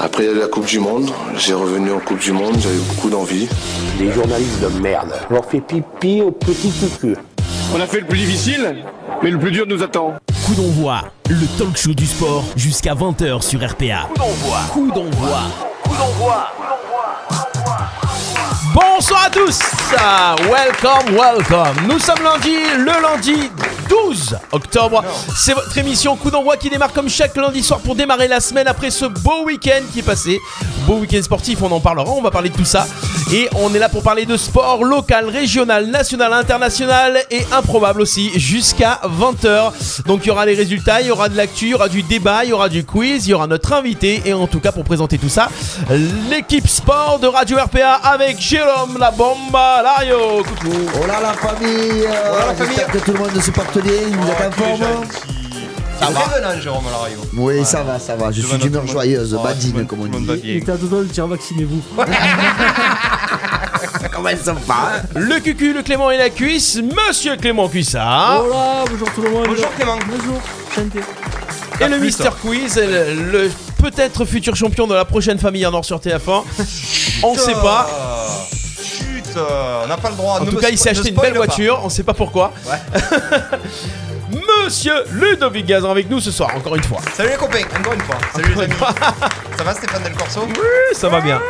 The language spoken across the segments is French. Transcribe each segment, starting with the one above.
Après, il y a eu la Coupe du Monde. J'ai revenu en Coupe du Monde, j'avais beaucoup d'envie. Les journalistes de merde. On leur fait pipi au petit cucu. On a fait le plus difficile, mais le plus dur nous attend. Coup d'envoi, le talk show du sport jusqu'à 20h sur RPA. Coup d'envoi. Coup d'envoi. Coup d'envoi. Bonsoir à tous. Welcome, welcome. Nous sommes lundi, le lundi 12 octobre. C'est votre émission Coup d'envoi qui démarre comme chaque lundi soir pour démarrer la semaine après ce beau week-end qui est passé. Beau week-end sportif, on en parlera, on va parler de tout ça. Et on est là pour parler de sport local, régional, national, international et improbable aussi jusqu'à 20h. Donc il y aura les résultats, il y aura de l'actu, il y aura du débat, il y aura du quiz, il y aura notre invité. Et en tout cas, pour présenter tout ça, l'équipe sport de Radio RPA avec Jérôme La Bomba Lario. Coucou. Oh là la famille. Oh là la famille. Oh, J'espère que tout le monde se porte bien. Vous Ouais, êtes en tous les forme gentils. Ça C'est va révenant, Jérôme Lario. Oui, ça va, ça va. Je Tout suis le monde- d'humeur joyeuse, Ouais, tout le badine, monde- comme tout le on monde dit. va Il bien. était à dedans de dire vaccinez-vous. Comment ça va Le cucu, le Clément et la cuisse, Monsieur Clément Cuissard. Oh là, bonjour tout le monde. Bonjour Clément. Bonjour. Chanté. Et le Ah, putain. Mister Quiz, le, le peut-être futur champion de la prochaine famille en or sur TF1. On sait pas. Chut, euh, on n'a pas le droit. En tout cas, il s'est acheté une belle voiture, on sait pas pourquoi. Monsieur Ludovic Gazan avec nous ce soir, encore une fois. Salut les copains, encore une fois. Salut les amis. Ça va Stéphane Del Corso Oui, ça va bien.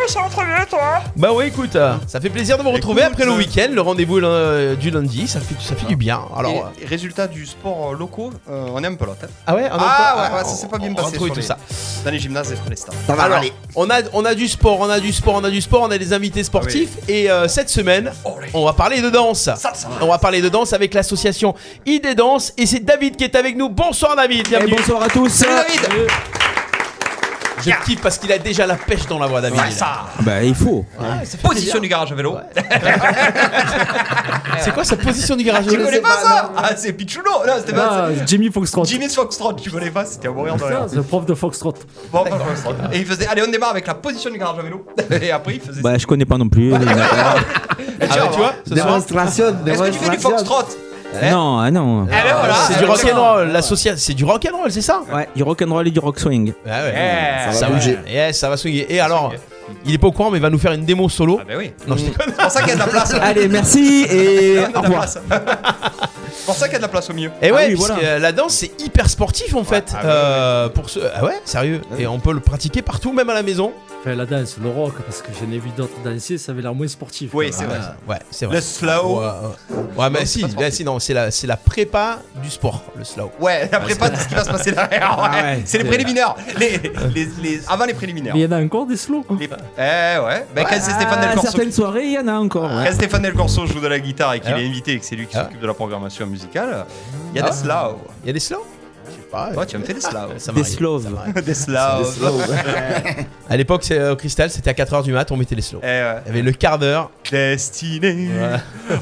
Bah oui, écoute, euh, ça fait plaisir de vous retrouver Écoute, après le euh, week-end, le rendez-vous euh, du lundi, ça fait, ça fait du bien. Alors, euh, Et résultat du sport euh, locaux, euh, on est un peu là. hein. ah ouais, on a Ah encore- ouais, ouais, on- ça s'est pas bien on- on passé. retrouve sur tout les- ça. Dans les gymnases et sur les stades. Ça va Alors, aller. on a, on a du sport, on a du sport, on a du sport, on a des invités sportifs. Et euh, cette semaine, Olé. on va parler de danse. Ça, ça va. On va parler de danse avec l'association ID Danse. Et c'est David qui est avec nous. Bonsoir David, Et bienvenue. bonsoir à tous. Salut David. Euh, Je kiffe parce qu'il a déjà la pêche dans la voix, David. Ça, ça. Bah il faut. Ouais, ça fait plaisir. Position du garage à vélo. Ah, C'est quoi sa position du garage Tu connais sais pas pas, ça Ah, c'est Pichulo. Non, c'était pas. Ah, Jimmy Foxtrot. Jimmy Foxtrot, tu connais pas, c'était à mourir de rire. Putain, C'est le prof de Foxtrot. Bon, pas Foxtrot. Et il faisait, allez, on démarre avec la position du garage à vélo. Et après, il faisait. Bah je connais pas non plus. Et Ah ouais, tu vois, ce soir, Démonstration, Est-ce que tu fais du démonstration. Foxtrot non, ah non. Allez, voilà. c'est du rock'n'roll, l'association. C'est du rock'n'roll, c'est ça Ouais, du rock'n'roll et du rock swing. Ah ouais. Eh, ça va bouger. Yeah, ça va swinguer. Et alors, il est pas au courant, mais il va nous faire une démo solo. Ah, bah oui. Non, je Ah, déconne. C'est pour ça qu'il y a de la place. Allez, merci et Il y au a de la revoir. place. C'est pour ça qu'il y a de la place au milieu. Et Ah ouais, oui, puisque, voilà. euh, la danse c'est hyper sportif en fait. ah oui, euh, Pour ce, ah ouais, sérieux. Et on peut le pratiquer partout, même à la maison. Enfin, la danse, le rock, parce que j'en ai vu d'autres danser, ça avait l'air moins sportif. Oui, c'est vrai. Euh, Ouais, c'est vrai. Le slow. Ouais, ouais. Ouais, mais si, là, si, non, c'est la, c'est la prépa du sport, le slow. Ouais, après pas de ce qui va se passer derrière. ouais. Ah ouais, c'est les c'est- préliminaires. Les, les, les- avant les préliminaires. Mais il y en a encore des slows. Les- Eh ouais. Bah, quand c'est Stéphane Ah, Del Ah, Corso. certaines soirées, il y en a encore. ouais. Quand Stéphane Del Corso joue de la guitare et qu'il Ah. est invité et que c'est lui qui Ah. s'occupe de la programmation musicale, il y a Ah. des slow. Il y a des slows Je sais pas. Ouais, tu as me fait des slow. Ça Des m'arrive, slows. ça m'arrive. Des slow. À l'époque, c'est, euh, au cristal, c'était à 4h du mat, on mettait les slows. Eh ouais. Il y avait le quart d'heure. Destiné.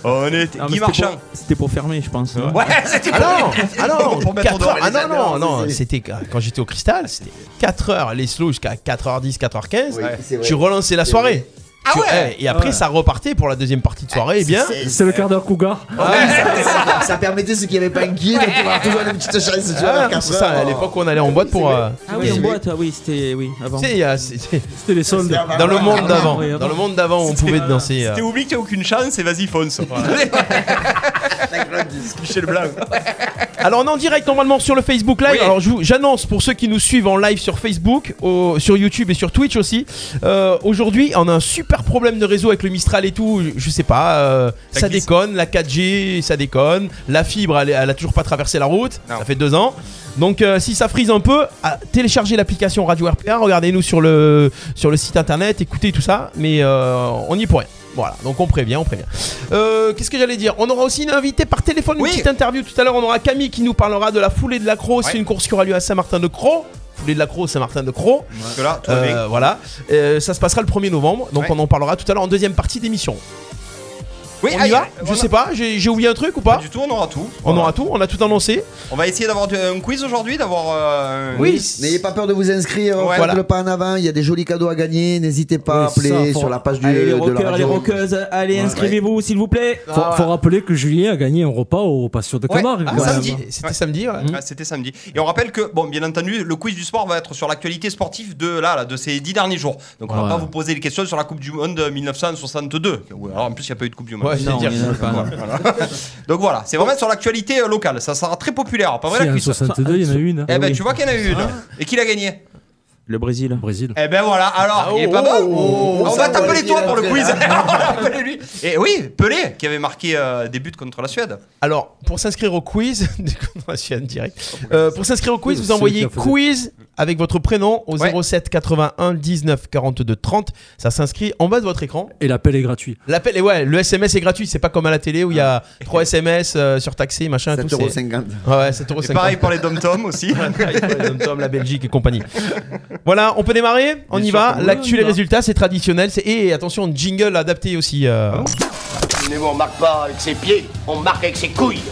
On était. Non, mais Guy c'était Marchand. pour- C'était pour fermer, je pense. Ouais, c'était Ah pour non Ah non Pour mettre 4 au dehors heures- Ah les non, non, adhérents, non c'est- C'était quand quand j'étais au cristal, c'était 4h les slows jusqu'à 4h10, 4h15. Ouais. Tu relançais la soirée. Ah Tu- ouais eh, Et après, Ouais. ça repartait pour la deuxième partie de soirée, et bien. C'est le quart d'heure Cougar. Ça ça permettait ceux qui n'avaient pas un guide de pouvoir toujours aller une petite chaise. tu vois, Ah, à c'est quatre ça, heures. à l'époque où on allait en boîte pour. euh, Ah oui, en boîte, ah oui, c'était oui, avant. tu sais, il y a- c'est- c'est- C'était les soldes. dans le monde d'avant, oui, avant. dans le monde d'avant, on pouvait danser. euh, T'es oublié que t'as aucune chance et vas-y fonce. Michel Blanc. Alors on est en direct normalement sur le Facebook Live. Oui. Alors je vous- j'annonce pour ceux qui nous suivent en live sur Facebook, au- sur YouTube et sur Twitch aussi. euh, Aujourd'hui, on a un super problème de réseau avec le Mistral et tout. Je, je sais pas, euh, Ça ça, glisse. déconne, la 4G, ça déconne, la fibre, elle, est- elle a toujours pas traversé la route. Non. Ça fait deux ans. Donc euh, si ça frise un peu, à- téléchargez l'application Radio RPA, regardez-nous sur le sur le site internet, écoutez tout ça. Mais euh, on y est pour rien. Voilà, donc on prévient, on prévient. Euh, Qu'est-ce que j'allais dire On aura aussi une invitée par téléphone, une Oui. petite interview tout à l'heure. On aura Camille qui nous parlera de la foulée de la Croix. Ouais. C'est une course qui aura lieu à Saint-Martin-de-Croix. Foulée de la Croix, Saint-Martin-de-Croix. Parce que là, tout va Euh, bien. voilà. Euh, ça se passera le 1er novembre. Donc Ouais. on en parlera tout à l'heure en deuxième partie d'émission. Oui, on ah, y va Je on a- sais pas, j'ai j'ai oublié un truc ou Pas pas du tout, on aura tout. On Voilà. aura tout, on a tout annoncé. On va essayer d'avoir du- un quiz aujourd'hui, d'avoir. euh, Oui. N'ayez pas peur de vous inscrire, Ouais, faites voilà. le pas en avant, il y a des jolis cadeaux à gagner, n'hésitez pas Oui, à appeler ça, faut- sur la page du, Allez, les de la rockers, les radio. rockeuses, allez, inscrivez-vous, s'il vous plaît. Faut, faut rappeler que Julien a gagné un repas au Passion de Ouais. Camargue. Ah, quand même. samedi. C'était Ouais. samedi, ouais. Ah, C'était samedi. Et on rappelle que, bon, bien entendu, le quiz du sport va être sur l'actualité sportive de là, là, de ces dix derniers jours. Donc on va Ouais. pas vous poser les questions sur la Coupe du Monde 1962. Ouais, Alors en plus, il n'y a pas eu de Coupe du Monde. Ouais, j'allais Non, dire. il y en a pas, non. Donc voilà, c'est vraiment sur l'actualité euh, locale. Ça sera très populaire, pas Si, vrai la en cuisse 62, il y en a une. Eh Ah ben, oui. tu vois qu'il y en a eu une. Et qui l'a gagné Le Brésil. Au Brésil. Eh ben voilà, alors, il est pas bon On oh, va t'appeler toi pour le quiz Appelez-lui Et oui, Pelé, qui avait marqué euh, des buts contre la Suède. Alors, pour s'inscrire au quiz, on va se faire direct. Euh, pour s'inscrire au quiz, vous envoyez Celui qui a fait- quiz avec votre prénom au Ouais. 07 81 19 42 30. Ça s'inscrit en bas de votre écran. Et l'appel est gratuit. L'appel, et ouais, le SMS est gratuit. C'est pas comme à la télé où il y a 3 SMS euh, surtaxés, machin, tout. c'est- 7,50€. Ouais, ouais, 7,50 euros. Et pareil pour les dom-toms aussi. la Belgique et compagnie. Voilà, on peut démarrer. On y va. L'actu, les résultats, c'est traditionnel. C'est- Et attention, jingle adapté aussi. euh. Mais bon, on marque pas avec ses pieds, on marque avec ses couilles.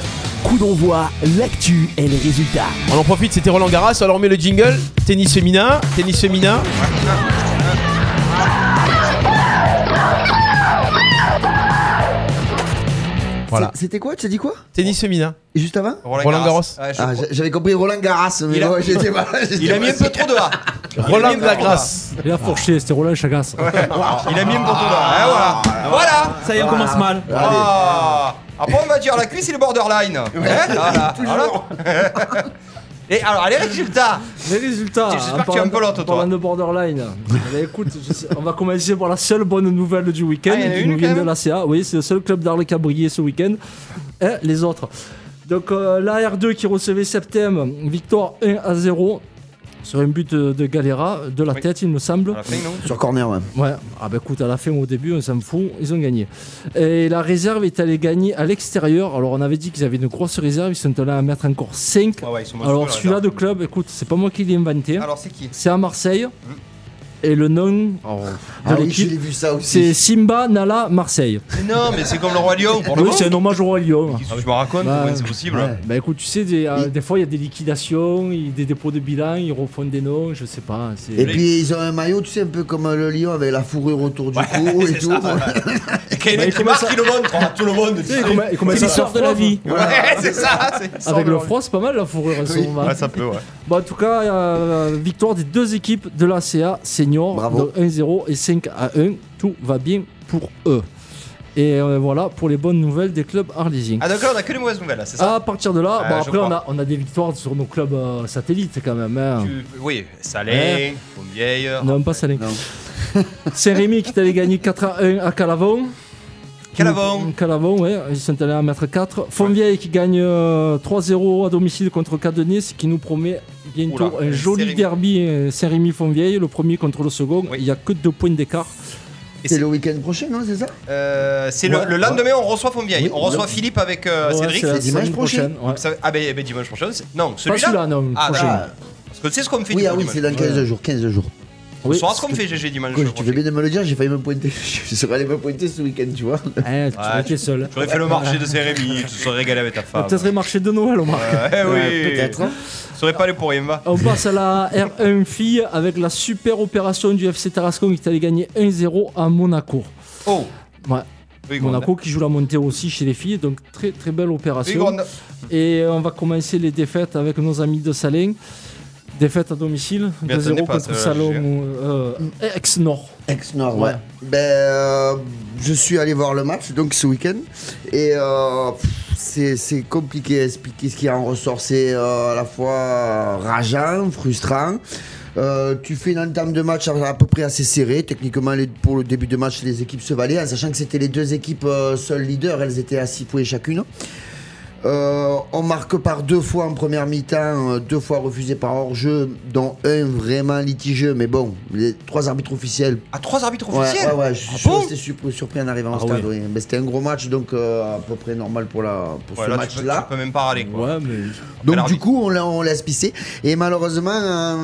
Coup d'envoi, l'actu et les résultats. On en profite, c'était Roland Garras. Alors on met le jingle. Tennis féminin, tennis féminin. Voilà. C'est- C'était quoi Tu as dit quoi Tennis féminin. Et Juste avant Roland Garros. Ouais, je Ah, crois. j'a- j'avais compris Roland Garras, mais Il a- ouais, j'étais mal. j'étais Il a mis un mal. peu trop de A. Roland de la Grâce. Et la fourchée, c'était Roland Chagas. Il a mis un peu trop de A. hein, voilà. Voilà. Ça y est, on commence mal. Ah. Après, on va dire la cuisse, il est borderline. Hein, voilà, voilà. Et alors, les résultats Les résultats. J'espère hein, que tu parlant es un peu de- lente, toi. parlant de borderline. Eh ben, écoute, je sais- on va commencer par la seule bonne nouvelle du week-end Ah, il y en a qui une, nous quand vient de même la CA. Oui, c'est le seul club d'Arles qui a brillé ce week-end. Et les autres. Donc euh, la R2 qui recevait septembre, victoire 1 à 0 sur un but de, de Galera, de la Oui. tête il me semble. À la fin, non Sur corner, ouais. Ouais, ah bah écoute, à la fin ou au début, on s'en fout, ils ont gagné. Et la réserve est allée gagner à l'extérieur. Alors on avait dit qu'ils avaient une grosse réserve, ils sont allés à mettre encore 5. Ah Ouais, ouais, ils sont monstrueux, Alors les celui-là de réserves. club, écoute, c'est pas moi qui l'ai inventé. Alors, c'est qui C'est à Marseille. Et le nom de Ah oui, j'ai l'équipe, vu ça c'est aussi. Simba Nala Marseille. Non, mais c'est comme le Roi Lion. Pour le Oui, moment. c'est un hommage au Roi Lion. Qu'est-ce que Ah, Je me raconte, Bah, ouais, c'est possible. hein. ouais. Bah écoute, tu sais, des, euh, Il- des fois il y a des liquidations, il- des dépôts de bilan, ils refont des noms, je sais pas. c'est- Et puis ils ont un maillot, tu sais, un peu comme euh, le lion avec la fourrure autour du cou et tout. Et qu'il y a Bah, une il commence marque qui le montre à tout le monde. Et comment- et comment C'est ça- l'histoire de la vie. Ouais, c'est ça. c'est- il Avec semble- le froid, c'est pas mal la fourrure. elles sont- bah, Ouais, ça peut, ouais. Bon, en tout cas, euh, victoire des deux équipes de la CA senior, Bravo. de 1-0 et 5 à 1. Tout va bien pour eux. Et euh, voilà pour les bonnes nouvelles des clubs arlésiens. Ah, donc là, on a que les mauvaises nouvelles, là, c'est ça À partir de là, Euh, bon, je après on crois. a, on a des victoires sur nos clubs euh, satellites quand même. hein. Tu- Oui, Salé, Pombier. Non, pas Salé. Non. Saint-Rémy qui est allé gagner 4 à 1 à Calavon. Calavon. Calavon, ouais, ils sont allés en mettre 4. Fontvieille qui gagne euh, 3-0 à domicile contre Cadenet, ce qui nous promet bientôt Oula, un joli Saint-Rémy. derby euh, Saint-Rémy-Fontvieille, le premier contre le second. Oui. Il n'y a que deux points d'écart. C'est le week-end prochain, non C'est ça Euh, c'est le, Ouais. le lendemain, on reçoit Fontvieille. Oui, on reçoit le- Philippe avec euh, Ouais, Cédric. c'est la c'est dimanche semaine prochain. prochain, ouais. Ça- Ah, ben, eh ben, dimanche prochain. c'est- Non, Pas celui-là. celui-là, non, le Ah, prochain. d'accord. Parce que tu sais ce qu'on me fait Oui, du ah coup, oui, dimanche. c'est dans 15 jours. 15 jours. Tu Oui. sauras ce qu'on me fait GG dimanche. Quoi, je tu crois. fais bien de me le dire, j'ai failli me pointer. Je serais allé me pointer ce week-end, tu vois. Eh, tu Ouais. étais seul. Ah, J'aurais fait le marché de Saint-Rémy, tu te serais régalé avec ta Ah, femme. Peut-être les marchés de Noël, on marque. Euh, eh oui, Peut-être. hein. Tu serais pas allé pour rien, va. On passe à la R1 fille avec la super opération du FC Tarascon qui est allé gagner 1-0 à Monaco. Oh Ouais. Oui, Gonda. Monaco qui joue la montée aussi chez les filles, donc très très belle Oui, opération. Gonda. Et on va commencer les défaites avec nos amis de Salin. Défaite à domicile, Mais attendez 2-0 pas, contre ça, Salon j'ai- euh, euh, ex-Nord. Ex-Nord, ouais. Ben, euh, je suis allé voir le match, donc ce week-end. Et euh, pff, c'est c'est compliqué à expliquer ce qui en ressort. C'est euh, à la fois euh, rageant, frustrant. Euh, tu fais une entame de match à, à peu près assez serrée. Techniquement, les- pour le début de match, les équipes se valaient, en sachant que c'était les deux équipes euh, seules leaders. Elles étaient à 6 points chacune. Euh, on marque par deux fois en première mi-temps, euh, deux fois refusé par hors-jeu, dont un vraiment litigieux. Mais bon, les trois arbitres officiels. À trois arbitres Ouais, officiels ouais, ouais, je Ah suis bon resté surpris, surpris en arrivant au Ah stade. oui. Mais C'était un gros match, donc euh, à peu près normal pour, la, pour Ouais, ce là, tu, peux, tu match-là. peux même pas râler. Quoi. Ouais, mais. Donc du l'arbitre. coup, on, l'a- on laisse pisser. Et malheureusement, euh,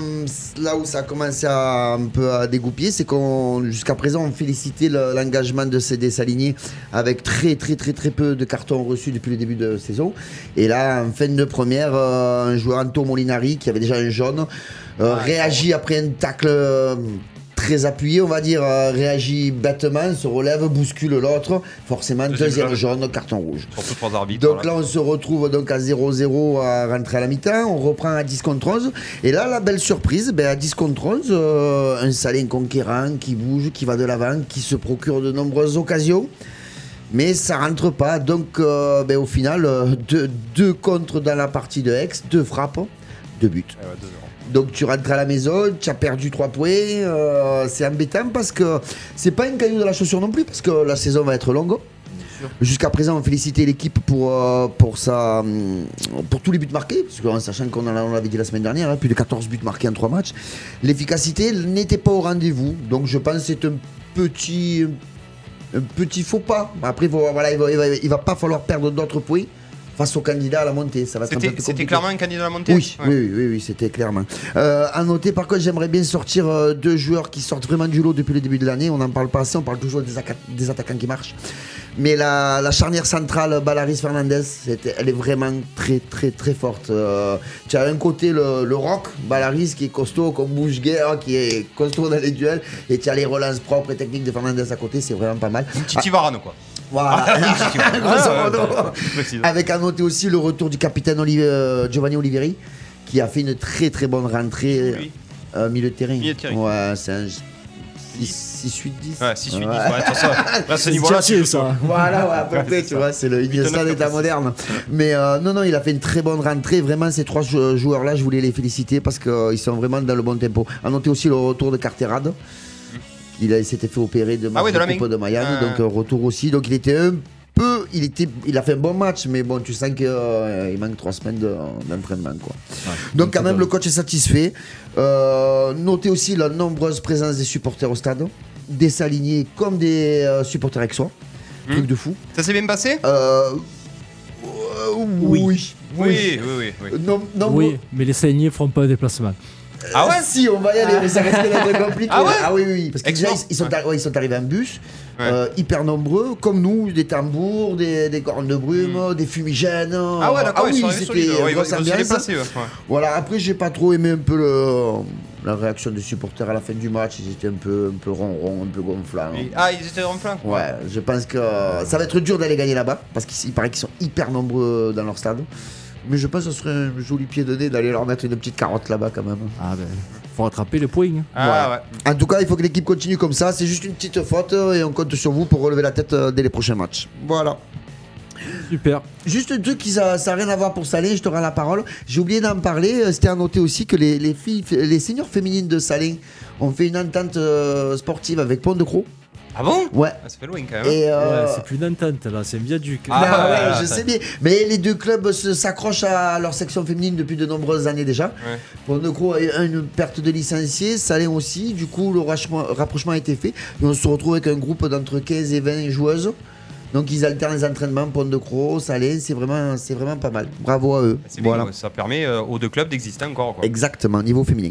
là où ça a commencé à, un peu à dégoupiller, c'est qu'on jusqu'à présent, on félicitait le- l'engagement de ces Saliniers avec très très très très peu de cartons reçus depuis le début de saison. Et là, en fin de première, euh, un joueur Anto Molinari, qui avait déjà un jaune, euh, réagit après un tacle... euh, Très appuyé, on va dire, euh, réagit bêtement, se relève, bouscule l'autre. Forcément, Deuxième deuxième jaune. jaune, carton rouge. Surtout trois arbitres. Donc voilà. là, on se retrouve donc à 0-0 à rentrer à la mi-temps. On reprend à 10 contre 11. Et là, la belle surprise, ben, à 10 contre 11, euh, un Salin conquérant qui bouge, qui va de l'avant, qui se procure de nombreuses occasions. Mais ça rentre pas. Donc euh, ben, au final, euh, deux, deux contre dans la partie de Hex, deux frappes, deux buts. Eh ouais, deux zéro. Donc tu rentres à la maison, tu as perdu 3 points, euh, c'est embêtant parce que c'est pas une caillou de la chaussure non plus parce que la saison va être longue. Jusqu'à présent, on félicitait l'équipe pour, euh, pour, sa, hum, pour tous les buts marqués, parce qu'en sachant qu'on en a- on l'avait dit la semaine dernière, hein, plus de 14 buts marqués en 3 matchs, l'efficacité n'était pas au rendez-vous. Donc je pense que c'est un petit, un petit faux pas. Après, il va- voilà, il, va, il, va, il va pas falloir perdre d'autres points face au candidat à la montée. Ça va être un peu C'était plus c'était compliqué. clairement un candidat à la montée Oui, Ouais. oui, oui, oui, oui, c'était clairement. Euh, à noter, par contre, j'aimerais bien sortir euh, deux joueurs qui sortent vraiment du lot depuis le début de l'année. On n'en parle pas assez, on parle toujours des, atta- des attaquants qui marchent. Mais la, la charnière centrale, Balaris Fernandez, c'était- elle est vraiment très, très, très forte. Euh, tu as d'un côté le, le rock, Balaris, qui est costaud, comme bouge guerre, qui est costaud dans les duels. Et tu as les relances propres et techniques de Fernandez à côté, c'est vraiment pas mal. Titi Varano, quoi. Voilà. Grosso modo. Précise. Avec à noter aussi le retour du capitaine Olivier- euh, Giovanni Oliveri, qui a fait une très très bonne rentrée Oui. euh, milieu de terrain. Milieu de terrain. Ouais, c'est un 6-8-10. Ouais, 6 8 10. Ouais, attention. Bah, Là, ce niveau-là, Tchatché, ça. Voilà, ouais, à peu près, tu vois, c'est le Iniesta d'état moderne. Mais euh, non, non, il a fait une très bonne rentrée. Vraiment, ces trois jou- euh, joueurs-là, je voulais les féliciter parce qu'ils sont vraiment dans le bon tempo. À noter aussi le retour de Carterade. Il, a- il s'était fait opérer de Hmm. Ah oui, de la Marco main. de Miami, Ah. donc euh, retour aussi. Donc il était un peu, il était, il a fait un bon match, mais bon, tu sens qu'il manque trois semaines de- d'entraînement, quoi. donc quand même, le coach est satisfait. Euh, notez aussi la nombreuse présence des supporters au stade, des saliniers comme des euh, supporters avec soi. Hmm. Truc de fou. ça s'est bien passé Euh, euh, oui. Oui. oui, oui, oui, oui. Non, non, Oui, mais les saignés font pas un déplacement. Ah ouais Si, on va y aller, mais ça risque d'être compliqué. Ah ouais oui, oui, oui. Parce que déjà, Excellent. ils, ils sont arri- ouais, ils sont arrivés en bus, Ouais. euh, hyper nombreux, comme nous, des tambours, des, des cornes de brume, des fumigènes. Hmm. Ah ouais, d'accord, ah ils oui, sont c'était arrivés solides. Ouais, grosse ils vont ils vont se ambiance. déplacer. ouais. Ouais. Voilà, après, j'ai pas trop aimé un peu le- la réaction des supporters à la fin du match. Ils étaient un peu, un peu ronron, un peu gonflants. Et- Ah, ils étaient en plein. quoi. Ouais, je pense que ça va être dur d'aller gagner là-bas, parce qu'il paraît qu'ils sont hyper nombreux dans leur stade. Mais je pense que ce serait un joli pied de nez d'aller leur mettre une petite carotte là-bas quand même. Ah ben, faut rattraper le point. hein. Ah ouais. En tout cas, il faut que l'équipe continue comme ça. C'est juste une petite faute euh, et on compte sur vous pour relever la tête euh, dès les prochains matchs. Voilà. Super. Juste un truc qui ça n'a rien à voir pour Salé, je te rends la parole. J'ai oublié d'en parler. euh, C'était à noter aussi que les, les filles, les seniors féminines de Salé ont fait une entente euh, sportive avec Pont de Croix. Ah bon Ouais. Ah, Ça fait loin quand même. Et euh, Ouais, c'est plus une entente là, c'est un viaduc. Ah, Ah ouais, ouais, ouais, je ça- sais bien. Mais les deux clubs se- s'accrochent à leur section féminine depuis de nombreuses années déjà. Ouais. Pour Necro, il y a eu une perte de licenciés, Salé aussi. Du coup, le rapprochement, rapprochement a été fait. Et on se retrouve avec un groupe d'entre 15 et 20 joueuses. Donc ils alternent les entraînements, Pont de Croix, Salé, c'est vraiment, c'est vraiment pas mal. Bravo à eux. C'est bien, Voilà. ouais, ça permet euh, aux deux clubs d'exister encore. Quoi. Exactement, niveau féminin.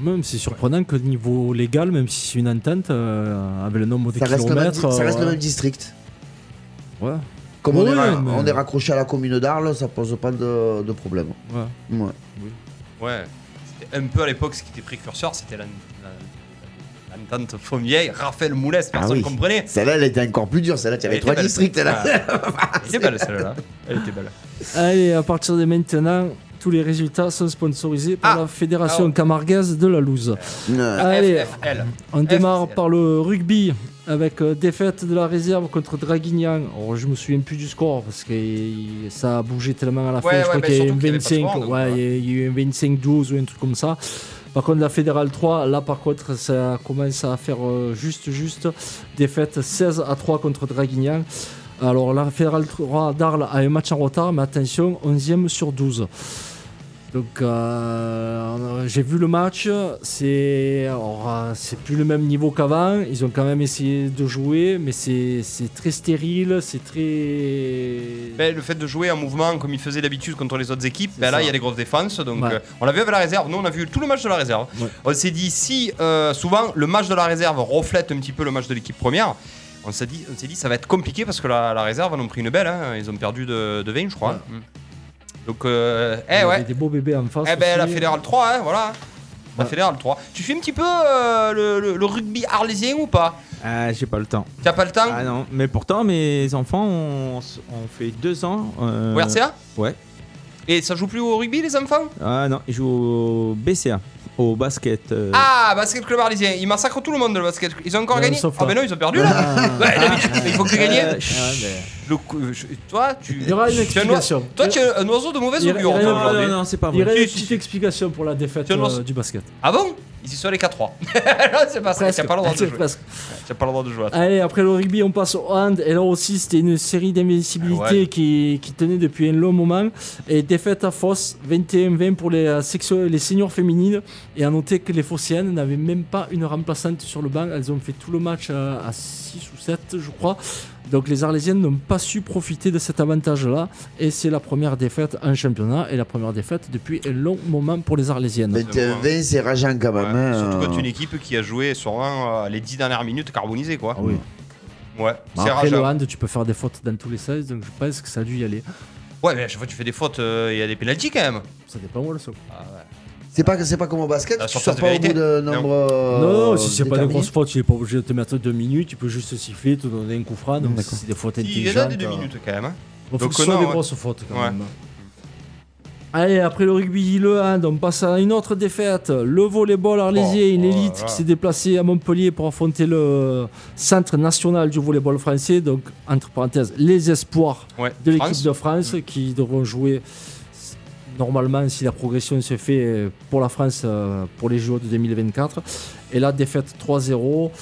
Même c'est surprenant que niveau légal, même si c'est une entente, euh, avec le nombre de Ça reste, le même, kilomètres. di- ça reste euh, le même district. ouais. Comme on, Ouais, est ra- mais- on est raccroché à la commune d'Arles, ça pose pas de, de problème. Ouais. Ouais. Ouais. C'était un peu à l'époque ce qui était précurseur, c'était la- la- l'entente Fomier, Raphaël Moules, personne Ah oui. comprenait. Celle-là, elle était encore plus dure. Celle-là, tu Elle avais était trois belle, districts. Là. Elle était belle celle-là. Elle était belle. Allez, à partir de maintenant, tous les résultats sont sponsorisés par Ah. la Fédération Ah ouais. Camargaise de la Louse. Ah. Ouais. Allez, FFL. on démarre FCL. par le rugby avec euh, défaite de la réserve contre Draguignan. Alors, je me souviens plus du score parce que il- ça a bougé tellement à la Ouais, fin. Je ouais, crois bah, qu'il y a eu un surtout qu'il y avait pas de 25, score, donc, ouais, ouais. il y a- il y a eu un 25-12 ou un truc comme ça. Par contre, la Fédérale 3, là par contre, ça commence à faire euh, juste, juste. Défaite 16 à 3 contre Draguignan. Alors la Fédérale 3 d'Arles a un match en retard, mais attention, 11e sur 12. Donc euh, j'ai vu le match, c'est alors, euh, c'est plus le même niveau qu'avant, ils ont quand même essayé de jouer, mais c'est c'est très stérile, c'est très... Ben, le fait de jouer en mouvement comme il faisait d'habitude contre les autres équipes, ben C'est là ça. il y a des grosses défenses. Donc Ouais. euh, on l'a vu avec la réserve. Nous on a vu tout le match de la réserve. Ouais. On s'est dit si euh, souvent le match de la réserve reflète un petit peu le match de l'équipe première. On s'est dit, on s'est dit ça va être compliqué parce que la, la réserve en ont pris une belle. hein. Ils ont perdu de, de 20 je crois. Mm. Donc euh, Il eh y ouais. avait des beaux bébés en face. Eh ben la aussi. fédérale 3 hein, voilà. La Ouais. fédérale 3. Tu fais un petit peu euh, le, le- le rugby arlésien ou pas Ah, j'ai pas le temps. T'as pas le temps Ah non, mais pourtant, mes enfants ont, ont fait deux ans. euh, au RCA Ouais. Et ça joue plus au rugby les enfants Ah non, ils jouent au BCA, au basket. euh, Ah, basket club arlésien, ils massacrent tout le monde le basket. Ils ont encore Non, gagné sauf Ah là. ben non, ils ont perdu là. Ouais, d'habitude, il faut que tu gagnes. euh, chut. Le cou- je- Toi, tu Il y aura une tu es un explication. oiseau- Toi, tu es un oiseau de mauvaise Il y- augure il y toi, aura- Non, aujourd'hui. non, non, c'est pas Il y vrai. aurait une Si, si, petite explication pour la défaite Tu annonces- euh, du basket. Ah bon Ils y sont les 4-3. Là, c'est pas ça, t'as pas le droit de jouer. Presque. T'as pas le droit de jouer à ça. Allez, après le rugby, on passe au hand. Et là aussi, c'était une série d'invincibilités Ouais. qui, qui tenait depuis un long moment. Et défaite à Foss, 21-20 pour les, euh, sexo- les seniors féminines. Et à noter que les Fossiennes n'avaient même pas une remplaçante sur le banc. Elles ont fait tout le match euh, à 6 ou 7, je crois. Donc les Arlésiennes n'ont pas su profiter de cet avantage-là. Et c'est la première défaite en championnat. Et la première défaite depuis un long moment pour les Arlésiennes. 21, c'est rageant quand Ouais, même. hein, Surtout euh. quand une équipe qui a joué souvent euh, les 10 dernières minutes carbonisées, quoi. Ah oui. Ouais, Bah, c'est après le rageant. hand, tu peux faire des fautes dans tous les sens, donc je pense que ça a dû y aller. Ouais, mais à chaque fois que tu fais des fautes, euh, il y a des pénalties quand même. Ça dépend où le saut. C'est pas, c'est pas comme au basket, La tu surface sors de pas au vérité. bout d'un Non. nombre. euh, non, non, si c'est pas des déterminé. grosses fautes, tu n'es pas obligé de te mettre deux minutes, tu peux juste siffler, te donner un coup franc, donc si c'est des fautes Il y en a intelligentes. des 2 minutes quand même. hein. Il faut Donc, que ce soit non, des ouais. grosses fautes quand Ouais. même. Allez, après le rugby, le hand, on passe à une autre défaite. Le volleyball arlésien, Oh, une voilà. élite qui s'est déplacée à Montpellier pour affronter le centre national du volleyball français, donc entre parenthèses, les espoirs Ouais. de l'équipe France. de France qui devront jouer s- normalement si la progression se fait euh, pour la France euh, pour les JO de 2024. Et là, défaite 3-0,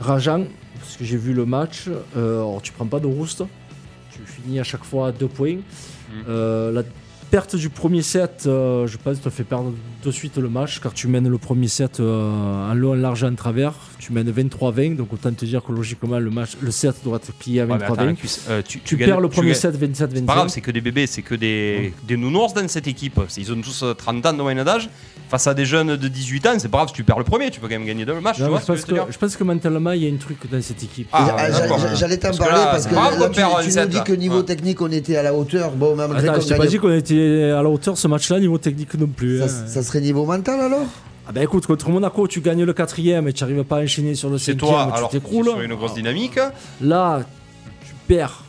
rageant, parce que j'ai vu le match. Euh, alors, tu prends pas de rouste, tu finis à chaque fois à deux points. Mm. Euh, la perte du premier set, euh, je pense, te fait perdre de suite le match car tu mènes le premier set euh, en long, en large et en travers. Tu mènes 23-20, donc autant te dire que logiquement, le, match, le set doit être plié à Ouais, mais attends, la 23-20. cuisse, euh, tu, Tu gagnes- perds le premier gagnes- set 27 C'est pas grave, 25 c'est que des bébés, c'est que des, des nounours dans cette équipe. Ils ont tous euh, 30 ans de moyenne d'âge. Face à des jeunes de 18 ans, c'est pas grave, si tu perds le premier, tu peux quand même gagner deux matchs, tu Non, vois je, ce que je pense veux te dire que, je pense que mentalement, il y a un truc dans cette équipe. Ah, Ah, j'a- d'accord. j'a- J'allais t'en Parce que parler là, parce que c'est grave là, qu'on tu, perd tu un nous set, dis là. que niveau Ouais. technique on était à la hauteur. Bon, même Attends, Gréco je t'ai pas gagne- dit qu'on était à la hauteur ce match-là, niveau technique non plus. ça, hein. ça serait niveau mental alors Ah bah écoute, contre Monaco, tu gagnes le quatrième et tu n'arrives pas à enchaîner sur le C'est cinquième, toi, alors tu c'est t'écroules. sur une grosse dynamique. Là, tu perds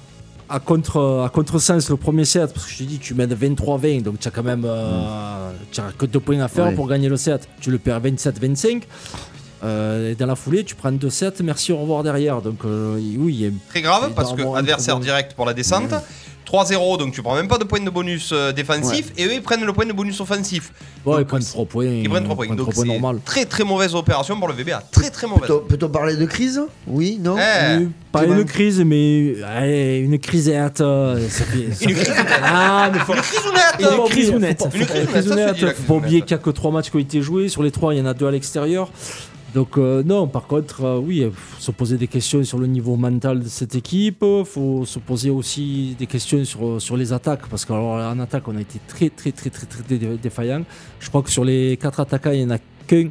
à contre à contresens le premier set parce que je te dis tu mènes 23-20 donc tu as quand même euh, tu as que deux points à faire Hmm. Oui. pour gagner le set tu le perds 27-25 Euh, et dans la foulée tu prends deux sets merci au revoir derrière donc euh, oui il y a Très grave, Il parce doit que avoir un adversaire problème. direct pour la descente. 3-0, donc tu prends même pas de points de bonus euh, défensif. Et eux, ils prennent le point de bonus offensif. Ouais, Donc, ils prennent 3 points. Ils prennent 3 points. Donc c'est normal. très très mauvaise opération pour le VBA. Très très mauvaise. Peut-on peut-on parler de crise Oui, non Eh, Pas Très une bien. crise, mais allez, une crisette. euh, ça fait- ça Une fait- crise Ah, mais faut, Une crise ou nette faut pas oublier- crise faut honnête. pas- Une faut crise pas- honnête, crise ça, c'est honnête, dit, la faut crise pas oublier honnête. qu'il n'y a que 3 matchs qui ont été joués. Sur les 3, il y en a 2 à l'extérieur. Donc, euh, non, par contre, euh, oui, il faut se poser des questions sur le niveau mental de cette équipe. Il faut se poser aussi des questions sur, sur les attaques. Parce qu'en attaque, on a été très, très, très, très, très dé- dé- défaillant. Je crois que sur les 4 attaquants, il n'y en a qu'un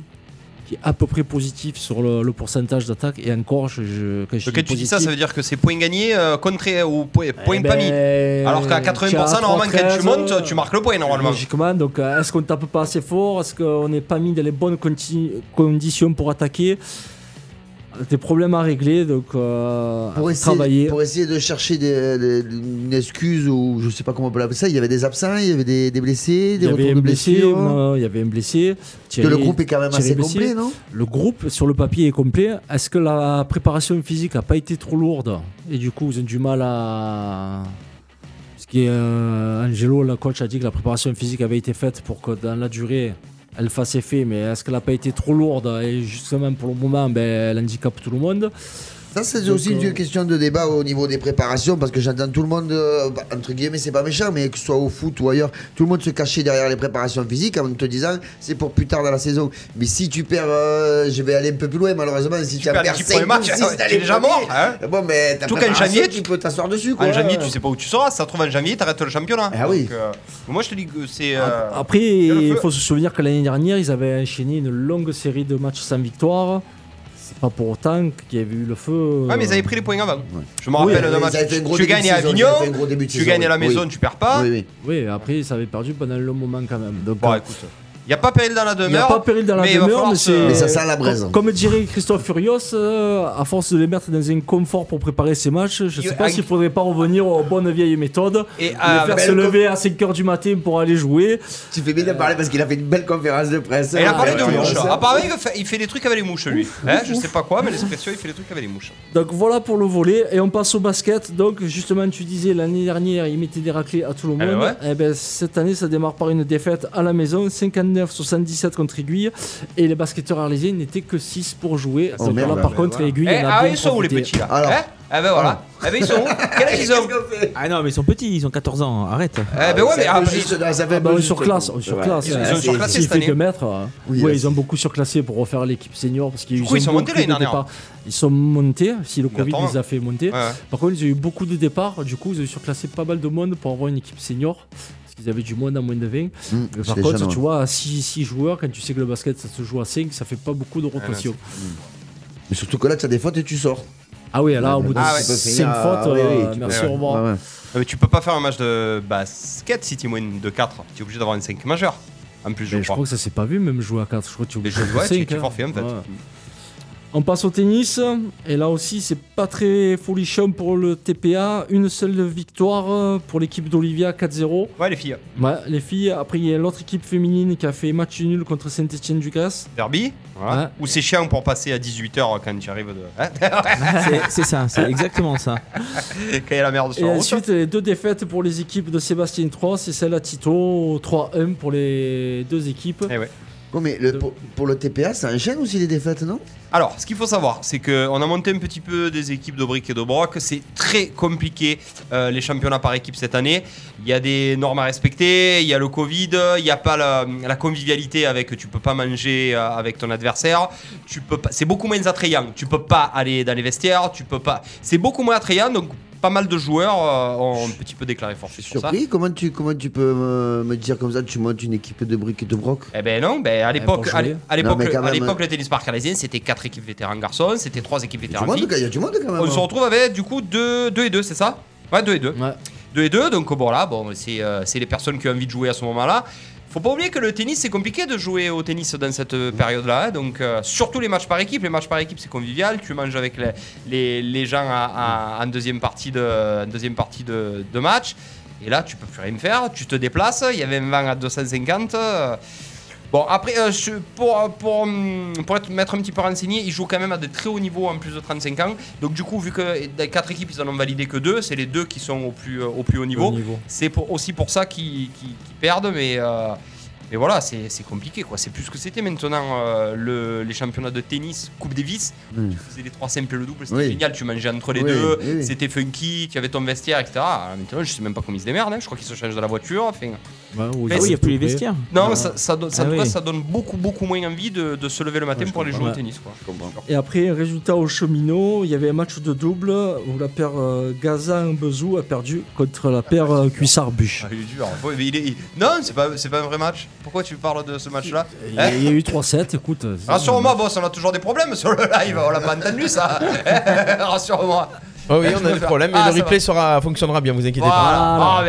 qui est à peu près positif sur le, le pourcentage d'attaque. Et encore, je, je, quand je Donc quand tu dis ça, ça veut dire que c'est point gagné, euh, contré ou Eh point, point ben, pas mis. mis. Alors Euh, qu'à 80%, normalement, quand tu montes, tu marques le point normalement. Logiquement, donc euh, est-ce qu'on tape pas assez fort Est-ce qu'on n'est pas mis dans les bonnes conti- conditions pour attaquer Des problèmes à régler, donc euh, pour à essayer, travailler. pour essayer de chercher des, des- une excuse ou je sais pas comment on peut l'appeler ça, il y avait des absents, il y avait des, des blessés, Il des y avait retours un de blessé, blessures. moi, il y avait un blessé. Que Thierry- le groupe est quand même Thierry assez blessé. complet, non Le groupe sur le papier est complet. Est-ce que la préparation physique n'a pas été trop lourde Et du coup, ils ont du mal à. Parce que euh, Angelo, le coach, a dit que la préparation physique avait été faite pour que dans la durée, elle fasse effet. Mais est-ce qu'elle n'a pas été trop lourde Et justement, pour le moment, ben, elle handicape tout le monde. Ça, c'est Donc, aussi euh, une question de débat au niveau des préparations, parce que j'entends tout le monde, euh, bah, entre guillemets, c'est pas méchant, mais que ce soit au foot ou ailleurs, tout le monde se cacher derrière les préparations physiques en te disant c'est pour plus tard dans la saison. Mais si tu perds, euh, je vais aller un peu plus loin, malheureusement, si tu as perds les perds dix 5 premiers matchs, hein, t'es déjà mort, hein. Bon, mais t'as Tout qu'en janvier, tu peux t'asseoir dessus, quoi. En janvier, Ah, tu sais pas où tu seras. Si ça se trouve, en janvier, t'arrêtes le championnat. Ah oui. Ah, Donc, euh, moi, je te dis que c'est. euh, Après, le il feu. faut se souvenir que l'année dernière, ils avaient enchaîné une longue série de matchs sans victoire. C'est pas pour autant qu'il y avait eu le feu. Ouais, mais ils avaient pris les points avant. Je me rappelle ils d'un match. avaient fait un gros Tu début de gagnes à saison, ils Avignon, avaient fait un gros début de tu saison, gagnes à la oui. maison, tu perds pas. Oui, oui. Oui, après, ils avaient perdu pendant un long moment quand même. Donc, Bon, euh, écoute, il n'y a pas péril dans la demeure. il n'y a pas péril dans la mais il va demeure, falloir mais se- c'est. Mais ça sent la braise. Comme, comme dirait Christophe Furios, euh, à force de les mettre dans un confort pour préparer ses matchs, je Il- sais pas un- s'il faudrait pas revenir aux bonnes vieilles méthodes. Et, les ah, faire ben, se le- lever à 5h du matin pour aller jouer. Tu fais bien de parler parce qu'il a fait une belle conférence de presse. Et il a parlé de Euh, mouches. ça. Apparemment, il fait- il fait des trucs avec les mouches, lui. Hein, Je sais pas quoi, mais l'espresso, il fait des trucs avec les mouches. Donc voilà pour le volet. Et on passe au basket. Donc justement, tu disais l'année dernière, ils mettaient des raclés à tout le Eh monde. ouais. Eh ben, cette année, ça démarre par une défaite à la maison, 59-77 contre Aiguille. Et les basketteurs arlésiens n'étaient que 6 pour jouer. Oh, Donc merde, là, bah, par contre, voilà. Aiguille. Eh, en a ah, bien ils sont où les profité. petits là Alors. Hein Ah ben voilà. Eh ben ils sont où Quel âge ils ont Ah non, mais ils sont petits, ils ont 14 ans, arrête. Eh ben ouais, mais après, Juste, ça fait Ah un bah, peu on juste, surclasse, quoi. on surclasse. Ouais. Ils ont C'est- surclassé S'il cette fait année. que mettre, hein. Oui, ouais, là, ils ont beaucoup surclassé pour refaire l'équipe senior parce qu'ils Du coup, ils sont beaucoup montés l'année de dernière. départs. Ils sont montés, si le Covid attends. les a fait monter. Ouais. Par contre, ils ont eu beaucoup de départs, du coup, ils ont surclassé pas mal de monde pour avoir une équipe senior. Parce qu'ils avaient du monde à moins de 20. Mmh, Mais c'est par des contre, jeunes, tu vois, à 6, joueurs, quand tu sais que le basket ça se joue à 5, ça fait pas beaucoup de rotation. ouais. Mais surtout que là, tu as des fautes et tu sors. Ah oui, là, au bout de Ah ouais. 5 Ah, fautes, oui, euh, oui, tu merci, peux- au revoir. Ouais, ouais. Ah, Mais tu peux pas faire un match de basket si tu moins de 4. Tu es obligé d'avoir une 5 majeure. En plus, je Mais je crois. crois que ça s'est pas vu, même jouer à 4. Je crois que tu es Les obligé jeux, de ouais, tu- cinq, tu es hein. forfait en fait. Ouais. On passe au tennis, et là aussi c'est pas très folichon pour le TPA. Une seule victoire euh, pour l'équipe d'Olivia 4-0. Ouais, les filles. Ouais, les filles, après il y a l'autre équipe féminine qui a fait match nul contre Saint-Etienne du Grèce. Derby. voilà. Ouais. Ou c'est chiant pour passer à 18h quand tu arrives de. Hein C'est- C'est ça, c'est exactement ça. quand il y a la merde Et sur la route. hein. ensuite les deux défaites pour les équipes de Sébastien 3, c'est celle à Tito 3-1 pour les deux équipes. Eh ouais. Bon, mais le, pour, pour le TPA, ça enchaîne aussi les défaites, non Alors, ce qu'il faut savoir, c'est qu'on a monté un petit peu des équipes de briques et de broc. C'est très compliqué euh, les championnats par équipe cette année. Il y a des normes à respecter, il y a le Covid, il n'y a pas la, la convivialité avec tu peux pas manger euh, avec ton adversaire. Tu peux pas, c'est beaucoup moins attrayant. Tu peux pas aller dans les vestiaires, tu peux pas. C'est beaucoup moins attrayant donc. Pas mal de joueurs euh, ont un petit peu déclaré forfait sur ça. Surpris comment tu, comment tu peux me, me dire comme ça tu montes une équipe de briques et de broc Eh ben non, ben à l'époque, pour à jouer. l'é- à l'époque, Non, mais quand à même, l'époque, hein. le tennis parc canadien, c'était quatre équipes vétérans garçons, c'était trois équipes Il y a du vétérans monde, filles. il y a du monde quand même. hein. On se retrouve avec du coup 2 et 2, c'est ça Ouais, 2 et 2. Ouais. 2 et 2, donc bon là, bon, c'est euh, c'est les personnes qui ont envie de jouer à ce moment-là. Faut pas oublier que le tennis, c'est compliqué de jouer au tennis dans cette euh, période-là. hein. Donc, euh, surtout les matchs par équipe. Les matchs par équipe, c'est convivial. Tu manges avec les, les, les gens à- à- en deuxième partie, de, en deuxième partie de, de match. Et là, tu peux plus rien faire. Tu te déplaces. Il y avait un vent à 250. euh, Bon, après, euh, je- pour, pour, hum, pour être, mettre un petit peu renseigné, ils jouent quand même à de très hauts niveaux en plus de 35 ans. Donc, du coup, vu que des 4 équipes, ils en ont validé que 2, c'est les deux qui sont au plus, euh, au plus haut niveau. Au niveau. C'est pour- aussi pour ça qu'ils qu'ils- qu'ils perdent, mais, euh, mais voilà, c'est c'est compliqué. quoi. C'est plus ce que c'était maintenant euh, le- les championnats de tennis, Coupe Davis. Mm. Tu faisais les 3 simples et le double, c'était Oui. génial. Tu mangeais entre les Oui, deux, oui, oui. c'était funky, tu avais ton vestiaire, etc. Alors, maintenant, je sais même pas comment ils se démerdent. hein. Je crois qu'ils se changent de la voiture. Enfin, Bah Ouais, où ils Ah oui, il n'y a étaient plus les prêts. vestiaires. non, ça, ça, donne, ça, Ah en tout cas, oui. ça donne beaucoup, beaucoup moins envie de, de se lever le matin pour aller jouer au tennis. Quoi. Et après, résultat au cheminot, il y avait un match de double où la paire euh, Gaza-Bezou a perdu contre la paire euh, Cuissard-Buche. Ah, il est dur. Bon, mais il est- il- Non, c'est pas, c'est pas un vrai match. Pourquoi tu parles de ce match-là Il y a- il y a eu 3-7, écoute. c'est- Rassure-moi, boss, on a toujours des problèmes sur le live. On l'a pas entendu, ça. Rassure-moi. Ah oui, on a des problèmes, mais Ah, le ça replay sera, fonctionnera bien, vous inquiétez pas. Voilà. Voilà. Ah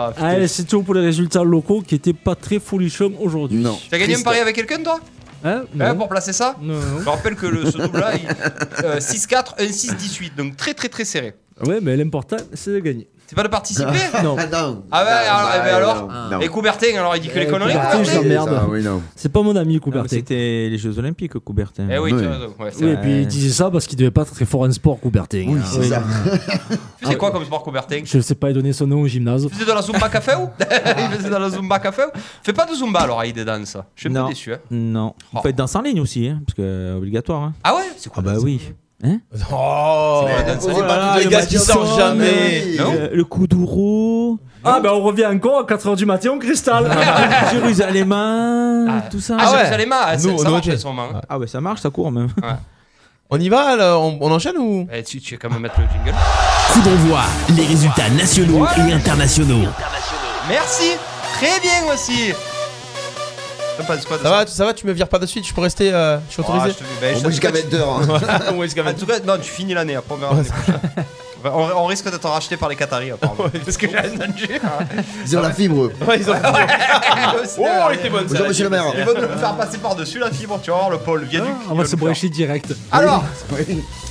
merde. Putain. Allez, c'est tout pour les résultats locaux qui étaient pas très folichons aujourd'hui. Non. T'as gagné un Triste. pari avec quelqu'un, toi Hein Hein, non. Pour placer ça Non, Je non. rappelle que le, ce double-là, il- euh, 6-4, 1-6-18. Donc très, très, très serré. Ouais, mais l'important, c'est de gagner. C'est pas de participer Non. Ah non. Ah ouais, alors- eh ben alors non, Et Coubertin, alors il dit que les Ah. Eh, conneries, Coubertin, Coubertin je l'emmerde. Ah oui, non. C'est pas mon ami, Non, mais Coubertin. C'était les Jeux Olympiques, hein. Coubertin. Eh oui, tu Oui. as raison. Ouais, c'est vrai. Oui, et puis il disait ça parce qu'il devait pas être très fort en sport, Coubertin. Oui, Ah, c'est oui. ça. Tu Ah sais quoi comme sport, Coubertin Je sais pas, il donnait son nom au gymnase. Il faisait de la Zumba Café ou Il faisait de la Zumba Café ou Fais pas de Zumba alors, Aïd et danse. Je suis un peu Non. déçu. Hein. Non. Oh. On peut être dans en ligne aussi, hein, parce que euh, obligatoire. hein. Ah ouais C'est Ah bah oui. Oh, C'est pas- oh c'est pas là là, toutes les les gars qui matières sortent sont- jamais. Mais oui. Non Euh, le coup d'Ouro, Ah, bah on revient encore à 4h du matin au cristal. Jérusalem, tout ça. Ah, ouais. Jérusalem, ah, ça, Nous, ça nous, marche ok. en ce moment. hein. Ah ouais, ça marche, ça court même. On y va là on, on enchaîne ou Eh, tu, tu vas quand même mettre le jingle. Coup d'envoi, les résultats nationaux Voilà. et internationaux. Merci Très bien aussi Je passe pas de ça va, ça va, tu me vires pas de suite, je peux rester, euh, je suis Ah, autorisé. je te- ben, je- Au moins jusqu'à en tout cas, 22 heures. Ah, ouais, c'est quand tu- En même- tout cas, non, tu finis l'année, après on verra l'année prochaine. On va- On, on risque d'être racheté par les Qataris, apparemment. C'est ce que j'ai entendu. Ils ont la fibre. eux. Ouais, ils ont- Ah, Oh, elle était bonne Bonjour, celle-là. monsieur le maire. Ils vont nous le faire passer par-dessus la fibre, tu vas voir le pôle viaduc. Ah, ils on vont va se nous faire. brécher direct. Alors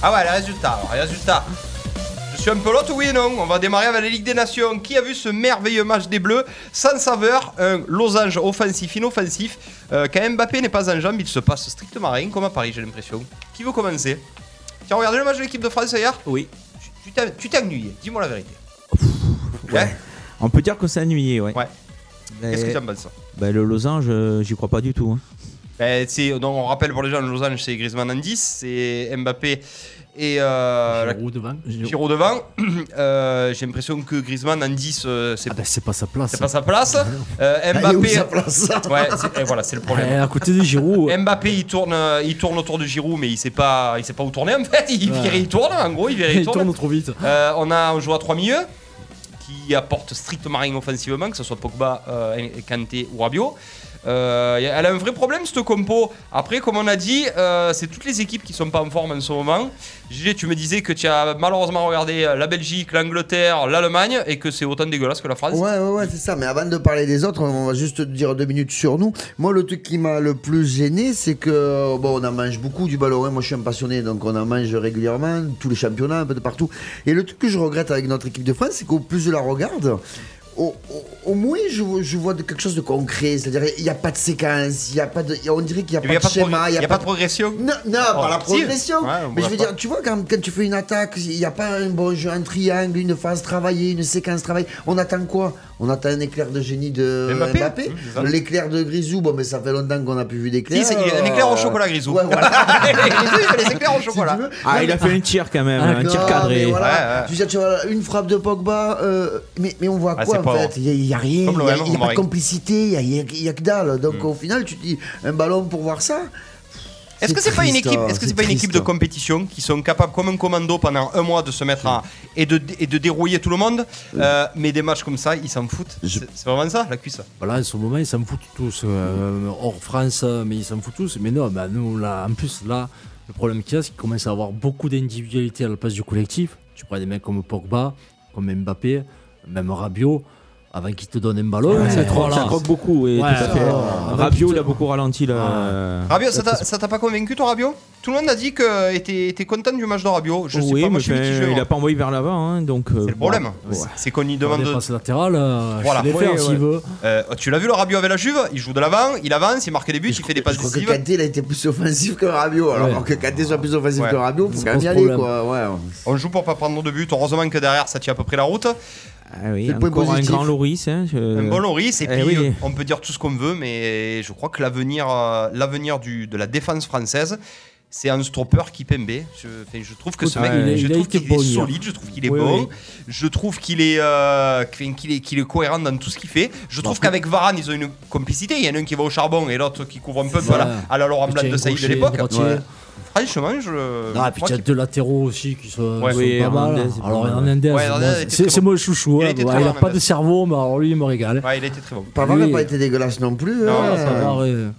Ah ouais, les résultats, alors, les résultats. Je suis un pelote, oui et non. On va démarrer avec la Ligue des Nations. Qui a vu ce merveilleux match des Bleus sans saveur Un losange offensif, inoffensif. Euh, quand Mbappé n'est pas en jambe, il se passe strictement rien, comme à Paris, j'ai l'impression. Qui veut commencer Tu as regardé le match de l'équipe de France hier Oui. Tu- tu t'es- Tu t'es ennuyé, dis-moi la vérité. Ouais. On peut dire qu'on s'est ennuyé, ouais. Ouais. Mais- Qu'est-ce que tu en penses bah, le losange, euh, j'y crois pas du tout. hein. Ben, c'est- donc, On rappelle pour les gens, le losange, c'est Griezmann en 10, c'est Mbappé et euh, la- Giroud devant. Giroud devant. Euh, j'ai l'impression que Griezmann en 10, euh, c'est Ah, bah c'est pas sa place. C'est pas sa place. Euh, Elle Ah, est où Mbappé. sa place Ah, Ouais, c'est- et voilà, c'est le problème. Eh, à côté de Giroud. Mbappé, il tourne, euh, il tourne autour de Giroud, mais il sait pas, il sait pas où tourner en fait. Il, Ouais. verrait, il tourne, en gros, il verrait, il Il tourne. tourne trop vite. Euh, on a un joueur à 3 milieux qui apporte strictement rien offensivement, que ce soit Pogba, euh, Kanté ou Rabiot. Euh, y a- elle a un vrai problème cette compo. Après, comme on a dit, euh, c'est toutes les équipes qui sont pas en forme en ce moment. Gilles, tu me disais que tu as malheureusement regardé euh, la Belgique, l'Angleterre, l'Allemagne et que c'est autant dégueulasse que la France. Ouais, ouais, ouais, c'est ça. Mais avant de parler des autres, on va juste te dire deux minutes sur nous. Moi, le truc qui m'a le plus gêné, c'est que, bon, on en mange beaucoup du ballon. Moi, je suis un passionné, donc on en mange régulièrement, tous les championnats, un peu de partout. Et le truc que je regrette avec notre équipe de France, c'est qu'au plus je la regarde, au, au- au moins, je, vois- je vois de- quelque chose de concret. C'est-à-dire, il n'y a pas de séquence, il y a pas de, on dirait qu'il n'y a, Il n'y a, pas pas de de progr- schéma, il il n'y y a pas de progression. non, non pas la Oh, si. progression. Ouais, on mais je voit veux pas. dire, tu vois, quand, quand tu fais une attaque, il n'y a pas un bon jeu, un triangle, une phase travaillée, une séquence travaillée. On attend quoi On attend un éclair de génie de Mbappé. Mbappé. Mmh, c'est ça. L'éclair de Grisou, bon, mais ça fait longtemps qu'on n'a plus vu d'éclair. Euh, Si, c'est- il y a Euh, un éclair au chocolat, Grisou. Ouais, voilà. Grisou, il fait les éclairs au Si tu chocolat. veux. hein. Ah, il a fait un tir quand même, un Non, tir mais cadré. voilà. Ouais, ouais. Tu sais, tu vois, une frappe de Pogba, euh, mais, mais on voit Ah, quoi c'est en pauvre. fait Il n'y a, rien, Comme Hmm. il n'y a, l'OM, y a pas Romarin. de complicité, il n'y a, y a que dalle. Donc au final, tu te dis, un ballon pour voir ça Est-ce que c'est pas une triste, équipe, hein, est-ce que c'est c'est pas une équipe triste. de compétition qui sont capables comme un commando pendant un mois de se mettre à, et de et de dérouiller tout le monde, euh, mais des matchs comme ça, ils s'en foutent. C'est c'est vraiment ça la cuisse. Voilà, en ce moment, ils s'en foutent tous. euh, hors France, euh, mais ils s'en foutent tous. Mais non, bah, nous, là, en plus, là, le problème qu'il y a, c'est qu'il commence à avoir beaucoup d'individualité à la place du collectif. Tu prends des mecs comme Pogba, comme Mbappé, même Rabiot, avant qu'ils te donnent un ballon. Ouais, ça ces croque, trois-là, ça croque beaucoup, et Ouais, tout à fait. ça- Ah. Rabiot, il a beaucoup ralenti là. Rabio, Euh, ça t'a- ça t'a pas convaincu toi Rabio Tout le monde a dit que était était content du match de Rabio. Je sais oui, pas, moi mais je suis enfin, mitigé. il hein. a pas envoyé vers l'avant, hein, donc. C'est le problème. Ouais. C'est- C'est qu'on y on demande. dépasse latéral, euh, Voilà. je vais les Oui, faire ouais. s'il veut. Euh, tu l'as vu le Rabio avec la Juve Il joue de l'avant, il avance, il marque des buts, il fait des passes Je crois que décisives. Kanté il a été plus offensif que Rabiot. Alors Ouais. pour que Kanté soit plus offensif Ouais. que Rabiot, faut C'est quand pas même ce y aller problème. quoi. Ouais. On joue pour pas prendre de buts. Heureusement que derrière ça tient à peu près la route. Ah oui, C'est le point encore un positif. grand Loris. Hein, Euh, je- Un bon Loris, et eh puis oui. euh, on peut dire tout ce qu'on veut, mais je crois que l'avenir, euh, l'avenir du- de la défense française, c'est un stopper qui pembé. Je, enfin, je trouve que ce Écoute, ah, mec, il est- je il a trouve été qu'il bon est hier. solide, je trouve qu'il est Oui, bon, oui. je trouve qu'il est, euh, qu'il qu'il est, qu'il est cohérent dans tout ce qu'il fait. Bah, Je trouve qu'avec Varane, ils ont une complicité. Il y en a un qui va au charbon et l'autre qui couvre un peu ça. à la, à la Laurent Blanc de Tiens, Saïd de gaucher, l'époque. droitier. Ouais. Franchement, je. Ah, moi et puis il y a qui- deux latéraux aussi qui sont, Ouais. qui sont Oui, pas mal. Hernandez, c'est pas Alors, mal. Hernandez, Ouais, Hernandez, moi, il était c'est très c'est bon. mon chouchou. Il hein. était Bah, très Il bon, a pas de Hernandez. cerveau, mais alors lui, il me régale. Ouais, il était très bon. Pavard n'a Oui. pas été dégueulasse non plus. Non, hein. ça Pavard, euh,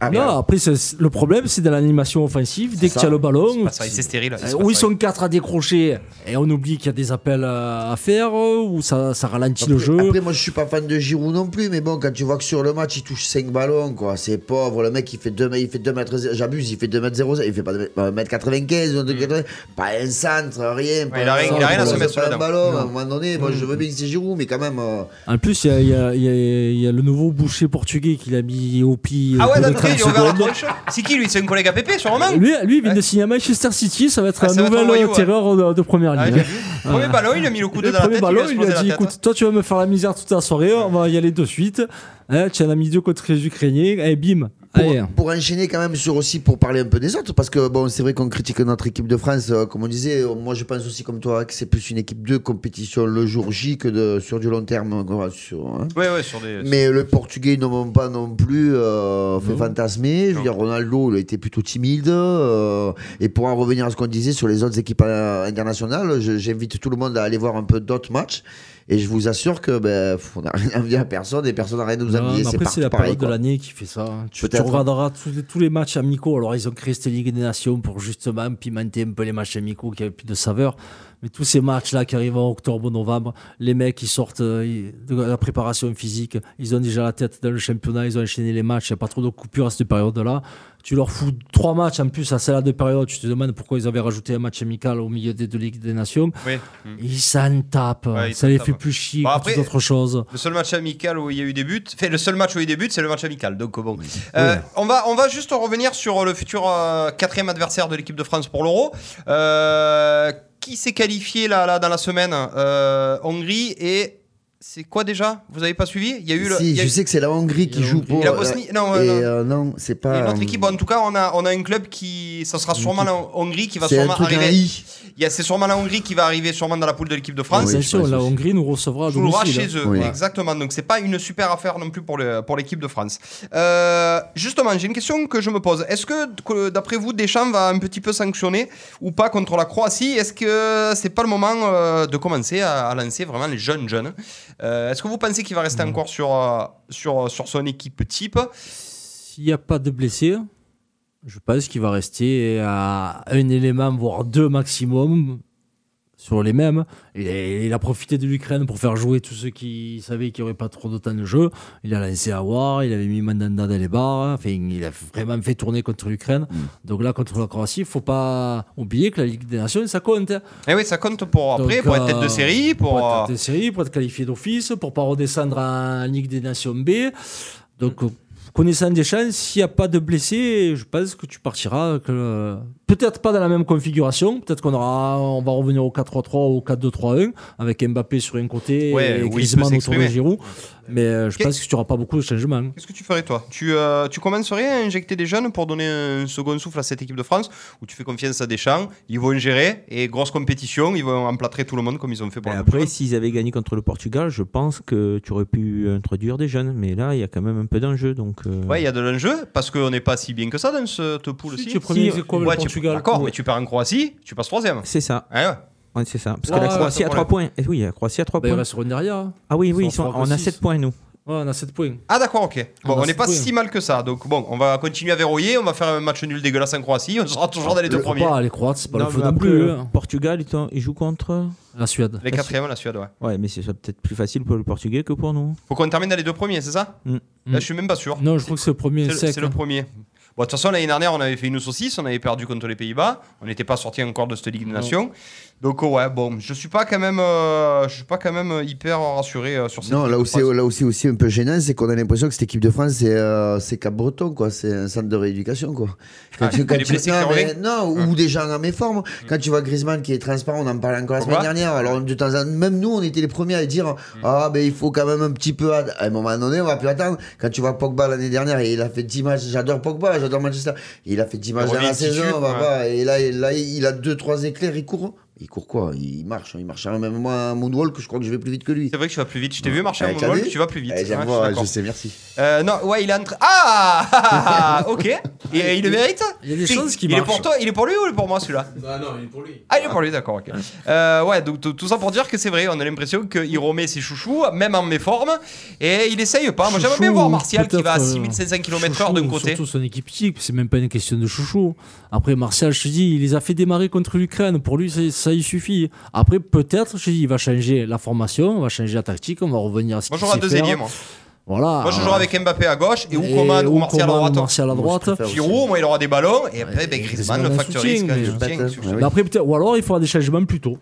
Ah, non, merde. après, c'est- le problème, c'est dans l'animation offensive. Dès que ça. tu as le C'est ballon, pas ça, c'est stérile. euh, c'est pas où ils ça. sont quatre à décrocher et on oublie qu'il y a des appels à à faire, euh, où ça, ça ralentit le Après- jeu. Après, moi je suis pas fan de Giroud non plus, mais bon, quand tu vois que sur le match il touche 5 ballons, quoi, c'est pauvre. Le mec il fait 2 il fait 2 mètres, zé- j'abuse, il fait 2 mètres 0, il fait pas 1 mètre 95, ou 2 mètres 80, pas un centre, rien. pas Mm. il a un rien- il a centre, rien à se pas mettre sous la un dent. Mm. ballon, à un moment donné, moi je veux bien que c'est Giroud, mais quand même. euh, En plus, il y a, il y a- il y a- il y a le nouveau boucher portugais qui l'a mis au pied. Ah au ouais, bout de d'entrée, il 30 est ouvert la secondes. Euh, tronche. C'est qui lui C'est un collègue à Pépé, sûrement Lui, lui, il vient de signer à Manchester City, ça va être Ah, un ça va être nouvel euh, envoyé, ouais. terreur de, de première Ah, ligne. j'ai vu. Premier ballon, il a mis le coude Le dans la premier tête. ballon, il il lui a dit écoute, toi tu vas me Hein, faire la misère toute la soirée, on va y aller de suite. Hein, tu en as mis deux contre les Ukrainiens, et bim, Pour, Allez. pour enchaîner quand même sur aussi pour parler un peu des autres parce que bon c'est vrai qu'on critique notre équipe de France euh, comme on disait euh, moi je pense aussi comme toi que c'est plus une équipe de compétition le jour J que de sur du long terme euh, qu'on va sur, hein. Ouais, ouais, sur des. mais le portugais n'en ont pas non plus euh, fait fantasmer je veux Non. dire Ronaldo il a été plutôt timide euh, et pour en revenir à ce qu'on disait sur les autres équipes euh, internationales je- j'invite tout le monde à aller voir un peu d'autres matchs et je vous assure que ben, pff, on n'a rien envie à personne et personne n'a rien à nous Non, envier mais c'est après, c'est partout la pareil période quoi. de l'année qui fait ça. hein. Tu, tu Peut-être. regarderas tous les, tous les matchs amicaux. Alors, ils ont créé cette Ligue des Nations pour justement pimenter un peu les matchs amicaux qui avaient plus de saveur. Mais tous ces matchs-là qui arrivent en octobre, novembre, les mecs, ils sortent euh, ils- de la préparation physique. Ils ont déjà la tête dans le championnat. Ils ont enchaîné les matchs. Il n'y a pas trop de coupures à cette période-là. Tu leur fous trois matchs en plus à celle-là de période. Tu te demandes pourquoi ils avaient rajouté un match amical au milieu des deux Ligues des Nations. Oui. Mm. Ils s'en tapent. Ouais, ils ça s'en les tapent. fait plus chier Bon, que après- toute autre chose. Le seul match amical où il y a eu des buts, fait le seul match où il y a eu des buts, c'est le match amical. Donc bon, Euh, on va on va juste revenir sur le futur euh, quatrième adversaire de l'équipe de France pour l'Euro. Euh, qui s'est qualifié là, là dans la semaine Euh, Hongrie et c'est quoi déjà Vous avez pas suivi Il y a eu le, Si, il y a je eu- sais que c'est la Hongrie qui la joue Hongrie. pour. euh, Et la Bosnie- non, et, ouais, non. euh, non, c'est et pas. euh, notre équipe. Bon, en tout cas, on a on a un club qui ça sera sûrement la Hongrie qui va C'est un sûrement truc en arriver. I. Il y a- c'est sûrement la Hongrie qui va arriver sûrement dans la poule de l'équipe de France. Oui, Bien je Ah, sûr, pense la aussi. Hongrie nous recevra à Tout le droit Ah, domicile. hein. chez eux, Oui. exactement. Donc c'est pas une super affaire non plus pour le pour l'équipe de France. Euh, justement, j'ai une question que je me pose. Est-ce que que, d'après vous Deschamps va un petit peu sanctionner ou pas contre la Croatie Est-ce que c'est pas le moment euh, de commencer à, à lancer vraiment les jeunes jeunes Euh, Est-ce que vous pensez qu'il va rester encore sur euh, sur sur son équipe type S'il n'y a pas de blessés, je pense qu'il va rester à un élément, voire deux maximum, sur les mêmes. Il a, il a profité de l'Ukraine pour faire jouer tous ceux qui savaient qu'il n'y aurait pas trop de temps de jeu. Il a lancé Awar, il avait mis Mandanda dans les bars. Enfin, il a vraiment fait tourner contre l'Ukraine. Mm. Donc là, contre la Croatie, il ne faut pas oublier que la Ligue des Nations, ça compte. hein. Eh oui, ça compte pour après Donc, pour être euh, tête de série, pour, être euh, tête de série, pour être qualifié d'office, pour pas redescendre en Ligue des Nations B. Donc, euh, connaissant des chances, s'il n'y a pas de blessés, je pense que tu partiras. avec le- Peut-être pas dans la même configuration. Peut-être qu'on aura, on va revenir au 4-3-3 ou au 4-2-3-1 avec Mbappé sur un Ouais, côté où et il peut Griezmann autour de s'exprimer. Giroud. Mais euh, je Qu'est- pense que tu auras pas beaucoup de changements. hein. Qu'est-ce que tu ferais toi tu, euh, tu commencerais à injecter des jeunes pour donner un second souffle à cette équipe de France ou tu fais confiance à Deschamps, ils vont gérer et grosse compétition, ils vont emplâtrer tout le monde comme ils ont fait pour Et la après, Coupe s'ils avaient gagné contre le Portugal, je pense que tu aurais pu introduire des jeunes. Mais là, il y a quand même un peu d'enjeu. Donc, euh, du Monde. Ouais, il y a de l'enjeu parce qu'on n'est pas si bien que ça dans cette poule Si aussi. tu es premier, si, c'est quoi le Ouais, tu- Portugal D'accord, Ouais. mais tu perds en Croatie, tu passes troisième. Ah c'est ça. Ouais, ouais. Ouais, c'est ça. Parce Ouais, que la Ah, ouais, Croatie c'est a pour 3 points. Et oui, la Croatie a 3 Bah, il points. reste derrière. hein. Ah oui, ils oui, sont ils sont- en on a 3-6. 7 points, nous. Ouais, on a 7 points. Ah d'accord, ok. Bon, Ah, bah, on n'est c'est pas cool. si mal que ça. Donc bon, on va continuer à verrouiller, on va faire un match nul dégueulasse en Croatie, on sera Ah, toujours dans les deux Faut premiers. pas, les Croates, c'est pas Non, le feu mais non après, plus. euh, hein. Portugal, ils t'ont- ils jouent contre. La Suède. Les quatrièmes, la Suède, ouais. Ouais, mais c'est ça peut-être plus facile pour le Portugais que pour nous. Faut qu'on termine dans les deux premiers, c'est ça Mm. Là, je suis même pas sûr. Non, je crois que c'est le premier C'est le- sec. c'est le, hein. premier. Bon, de toute façon, l'année dernière, on avait fait une saucisse, on avait perdu contre les Pays-Bas, on n'était pas sorti encore de cette Ligue des Nations. Donc, oh ouais, bon, je suis pas quand même, euh, je suis pas quand même hyper rassuré euh, sur cette Non, équipe là de où c'est France. là où c'est aussi un peu gênant, c'est qu'on a l'impression que cette équipe de France, c'est euh, c'est Cap Breton, quoi. C'est un centre de rééducation, quoi. Quand Ah, tu, quand les tu- blessés qui non, mais- reviennent non, ou des gens en méforme. Hmm. Quand tu vois Griezmann qui est transparent, on en parlait encore la Pourquoi semaine dernière. Alors de temps en temps, même nous, on était les premiers à dire Hmm. ah ben il faut quand même un petit peu att- à un moment donné, on va plus attendre. Quand tu vois Pogba l'année dernière, il a fait 10 matchs. J'adore Pogba, j'adore Manchester. Il a fait 10 matchs dans revient la titube, saison, on va ouais. pas. Et là, et là, il a deux trois éclairs, il court. Il court quoi Il marche, il marche. Même moi, un moonwalk, je crois que je vais plus vite que lui. C'est vrai que tu vas plus vite. Je t'ai vu marcher Eh, en t'as moonwalk, vu tu vas plus vite. Eh, j'aime Ouais, je suis voir, d'accord. je sais, merci. Euh, non, ouais, il est en train. Ah Ok. Et, et il le mérite Il y a des Si. choses qui il est marchent. pour toi, il est pour lui ou il est pour moi celui-là Non, Bah non, il est pour lui. Ah, il est pour lui, d'accord, ok. Euh, ouais, donc tout tout ça pour dire que c'est vrai, on a l'impression qu'il remet ses chouchous, même en méforme, et il essaye pas. Moi j'aimerais bien Chouchou, voir Martial qui va à peut-être, euh, 6500 km/h chouchou, d'un côté. Surtout son équipe type, c'est même pas une question de chouchou. Après, Martial, je te dis, il les a fait démarrer contre l'Ukraine. Pour lui, ça, ça y suffit. Après, peut-être, je te dis, il va changer la formation, on va changer la tactique, on va revenir à ce Moi qu'il j'aurai sait deux faire. ailiers, moi. Voilà. Moi je jouerai avec Mbappé à gauche et Ah. Et Oukoman ou Martial à Coman ou droite. Martial à droite. Moi, je préfère aussi. Giroud, moi il aura des ballons, et après ben, Griezmann Griezmann le en factorise soutien, quand mais- il soutient, Peut-être, soutien. ouais. Mais après, peut-être- ou alors, il faudra des changements plus tôt.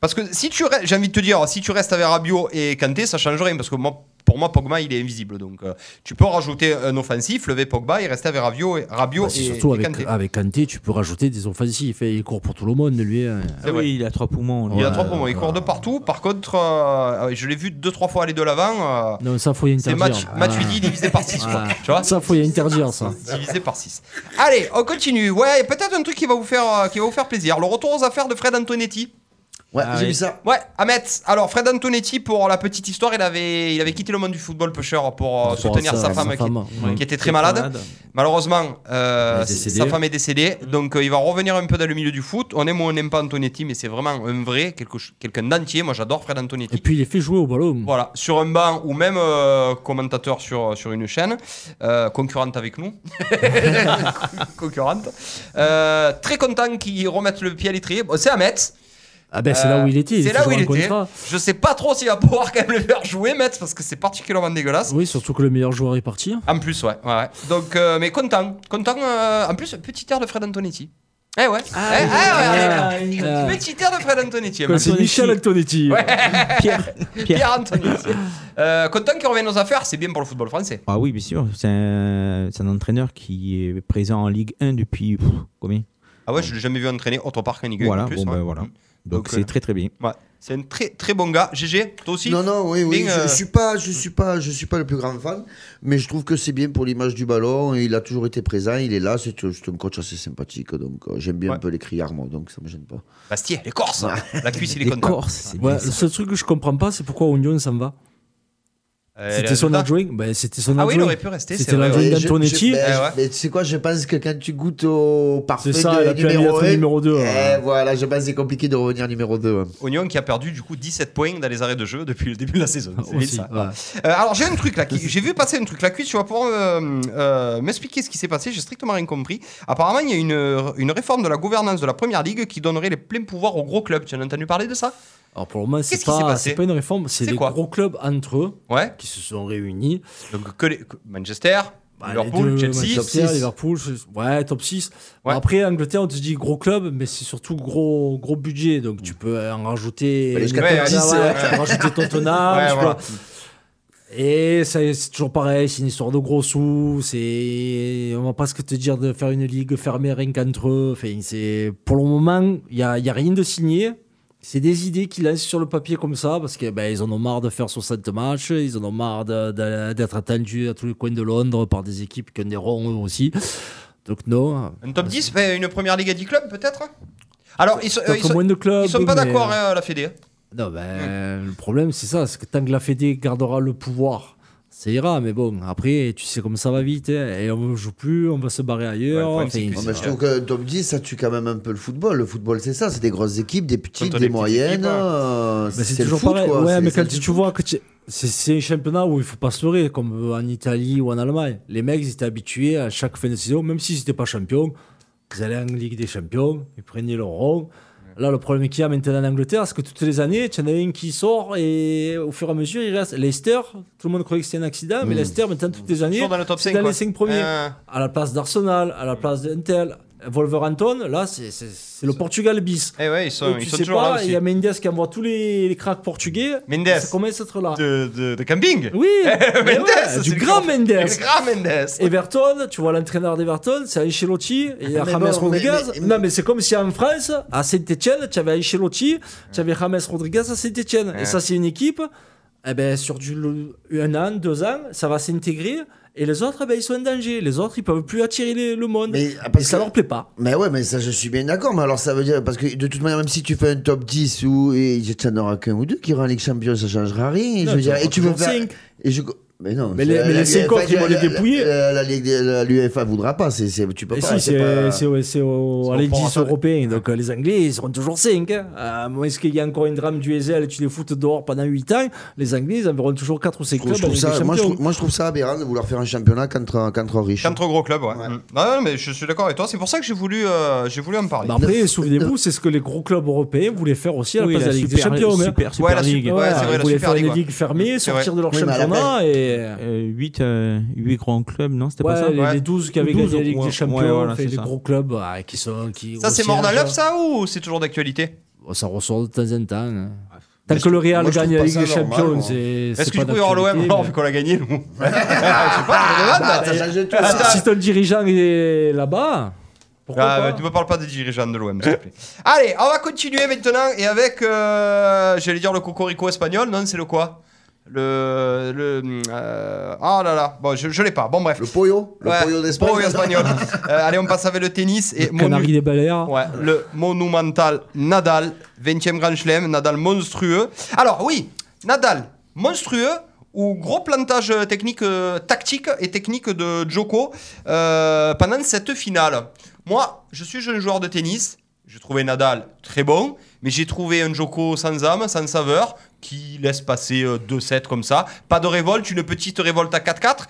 Parce que si tu restes, j'ai envie de te dire, si tu restes avec Rabiot et Kanté, ça change rien. Parce que moi, pour moi, Pogba, il est invisible. Donc, euh, tu peux rajouter un offensif, lever Pogba, il reste avec Rabiot et, Rabiot Bah, c'est et- surtout et avec, Kanté. avec Kanté, tu peux rajouter des offensifs. Et il court pour tout le monde, lui. hein. C'est Ah vrai. oui, il a trois poumons. Il lui. a trois poumons, il court de partout. Par contre, euh, je l'ai vu deux, trois fois aller de l'avant. euh, Non, ça, faut y c'est interdire. match, match Ah. midi divisé par 6. Ouais. Tu vois Ça, faut y interdire, ça. Divisé par 6. Allez, on continue. Ouais, peut-être un truc qui va, vous faire, euh, qui va vous faire plaisir. Le retour aux affaires de Fred Antonetti. Ouais, Ah j'ai oui. vu ça. Ouais, à Metz. Alors, Fred Antonetti, pour la petite histoire, il avait, il avait quitté le monde du football pusher pour euh, Pour soutenir ça, sa femme, qui- ouais. qui était très malade. Malheureusement, euh, Elle est décédée. sa femme est décédée, donc euh, il va revenir un peu dans le milieu du foot. On aime ou on n'aime pas Antonetti, mais c'est vraiment un vrai, quelque ch- quelqu'un d'entier. Moi, j'adore Fred Antonetti. Et puis, il est fait jouer au ballon. Voilà, sur un banc ou même euh, commentateur sur, sur une chaîne, euh, concurrente avec nous. concurrente. Euh, très content qu'ils remettent le pied à l'étrier. Bon, c'est à Metz. Ah ben, c'est Euh, là où il était. C'est là où toujours il en était. contrat. Je sais pas trop s'il va pouvoir quand même le faire jouer, Metz, parce que c'est particulièrement dégueulasse. Oui, surtout que le meilleur joueur est parti. En plus, ouais. ouais, ouais. Donc, euh, mais content. Content. euh, en plus, petit air de Fred Antonetti. Eh ouais. Eh, eh, ouais, Ah. ouais. Petit air de Fred Antonetti. Comme C'est Michel Antonetti. Pierre. Pierre Antonetti. Euh, content qu'il revienne aux affaires, c'est bien pour le football français. Ah oui, bien sûr. C'est un, c'est un entraîneur qui est présent en Ligue 1 depuis pff, combien Ah ouais, je l'ai jamais vu entraîner autre part qu'un Ligue 1 Voilà, en plus. bon, ouais. ben, voilà. Mm. Donc Donc, c'est euh, très très bien. ouais. C'est un très très bon gars. GG, toi aussi Non, non, oui, oui. Bing, je, euh, je suis pas, je suis pas, je suis pas le plus grand fan, mais je trouve que c'est bien pour l'image du ballon. et Il a toujours été présent, il est là. C'est juste un coach assez sympathique, donc euh, j'aime bien Ouais. un peu les criards, moi, donc ça me gêne pas. Bastier, les Corses. La cuisse, il est Les content. Corses, c'est Ouais, bien le ça. seul truc que je comprends pas, c'est pourquoi Union s'en va. Euh, les C'était son résultats. adjoint. Ben, c'était son Ah oui, il adjoint. aurait pu rester. C'était c'est vrai, la ouais. Jordan je- Tonetti. je- ben, Eh je- ouais. Mais tu sais quoi, je pense que quand tu goûtes au parfait C'est ça, de elle a pu aller numéro être 1, numéro 2. eh, voilà, je pense que c'est compliqué de revenir numéro hein. 2. Oignon qui a perdu du coup 17 points dans les arrêts de jeu depuis le début de la saison. C'est vite, ça. ouais. Euh, alors j'ai un truc là, qui- j'ai vu passer un truc. La cuisse, tu vas pouvoir euh, euh, m'expliquer ce qui s'est passé. J'ai strictement rien compris. Apparemment, il y a une, une réforme de la gouvernance de la première ligue qui donnerait les pleins pouvoirs aux gros clubs. Tu en as entendu parler de ça Alors pour le moment, c'est Qu'est-ce qui s'est pas, passé c'est pas une réforme, c'est C'est les quoi gros clubs entre eux Ouais. qui se sont réunis. Donc que les- que- Manchester, Bah, les Liverpool, deux, Chelsea. Manchester, six. Liverpool, je- ouais, top 6. Ouais. Après, Angleterre, on te dit gros club, mais c'est surtout gros, gros budget. Donc tu peux en rajouter. Aller jusqu'à Ouais, top ouais, 10, ouais, ouais. tu peux rajouter Tottenham. Ouais, tu peux- voilà. Et ça, c'est toujours pareil, c'est une histoire de gros sous. C'est... On va pas ce que te dire de faire une ligue fermée rien qu'entre eux. Enfin, c'est... Pour le moment, il n'y a, y a rien de signé. C'est des idées qu'ils laissent sur le papier comme ça parce qu'ils ben, ils en ont marre de faire 60 matchs, ils en ont marre de- de- d'être attendus à tous les coins de Londres par des équipes qui en iront eux aussi. Donc, non. Un top 10, fait une première ligue à 10 clubs peut-être Alors ils sont, euh, Peut-être ils sont, moins de clubs, ils sont pas mais- d'accord hein, à la Fédé. Non, ben, le problème, c'est ça, c'est que tant que la Fédé gardera le pouvoir, ça ira, mais bon, après, tu sais comme ça va vite, hein, et on ne joue plus, on va se barrer ailleurs. Ouais, le problème, c'est que enfin, c'est- mais je trouve que top 10, ça tue quand même un peu le football. Le football, c'est ça, c'est des grosses équipes, des petites, Quand on des est petite moyennes. équipe, ouais. euh, mais c'est le foot, quoi. Ouais, c'est- mais c'est quand le tu, foot. vois que tu- c'est, c'est un championnat où il faut pas se leurrer, comme en Italie ou en Allemagne. Les mecs, ils étaient habitués à chaque fin de saison, même s'ils n'étaient pas champions, ils allaient en Ligue des Champions, ils prenaient leur rond. Là, le problème qu'il y a maintenant en Angleterre, c'est que toutes les années, tu en as un qui sort et au fur et à mesure, il reste. Leicester, tout le monde croyait que c'était un accident, Hmm. mais Leicester, maintenant, toutes les années, Toujours dans le top c'est 5. dans quoi. les 5 premiers Euh, à la place d'Arsenal, à la place d'Intel, Wolverhampton, là, c'est- c'est c'est le Portugal bis. eh ouais, ils sont, Et ils tu sont sais toujours là pas, aussi. il y a Mendes qui envoie tous les, les cracks portugais. Mendes. Ça commence à être là. De, de- de camping Oui, mais Mendes, ouais, c'est du le grand grand- Mendes. Le grand Mendes. Everton, tu vois l'entraîneur d'Everton, c'est Ancelotti, il y a mais James bon, mais- Rodriguez. mais- mais- Non, mais c'est comme si en France, à Saint-Etienne, tu avais Ancelotti, tu avais James Rodriguez à Saint-Etienne. Ouais. Et ça, c'est une équipe, eh ben, sur du, le- un an, deux ans, ça va s'intégrer. Et les autres, eh ben, ils sont en danger. Les autres, ils peuvent plus attirer les- le monde. Mais, ah, et parce ça que- leur plaît pas. Mais ouais, mais ça, je suis bien d'accord. Mais alors, ça veut dire. Parce que de toute manière, même si tu fais un top 10 ou. Et tu n'en auras qu'un ou deux qui iront en Ligue Champions, ça changera rien. Et Non, je veux tu en dire, et auras tu veux toujours faire. cinq. Et je... Mais non. Mais c'est- les- mais la- les cinq la- autres, ils vont les la- dépouiller. la- la- la- L'UEFA voudra pas. c'est c'est- tu peux Et pas. si, c'est c'est pas- c'est au- c'est au- C'est à l'exercice opératoire. européen. Donc euh, les Anglais, ils seront toujours hein. 5. À moins qu'il y ait encore une drame du Ezel et tu les foutes dehors pendant 8 ans, les Anglais, ils enverront toujours 4 ou Je 5 trouve- clubs. je trouve avec ça- des moi, je champions. trouve, moi, je trouve ça aberrant de vouloir faire un championnat contre, contre riches. Quatre gros clubs, ouais. Mm. Ah, non, mais je suis d'accord avec toi. C'est pour ça que j'ai voulu, euh, j'ai voulu en parler. Bah après, souvenez-vous, c'est ce que les gros clubs européens voulaient faire aussi à la Oui, place de la Ligue des super, Champions. hein. super, super Ouais, la Ligue. super- ouais, c'est vrai, ils la voulaient Super faire une League, ouais. ligue fermée, C'est vrai. sortir de leur Oui, mais à la championnat et. 8, euh, grands clubs, non C'était Ouais, pas ça les, Ouais. les 12 qui avaient 12, gagné la Ligue ouais, des Champions, ouais, voilà, fait, c'est les ça. gros clubs ah, qui sont. Qui Ça, c'est aussi, mort dans hein, l'œuf, ça, ou c'est toujours d'actualité Ça ressort de temps en temps. hein. Tant que le Real moi, je gagne trouve la pas Ligue ça des normal, Champions, moi. c'est. Est-ce c'est que pas tu peux y avoir l'OM d'actualité, alors, mais- Bah, vu qu'on l'a gagné, nous Je sais pas, je demande, Ah, mais- t'as changé tout Ah, ça. attends. Si ton dirigeant est là-bas, pourquoi Ah, pas mais tu me parles pas des dirigeants de l'OM, s'il te plaît. Allez, on va continuer maintenant et avec, euh, j'allais dire le cocorico espagnol, non, c'est le quoi Le. le euh, ah là là, bon, je, je l'ai pas, bon, bref. Le pollo Le Ouais, pollo d'Espagne pollo espagnol. Euh, allez, on passe avec le tennis et Le Canari monu- des Baleares. Ouais, le monumental Nadal, 20e Grand Chelem, Nadal monstrueux. Alors oui, Nadal monstrueux ou gros plantage technique euh, tactique et technique de Djoko euh, pendant cette finale. Moi, je suis un joueur de tennis, j'ai trouvé Nadal très bon, mais j'ai trouvé un Djoko sans âme, sans saveur, qui laisse passer euh, deux sets comme ça. Pas de révolte, une petite révolte à 4-4.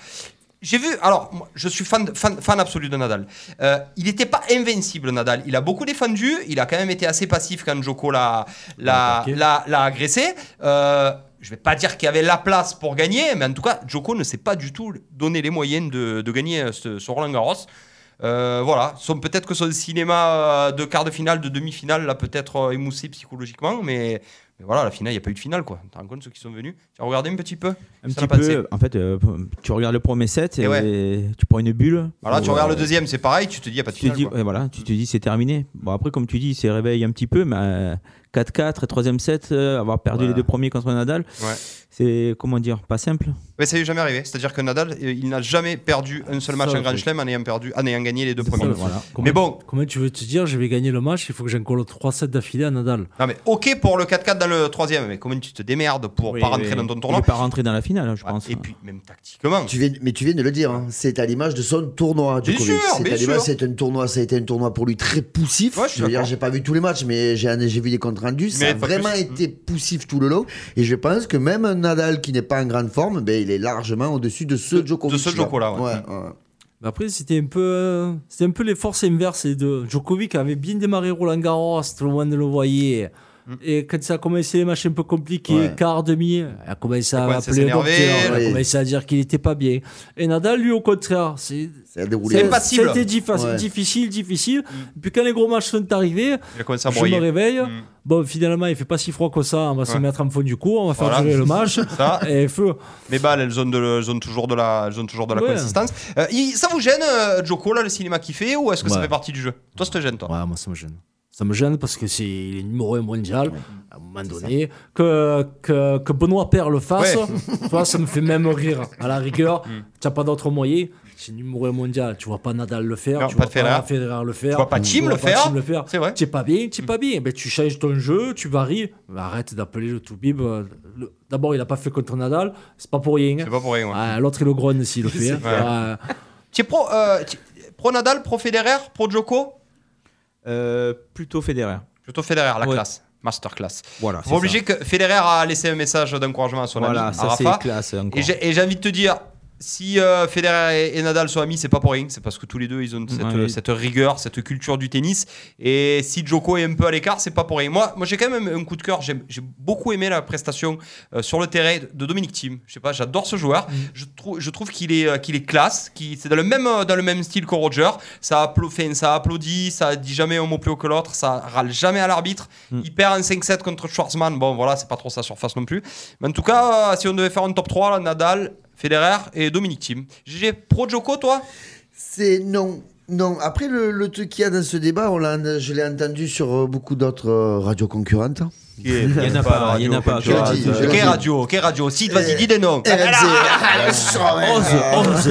J'ai vu, alors, moi, je suis fan, fan, fan absolu de Nadal. Euh, il n'était pas invincible, Nadal. Il a beaucoup défendu. Il a quand même été assez passif quand Joko l'a, l'a, l'a, l'a agressé. Euh, je ne vais pas dire qu'il y avait la place pour gagner, mais en tout cas, Joko ne s'est pas du tout donné les moyens de, de gagner euh, ce, ce Roland Garros. Euh, voilà, Son- peut-être que son cinéma euh, de quart de finale, de demi-finale l'a peut-être euh, émoussé psychologiquement, mais, mais voilà, la finale, il n'y a pas eu de finale, quoi. Tu te rends compte ceux qui sont venus Tu as regardé un petit peu Un Ça petit l'a passé. peu, en fait, euh, tu regardes le premier set Et et, tu prends une bulle. Voilà, tu Ou, regardes le euh, deuxième, c'est pareil, tu te dis, il n'y a pas de Tu te finale. dis, quoi. Mm. ouais, voilà, tu te dis c'est terminé. Bon, après, comme tu dis, il s'est réveillé un petit peu, mais euh, 4-4 et 3ème set, euh, avoir perdu Voilà. les deux premiers contre Nadal, Ouais. c'est, comment dire, pas simple. Mais ça n'est jamais arrivé. C'est-à-dire que Nadal, euh, il n'a jamais perdu un seul match Ça, en Grand oui. Chelem en ayant, perdu, en ayant gagné les deux C'est premiers. ça, Voilà. Mais bon, Comment tu veux te dire, je vais gagner le match, il faut que j'encolle 3 sets d'affilée à Nadal non mais ok pour le 4-4 dans le troisième, mais comment tu te démerdes pour Oui, pas rentrer oui. dans ton Il tournoi est pas rentré dans la finale, je Ouais, pense. hein. Et puis, même tactiquement. Tu viens, mais tu viens de le dire, hein, c'est à l'image de son tournoi, Bien Djokovic. sûr, C'est bien à l'image, sûr. c'est un tournoi, ça a été un tournoi pour lui très poussif. Ouais, je suis veux dire, d'accord. j'ai pas vu tous les matchs, mais j'ai j'ai vu des comptes rendus. Ça Mais a pas vraiment plus. été poussif tout le long. Et je pense que même un Nadal qui n'est pas en grande forme, ben, il est largement au-dessus de ce De- de Djokovic. ce Djoko-là, ouais. Mais après, c'était un peu, euh, c'était un peu les forces inverses. les deux. Djokovic avait bien démarré Roland Garros, tout le monde le voyait. Mm. Et quand ça a commencé les matchs un peu compliqués, Ouais. quart, demi, il a commencé Il a à commencé à appeler le s'énerver, docteur, il oui. a commencé à dire qu'il n'était pas bien. Et Nadal, lui, au contraire, c'est, Ça a c'est- déroulé. C'est pas- impassible. c'était diffi- Ouais. difficile, difficile. Puis quand les gros matchs sont arrivés, Il a commencé à je hein. me broyer. réveille. Mm. Bon, finalement, il fait pas si froid que ça. On va se Ouais. mettre en fond du cours, on va faire Voilà. durer le match. Ça, Et feu. mes balles, elles ont, de, elles ont toujours de la, elles ont toujours de la Ouais. consistance. Euh, il- ça vous gêne, euh, Joko, là, le cinéma qu'il fait, ou est-ce que ça Ouais. fait partie du jeu Toi, ça te gêne, toi Ouais, moi ça me gêne. Ça me gêne parce que c'est il est numéro un mondial, à un moment donné. Que, que, que Benoît Père le fasse, Ouais. Mm. tu vois, ça me fait même rire. À la rigueur, tu n'as pas d'autre moyen. C'est numéro un mondial. Tu vois pas Nadal le faire, Non, tu pas vois Federer. pas Federer le faire. Tu vois pas Thiem le Tu faire. vois pas Thiem le faire. C'est vrai. Mm. Tu es pas bien, tu es pas bien. Ben, tu changes ton jeu, tu varies. Ben, arrête d'appeler le Toubib. euh, le- D'abord, il a pas fait contre Nadal, c'est pas pour rien. C'est pas pour rien. ouais. Ah, L'autre, il le grogne s'il le fait. Ah, Tu es pro, euh, tu- pro Nadal, pro Federer, pro Joko Euh, plutôt Federer. Plutôt Federer, la Ouais. classe. Masterclass. Voilà. c'est Vous obligé que Federer a laissé un message d'encouragement à ça. son Voilà, ami à ça Rafa. c'est classe encore. Et j'ai et j'ai envie de te dire, si euh, Federer et, et Nadal sont amis, c'est pas pour rien, c'est parce que tous les deux ils ont cette, Ouais. euh, cette rigueur, cette culture du tennis. Et si Joko est un peu à l'écart, c'est pas pour rien. Moi, moi j'ai quand même un coup de cœur. J'ai j'ai beaucoup aimé la prestation euh, sur le terrain de Dominique Thiem. Je sais pas, j'adore ce joueur. Je trouve, je trouve qu'il est, euh, qu'il est classe. qu'il- c'est dans le même, euh, dans le même style que Roger. Ça applaudit, ça applaudit, ça dit jamais un mot plus haut que l'autre, ça râle jamais à l'arbitre. Il perd un 5-7 contre Schwarzman. Bon, voilà, c'est pas trop sa surface non plus. Mais en tout cas, euh, si on devait faire un top 3, là, Nadal, Federer et Dominique Thiem. GG, pro Joko, toi C'est non. Non, après le, le truc qu'il y a dans ce débat, on l'a, je l'ai entendu sur euh, beaucoup d'autres euh, radios concurrentes. Il y en a pas, il y en a pas. tu l'as dit, je l'ai dit. Quelle radio Quelle radio Sid, vas-y, dis des Eh, noms. ah, RMC.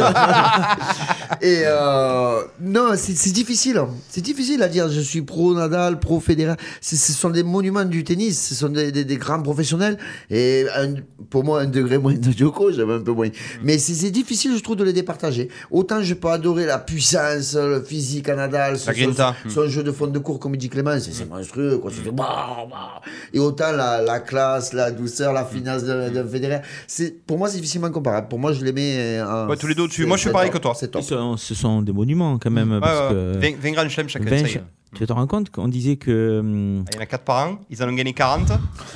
Et euh, non, c'est c'est difficile. C'est difficile à dire. Je suis pro Nadal, pro Federer. C'est- Ce sont des monuments du tennis. Ce sont des, des- des grands professionnels. Et un- pour moi, un degré moins de Djoko, j'avais un peu Mm. moins. Mais c'est c'est difficile, je trouve, de les départager. Autant je peux adorer la puissance, le physique à eh, Nadal, son, La grinta. Mm. son- son jeu de fond de cours, comme il dit Clément, c'est c'est monstrueux. Quoi. Ça fait bah, bah. Et autant la, la classe, la douceur, la finesse de, Mm. de Federer. C'est- Pour moi, c'est difficilement comparable. Pour moi, je les mets. euh, en- Ouais, tous les deux au-dessus. c'est- Moi, je suis c'est pareil top. que toi. C'est Ce top. sont, ce sont des monuments quand même. parce que 20 grands chelems chacun, 20 ça y est. cha- Tu te rends compte qu'on disait que. hum, Il y en a 4 par an, ils en ont gagné 40.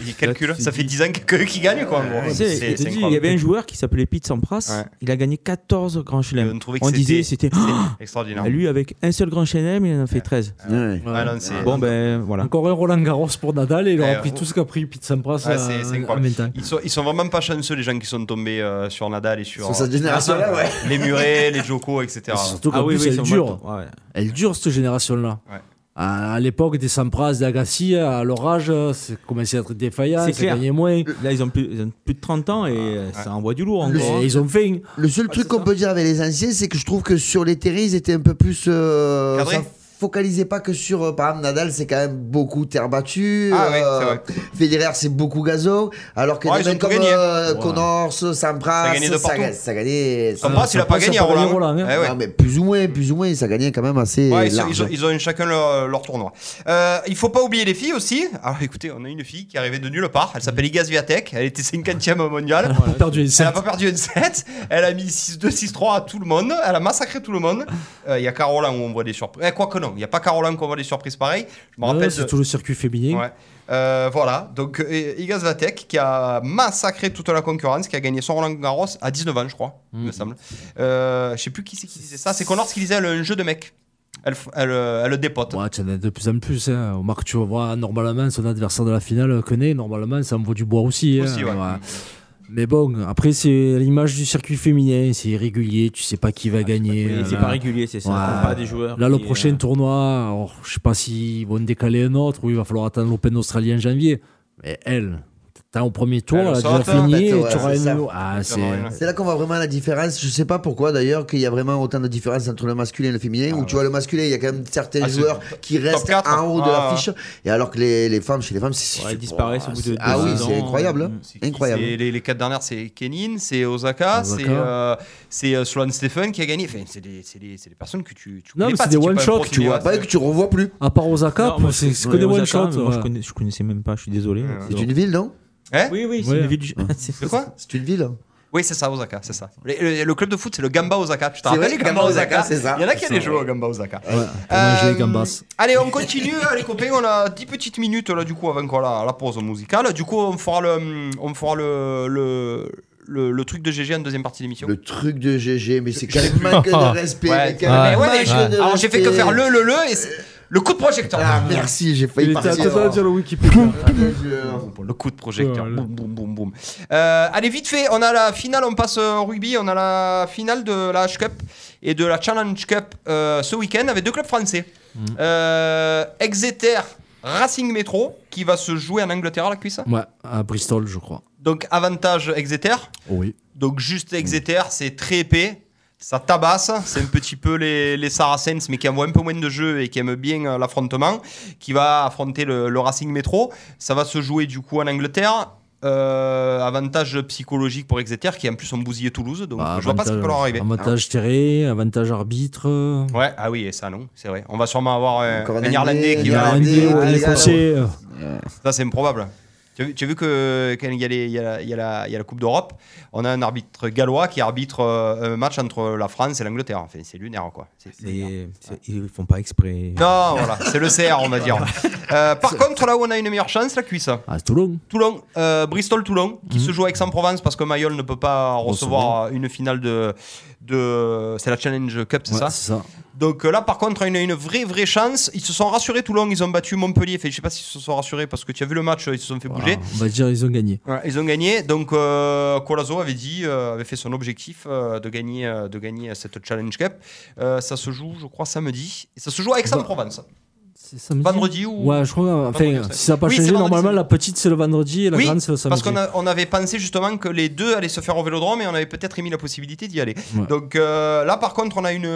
Ils calculent, Là, tu ça te fait dis- 10 ans qu'eux qui gagnent quoi. en gros. tu Ah C'est- sais, c'est il te dit, il y incroyable. avait un joueur qui s'appelait Pete Sampras, Ouais. il a gagné 14 grands On chelems. trouvait que On disait, c'était- c'était. C'est extraordinaire. Ah, Lui, avec un seul grand chelem, il en a fait 13. Ouais. Ah non, c'est- Bon, ben voilà. Encore un Roland Garros pour Nadal et il Eh, aura pris oh. tout ce qu'a pris Pete Sampras Ouais, euh, c'est- c'est en incroyable. même temps. Ils sont, ils sont vraiment pas chanceux les gens qui sont tombés euh, sur Nadal et sur, euh, Sur cette génération-là, ouais. les Murets, les Joko, etc. Surtout qu'en Ah oui, plus, oui, elle c'est dure. mode- ouais. Elle dure cette génération-là. Ouais. À à l'époque des Sampras, des Agassi, à leur âge, c'est commencé à être défaillant, C'est c'est clair. gagné moins. Là, ils ont, plus, ils ont plus de 30 ans et euh, ça envoie du lourd encore. Et ils ont fait. hein, une- Le seul truc qu'on peut dire avec les anciens, c'est que je trouve que sur les terrains, ils étaient un peu plus. Euh, Cadrés. ça focalisait pas que sur. euh, par exemple, Nadal, c'est quand même beaucoup terre battue. euh, Ah ouais, c'est vrai. Federer, c'est beaucoup gazon. Alors que Ouais, des ils ont mecs tout comme gagné. euh, Ouais. Connors, Ça Sampras, gagnait de ça, partout. ga- ça gagnait. ça- Sampras, il Ah, a Sampras, pas gagné ça à a pas Roland. gagné Roland, hein. Eh ouais. Non, Ah, mais plus ou moins, plus ou moins, ça gagnait quand même assez. Ouais, ils, sont- large. ils ont, ils ont chacun leur, leur tournoi. Euh, il faut pas oublier les filles aussi. Alors écoutez, on a une fille qui est arrivée de nulle part. Elle s'appelle Igaz Viatek. Elle était 50e au mondial. Pas perdu les Elle sept. n'a pas perdu une 7, elle a mis 6-2, 6-3 à tout le monde, elle a massacré tout le monde. Euh, Il y a Carolan où on voit des surprises. Eh, quoi que non, il n'y a pas Carolan qu'on voit des surprises pareilles. Je me Ouais, rappelle c'est de- tout le circuit féminin. Ouais. Euh, voilà, donc euh, Igaz Vatek qui a massacré toute la concurrence, qui a gagné son Roland Garros à 19 ans, je crois, il Mhm. me semble. Euh, je sais plus qui c'est qui disait ça, c'est Connors qui disait elle a un jeu de mec. Elle, f- elle, euh, elle le dépote. Ouais, tu en as de plus en plus. Hein. Marc, tu vas voir, normalement, son adversaire de la finale, Koné, normalement, ça envoie du bois aussi. hein. Aussi, ouais. Ouais. Mais bon, après, c'est l'image du circuit féminin, c'est irrégulier, tu sais pas qui va gagner. Oui, Ah, c'est euh, pas régulier, c'est ça. Ouais. T'as pas des joueurs. Là, le qui, prochain euh, tournoi, alors, je sais pas s'ils vont décaler un autre ou il va falloir attendre l'Open Australien en janvier. Mais elle, t'es au premier tour, Elle elle, a saute, déjà hein. En fini. fait, et ouais, tu auras c'est un ça. nouveau- Ah, c'est. Exactement, ouais. C'est là qu'on voit vraiment la différence. Je sais pas pourquoi d'ailleurs qu'il y a vraiment autant de différence entre le masculin et le féminin. où tu vois le masculin, il y a quand même certains Ah, c'est joueurs qui restent quatre, en haut de ah, l'affiche. Et alors que les, les femmes, chez les femmes, c'est Ouais, elles disparaissent au bout de Ah deux oui, ans. c'est incroyable. hein. C'est qui Incroyable. C'est- Les, les quatre dernières, c'est Kenin, c'est Osaka, Osaka. c'est euh, c'est, euh, Sloane Stephen qui a gagné. Enfin, c'est des, c'est des- c'est des personnes que tu, tu Non, connais mais pas. c'est des qui one peuvent shot, continuer, tu vois. ouais, Pas que tu revois plus. Ah, À part Osaka, Non, moi, c'est je- c'est que des ouais, one Osaka, shots. mais Moi, je ouais. connais, je connaissais même pas, je suis désolé. C'est une ville, non Hein Oui, oui, Ouais. c'est une ville du- c'est- C'est quoi C'est une ville. hein. Oui, c'est ça, Osaka, c'est ça. Le, le- le club de foot, c'est le Gamba Osaka. Tu t'en C'est vrai, rappelles, Gamba Osaka, c'est ça. Il y en a qui allaient jouer au Gamba Osaka. Pour manger les gambas. Euh, Allez, on continue, euh, les copains. On a 10 petites minutes là, du coup, avant qu'on la, la pause musicale. Du coup, on fera le, hum, on fera le, le, le, le truc de GG en deuxième partie d'émission. Le truc de GG, mais c'est quel manque de respect. Ouais, mais quel manque mais ouais, mais de je- respect. Alors, j'ai fait que faire le, le, le et c'est- le coup de projecteur. Ah, merci, j'ai failli Il était à partir. Ah, total sur le Wikipédia. Boum, boum, Le coup de projecteur. Voilà. Boum, boum, boum, boum. Euh, allez, vite fait, on a la finale, on passe euh, au rugby, on a la finale de la H-Cup et de la Challenge Cup euh, ce week-end avec deux clubs français. Euh, Exeter Racing Metro qui va se jouer en Angleterre, la cuisse. Ouais, à Bristol, je crois. Donc, avantage Exeter. Oui. Donc, Mm. juste Exeter, c'est très épais. Ça tabasse, c'est un petit peu les, les Saracens, mais qui envoient un peu moins de jeu et qui aiment bien euh, l'affrontement, qui va affronter le, le Racing Métro. Ça va se jouer du coup en Angleterre. Euh, avantage psychologique pour Exeter, qui en plus ont bousillé Toulouse, donc Bah, je vois pas ce qui peut leur arriver. Ah Avantage terré, avantage arbitre. euh, Ouais, ah oui, et ça non, c'est vrai. On va sûrement avoir euh, Encore un, un Anglais, Irlandais qui un va. Irlandais. Irlandais ou ah, un les gars, Écossais, euh, Ça, c'est improbable. Tu as vu, tu as vu que quand il y, a les- il y a la- il y a la il y a la Coupe d'Europe, on a un arbitre gallois qui arbitre euh, un match entre la France et l'Angleterre. Enfin, c'est lunaire, quoi. C'est- c'est lunaire. c'est- c'est- Ils font pas exprès. Non, voilà, c'est le CR, on va dire. Euh, par contre, là où on a une meilleure chance, la cuisse. à Toulon. Toulon, euh, Bristol-Toulon, qui Mhm. se joue à Aix-en-Provence parce que Mayol ne peut pas recevoir une finale de. de c'est la Challenge Cup, c'est Ouais, ça Donc euh, là, par contre, on a une vraie, vraie chance. Ils se sont rassurés, Toulon, ils ont battu Montpellier. Enfin, je sais pas s'ils se sont rassurés parce que tu as vu le match, euh, ils se sont fait bouger. Voilà, on va dire ils ont gagné. Ouais, ils ont gagné. Donc, euh, Colazo avait dit, euh, avait fait son objectif euh, de, gagner, euh, de gagner cette Challenge Cup. Euh, ça se joue, je crois, samedi. Et ça se joue à Aix-en-Provence. C'est samedi Vendredi ou- Ouais, je crois. Vendredi, Enfin, c'est- si ça n'a pas Oui, c'est changé, vendredi, normalement, samedi. la petite c'est le vendredi et la oui, grande c'est le parce samedi. qu'on a- on avait pensé justement que les deux allaient se faire au vélodrome et on avait peut-être émis la possibilité d'y aller. Ouais. Donc euh, là, par contre, on a une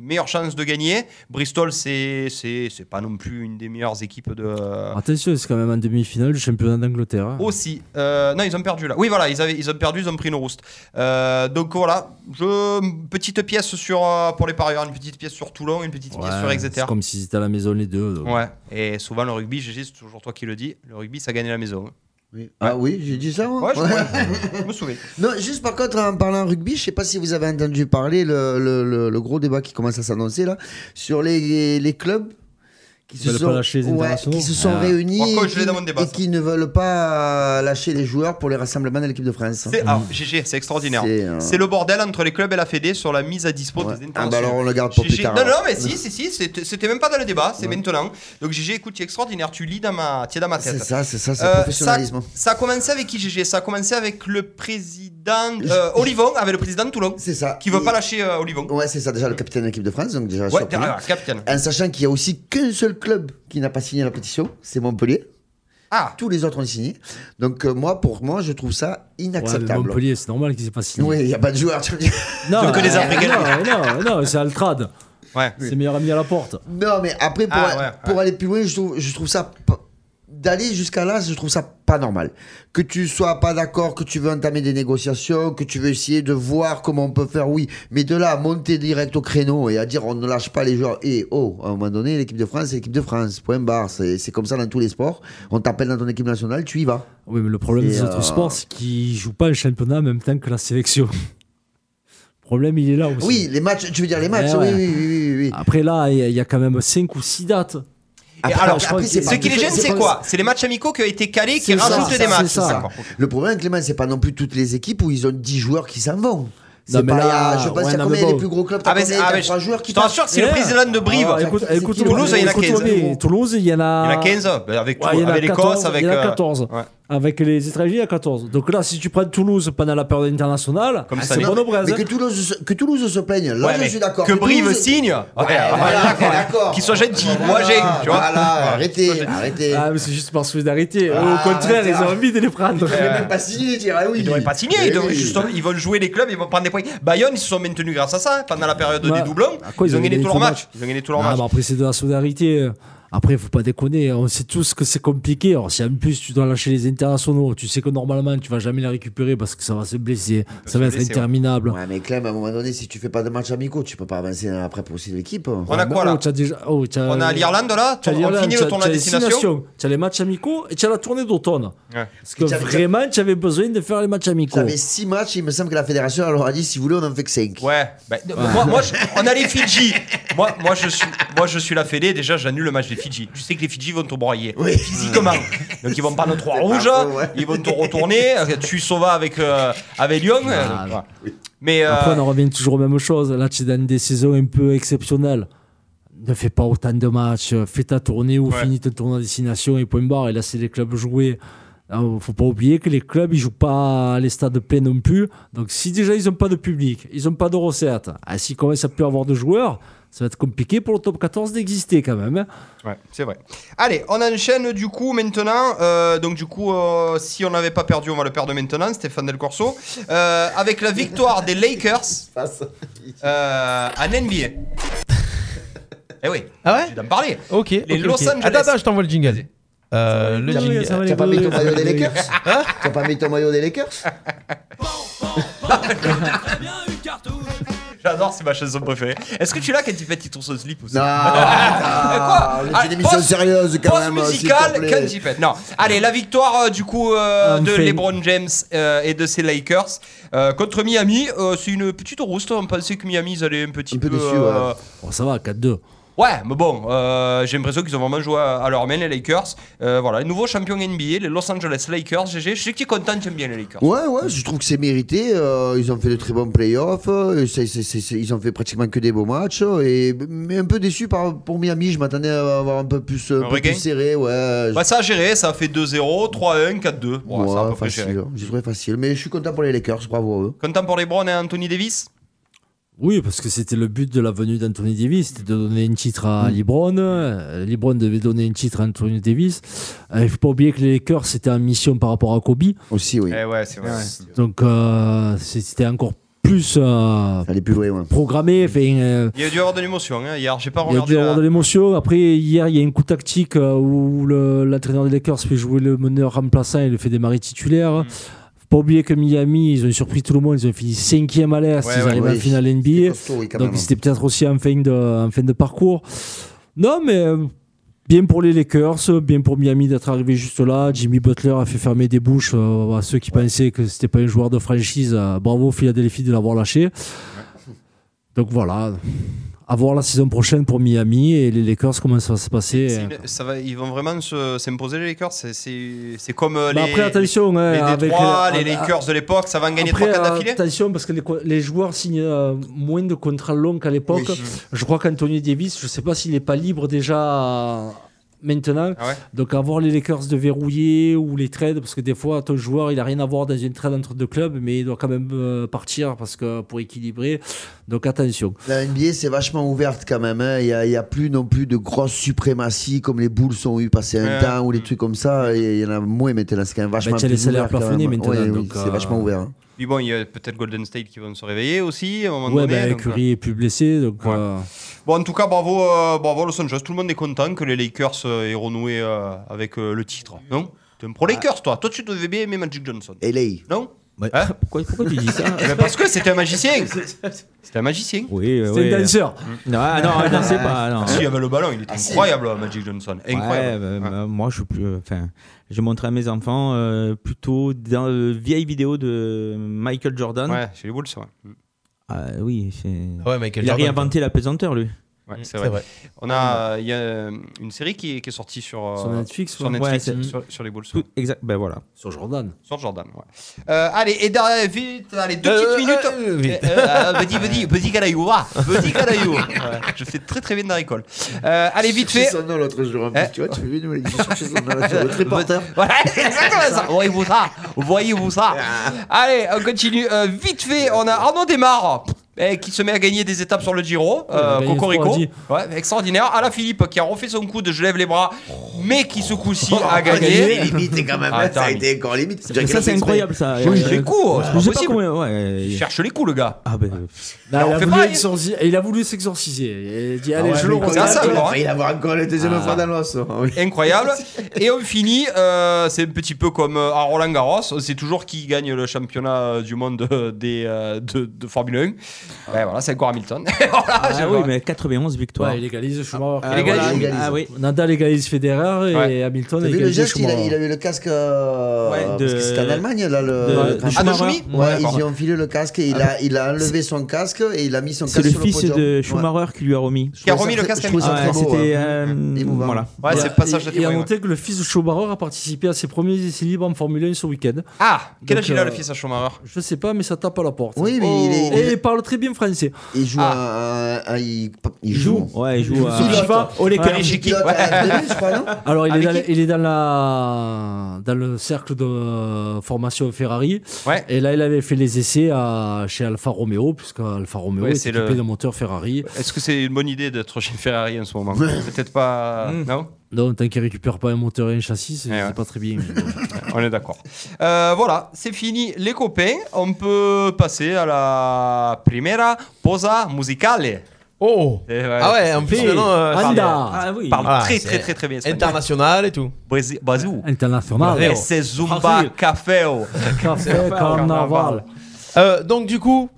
meilleure chance de gagner. Bristol, c'est c'est c'est pas non plus une des meilleures équipes de. Attention, c'est quand même en demi-finale du championnat d'Angleterre. hein. Aussi. Euh, non, ils ont perdu là. Oui, voilà, ils, avaient, ils ont perdu, ils ont pris une rouste. Euh, donc voilà, je, une petite pièce sur, euh, pour les parieurs, une petite pièce sur Toulon, une petite pièce sur Ouais, Exeter. c'est comme s'ils étaient à la maison les deux. donc. Ouais, et souvent le rugby, GG, c'est toujours toi qui le dis, le rugby, ça gagne la maison. Oui. Ah oui, j'ai dit ça. moi Ouais, je, ouais, je me souviens. Non, juste par contre, en parlant rugby, je sais pas si vous avez entendu parler le, le- le- le gros débat qui commence à s'annoncer là sur les, les clubs qui Ils se veulent pas sont, lâcher les ouais, internationaux. qui se sont Ah. réunis Encore, et, je l'ai dans mon qui, débat, et ça. qui ne veulent pas lâcher les joueurs pour les rassemblements de l'équipe de France. C'est, alors, GG, c'est extraordinaire. C'est, euh, C'est le bordel entre les clubs et la Fédé sur la mise à dispo ouais. des Ah bah alors internationaux. on le garde pour plus GG. tard. Non, non, alors. mais si, si, si, c'était c'était même pas dans le débat, c'est maintenant. Donc GG, écoute, c'est extraordinaire, tu lis dans ma, tu es dans ma C'est tête. ça, c'est ça, c'est Euh, le professionnalisme. Ça, ça a commencé avec qui, GG Ça a commencé avec le président euh, Olivon, avec le président de Toulon, C'est ça. qui veut Et- pas lâcher euh, Olivon. Ouais, c'est ça, déjà le capitaine de l'équipe de France, donc déjà Ouais, surprenant. derrière, capitaine. En sachant qu'il y a aussi qu'un seul club qui n'a pas signé la pétition, c'est Montpellier. Ah, Tous les autres ont signé. Donc euh, moi, pour moi, je trouve ça Ouais, mais inacceptable. Montpellier, c'est normal qu'ils aient pas signé. oui, il n'y a pas de joueur. tu me dis. Non, Donc, les euh, Africains. Non, non, non, c'est Altrad. ouais. C'est meilleur ami à la porte. Non, mais après, pour, Ah, a- ouais, pour ouais. aller plus loin, je trouve, je trouve ça. p- D'aller jusqu'à là, je trouve ça pas normal. Que tu sois pas d'accord, que tu veux entamer des négociations, que tu veux essayer de voir comment on peut faire, oui. Mais de là à monter direct au créneau et à dire on ne lâche pas les joueurs. Et oh, à un moment donné, l'équipe de France, c'est l'équipe de France. Point barre. C'est c'est comme ça dans tous les sports. On t'appelle dans ton équipe nationale, tu y vas. Oui, mais le problème Et, des euh, autres sports, c'est qu'ils jouent pas le championnat en même temps que la sélection. Le problème, il est là aussi. Oui, les matchs, tu veux dire les matchs, Eh oui, ouais. oui, oui, oui, oui. Après, là, il y a- il y a quand même 5 ou 6 dates. Et Après, alors, je crois après, que c'est ce Ce pas- qui les gêne, c'est c'est quoi C'est les matchs amicaux qui ont été calés, qui C'est ça, rajoutent c'est des ça, matchs. c'est ça. D'accord. Le problème, Clément, c'est pas non plus toutes les équipes où ils ont 10 joueurs qui s'en vont. C'est Non, mais pas, là, il y a- je pense ouais, qu'il y a non, combien mais les bon. plus gros clubs, Ah, t'as mais- combien, ah, t'as mais trois je- joueurs Je qui t'en partent. assure que c'est le Ouais. président de Brive. Ah, écoute, c'est écoute, qui le Toulouse, il y en a 15. Toulouse, Toulouse, il y en Il y a. en a 15, ben, avec, tout- Ouais, il y en a avec l'Écosse, 14, avec. il y en a euh, 14. ouais. Avec les étrangers, il y a 14. Donc là, si tu prends Toulouse pendant la période internationale, ah, Comme ça, c'est les- bon Mais au Brésil. que Toulouse, se- que Toulouse se plaigne, là Ouais, je mais suis d'accord. Que Brive Toulouse- signe Ouais, voilà, voilà, quoi. d'accord. Qu'il soit gentil, Voilà, moi j'ai. Tu vois Voilà, arrêtez, Moi, arrêtez. Ah, mais c'est juste par solidarité. Ah, au contraire, arrêtez, ils ont ah. envie de les prendre. Je vais même pas signer, je dirais oui. Ils devraient euh, pas signer, Eh ils, devraient oui. justement- ils veulent jouer les clubs, ils vont prendre des points. Bayonne, ils se sont maintenus grâce à ça, hein, pendant la période Ouais. des doublons. À quoi ils, ont gagné tous leurs matchs. Ils ont gagné tous leurs Ah, matchs. mais après, c'est de la solidarité. euh. Après, faut pas déconner. hein. On sait tous que c'est compliqué. Alors, si en plus tu dois lâcher les internationaux, tu sais que normalement tu vas jamais les récupérer parce que ça va se blesser, peut ça se va être blesser, ouais. interminable. Ouais, mais Clem, à un moment donné, si tu fais pas de match amicaux, tu peux pas avancer dans la préparation de l'équipe. On a quoi Oh, là t'as déjà- oh, t'as- On a l'Irlande là t'as On l'Irlande, finit t'as- le tournoi t'as les destination nations, T'as les matchs amicaux et t'as la tournée d'automne. Ouais. Parce que Et t'as- vraiment, tu avais besoin de faire les matchs amicaux. T'avais 6 matchs, il me semble que la fédération elle leur a dit si vous voulez, on en fait que 5. Ouais, bah, euh, moi, moi, je- on a les Fidji. Moi, moi, je suis, moi, je suis la Fédé. Déjà, j'annule le match des Fidji. Tu sais que les Fidji vont te broyer physiquement. Donc, ils vont prendre trois rouges. pas faux, ouais. Ils vont te retourner. Euh, Tu sauva avec, euh, avec Lyon. euh, voilà. Mais euh, Ah, Après, on en revient toujours aux mêmes choses. Là, tu es dans des saisons un peu exceptionnelles. Ne fais pas autant de matchs. euh, Fais ta tournée ou Ouais. finis ton tournoi à destination et point barre. Et là, c'est les clubs joués. Alors, faut pas oublier que les clubs, ils jouent pas à les stades pleins non plus. Donc, si déjà ils ont pas de public, ils ont pas de recettes, ah, s'ils commencent à plus avoir de joueurs, ça va être compliqué pour le top 14 d'exister quand même. hein. Ouais, c'est vrai. Allez, on enchaîne du coup maintenant. Euh, donc du coup, euh, si on n'avait pas perdu, on va le perdre maintenant, Stéphane Del Corso. Euh, avec la victoire des Lakers euh, en NBA. Eh oui, Ah j'ai ouais d'en parler. Ok. Les ok, Los ok. Angeles. Attends, attends, je t'envoie le jingle. Vas-y. Euh, le Ça va jingle. les gars, ça va les T'as pas gars. mis ton maillot des Lakers Hein T'as pas mis ton maillot des Lakers J'adore, c'est ma chanson préférée. Est-ce que tu l'as quand tu fais ton son slip aussi Non Quoi Quoi Ah, C'est une émission pause- sérieuse quand Pause même. s'il musicale, te plaît. quand j'y fais. Non. Allez, la victoire euh, du coup euh, On de fait- LeBron James euh, et de ses Lakers euh, contre Miami. Euh, c'est une petite rouste. On pensait que Miami, ils allaient un petit Un peu déçus, euh, ouais. Bon, ça va, 4-2. Ouais, mais bon, euh, j'ai l'impression qu'ils ont vraiment joué à à leur main, les Lakers. Euh, voilà, les nouveaux champions NBA, les Los Angeles Lakers. GG, je sais que tu es content, tu aimes bien les Lakers. Ouais, ouais, je trouve que c'est mérité. euh, ils ont fait de très bons playoffs. euh, c'est- c'est- c'est- c'est- ils ont fait pratiquement que des beaux matchs. euh, Et, mais un peu déçu par, pour Miami. Je m'attendais à avoir un peu plus, euh, Un un vrai peu plus game serré. Ouais, Je- Bah, ça a géré, ça a fait 2-0, 3-1, 4-2. Ouais, ça a à peu ouais, près géré. facile. J'ai trouvé facile. Mais je suis content pour les Lakers. Bravo à eux. Content pour les Browns et Anthony Davis Oui, parce que c'était le but de la venue d'Anthony Davis, c'était de donner un titre à LeBron. Euh, LeBron devait donner un titre à Anthony Davis. Euh, Il ne faut pas oublier que les Lakers, c'était en mission par rapport à Kobe. Aussi, oui. Eh ouais, c'est vrai. Donc, euh, c'est- c'était encore plus euh, Eh. Allez plus loin. ouais. programmé. Enfin, euh, Il y a dû y avoir de l'émotion, hein. hier, j'ai pas il y a regardé. dû y avoir la- de l'émotion. Après, hier, il y a un coup tactique euh, où le- l'entraîneur des Lakers fait jouer le meneur remplaçant et le fait démarrer Mm. titulaire. Faut pas oublier que Miami, ils ont surpris tout le monde. Ils ont fini cinquième à l'Est. Ouais, ils ouais, arrivent en oui. finale NBA. C'était costaud, oui, quand Donc même. c'était peut-être aussi en fin, de, en fin de parcours. Non, mais euh, bien pour les Lakers, bien pour Miami d'être arrivé juste là. Jimmy Butler a fait fermer des bouches euh, à ceux qui pensaient que c'était pas un joueur de franchise. Euh, bravo Philadelphie de l'avoir lâché. Donc voilà. à voir la saison prochaine pour Miami et les Lakers, comment ça va se passer. C'est une- ça va, ils vont vraiment se- s'imposer les Lakers. C'est- C'est c'est comme euh, Bah les, après, attention, hein, les avec Détroits, euh, les Lakers de l'époque, ça va en gagner 3-4 Après, euh, d'affilée. attention, parce que les, co- les joueurs signent euh, moins de contrats longs qu'à l'époque. Oui. Je crois qu'Anthony Davis, je ne sais pas s'il n'est pas libre déjà euh, maintenant. Ah ouais Donc avoir les Lakers de verrouiller ou les trades, parce que des fois, ton joueur, il n'a rien à voir dans une trade entre deux clubs, mais il doit quand même euh, partir parce que pour équilibrer. Donc attention. La NBA, c'est vachement ouverte quand même. hein. Il n'y a, il y a plus non plus de grosse suprématie comme les Bulls ont eu passé un Ouais. temps ou les trucs comme ça. Et Il y en a moins maintenant. C'est quand même vachement Bah, tu as les plus salaires ouvert quand plafonnés même. maintenant, Ouais, oui, donc, c'est euh, vachement ouvert. hein. Puis bon, il y a peut-être Golden State qui vont se réveiller aussi à un moment Ouais, donné. bah, donc, euh, Curry est plus blessé, donc Ouais. Eh euh, Bon, en tout cas, bravo, euh, bravo Los Angeles. Tout le monde est content que les Lakers euh, aient renoué euh, avec euh, le titre. Non T'es un pro Ah. Lakers, toi. Toi, tu devais bien aimer Magic Johnson. LA. Non Ouais. Hein pourquoi, pourquoi tu dis ça Eh ben, Parce que c'était un magicien. C'était un magicien. Oui, euh, c'est oui. une danseur. Non, ah, non, non, c'est pas. Non. Ah, si, il y avait le ballon, il était incroyable, Magic Johnson. Incroyable. Ouais, bah, Ouais. bah, moi, je suis plus. Enfin, j'ai montré à mes enfants euh, plutôt dans euh, vieilles vidéos de Michael Jordan. Ouais, chez les Bulls, ouais. Ah, oui, c'est. Ouais, Michael Il a Jordan, réinventé la pesanteur, lui. Ouais, c'est quoi. vrai. On a, euh, il y a euh, une série qui est, qui est sortie sur, euh, Sur Netflix, sur, ouais. Netflix, Ouais, c'est- sur, sur les Bulls, Tout- exact. Ben voilà. Sur Jordan. sur Jordan. Ouais. Euh, allez, et derrière, vite, allez, deux Euh, petites minutes. euh, vite. Euh, euh, Petit, petit, petit canaillou, va, petit canaillou. Ouais, je fais très très bien d'aricole. Euh, allez, vite fait. son nom l'autre jour en plus, Hein tu vois, tu veux nous chercher son nom l'autre jour. Votre reporter. Voilà, c'est exactement ça. Ah. Voyez-vous ça. Voyez-vous ça. Allez, on continue. Euh, vite fait, on a Arnaud Desmarres. eh, qui se met à gagner des étapes sur le Giro, euh, Ouais, il a gagné Cocorico, trois, dit. ouais, extraordinaire. Alain Philippe qui a refait son coup de je lève les bras, mais qui ce coup-ci Oh, a gagné. limite, et quand même, Ah, ça a attends. été encore limite. Mais ça, c'est incroyable, ça. Oui, Euh, les coups, c'est je sais pas pas Ah, possible. combien. Ouais. Il cherche les coups, le gars. Ah ben. Là, Là, on Bah, il, a fait voulu pareil. Ah exorciser- et il a voulu s'exorciser. Et Il dit Allez, je le mais c'est un regarde. ça, alors, hein. Il va avoir encore le deuxième fois dans l'os. Ah oui. Incroyable. Et on finit, euh, c'est un petit peu comme euh, à Roland Garros, c'est toujours qui gagne le championnat euh, du monde euh, des, euh, de, de Formule 1. Ouais, voilà, c'est encore Hamilton. voilà, Ah, j'ai- oui, mais 91 victoires. Ouais, il égalise Schumacher. Ah, il égalise. voilà. Il égalise. Ah oui. Nadal égalise Federer et Ouais. Hamilton T'as vu le égalise geste, il a, Schumacher. il a eu le casque. euh, Ouais, de- parce que c'était en Allemagne, là, le. De- le de grand- Ah, de Schumacher. Schumi Ouais, ils d'accord. lui ont filé le casque et il a, il a enlevé son casque et il a mis son casque C'est le sur fils podium. de Ouais. Schumacher qui lui a remis. Qui a Je trouve remis ça le très- casque je trouve ça Ah, très beau, c'était. ouais. euh, Émouvant. voilà. Ouais, Et- c'est le passage de Et à témoin. ouais. noter que le fils de Schumacher a participé à ses premiers essais libres en Formule 1 ce week-end. Ah, Eh, quel Donc, âge il a euh, le fils à Schumacher Je sais pas, mais ça tape à la porte. Oui, mais il, est- il Et est- il parle très bien français. il joue. Ah. un- un- un- il, il joue. Joue. Ouais, il joue à. Je sais pas. Oh, les Ouais. carrés. Chez qui Pilote à la Ouais. TV, je crois, non Alors, il est, Avec dans, qui il est dans la, dans le cercle de euh, formation Ferrari. Ouais. Et là, il avait fait les essais à, chez Alfa Romeo, puisque Alfa Romeo Ouais, est c'est équipé le- d'un moteur Ferrari. Est-ce que c'est une bonne idée d'être chez Ferrari en ce moment Peut-être pas. Non Non, tant qu'il récupère pas un moteur et un châssis, c'est Ouais, c'est ouais. pas très bien. On est d'accord. Euh, voilà, c'est fini les copains. On peut passer à la primera posa musicale. Oh Eh Ah ouais, en plus Fait. maintenant, euh, ça Anda. Ah oui. Parle Ah, très, c'est très très très bien parle espagnol. international et tout. Brésil- Ah, Brasil. International. Bravo. Esse Zumba Caféo. Café, carnaval. Euh, donc du coup,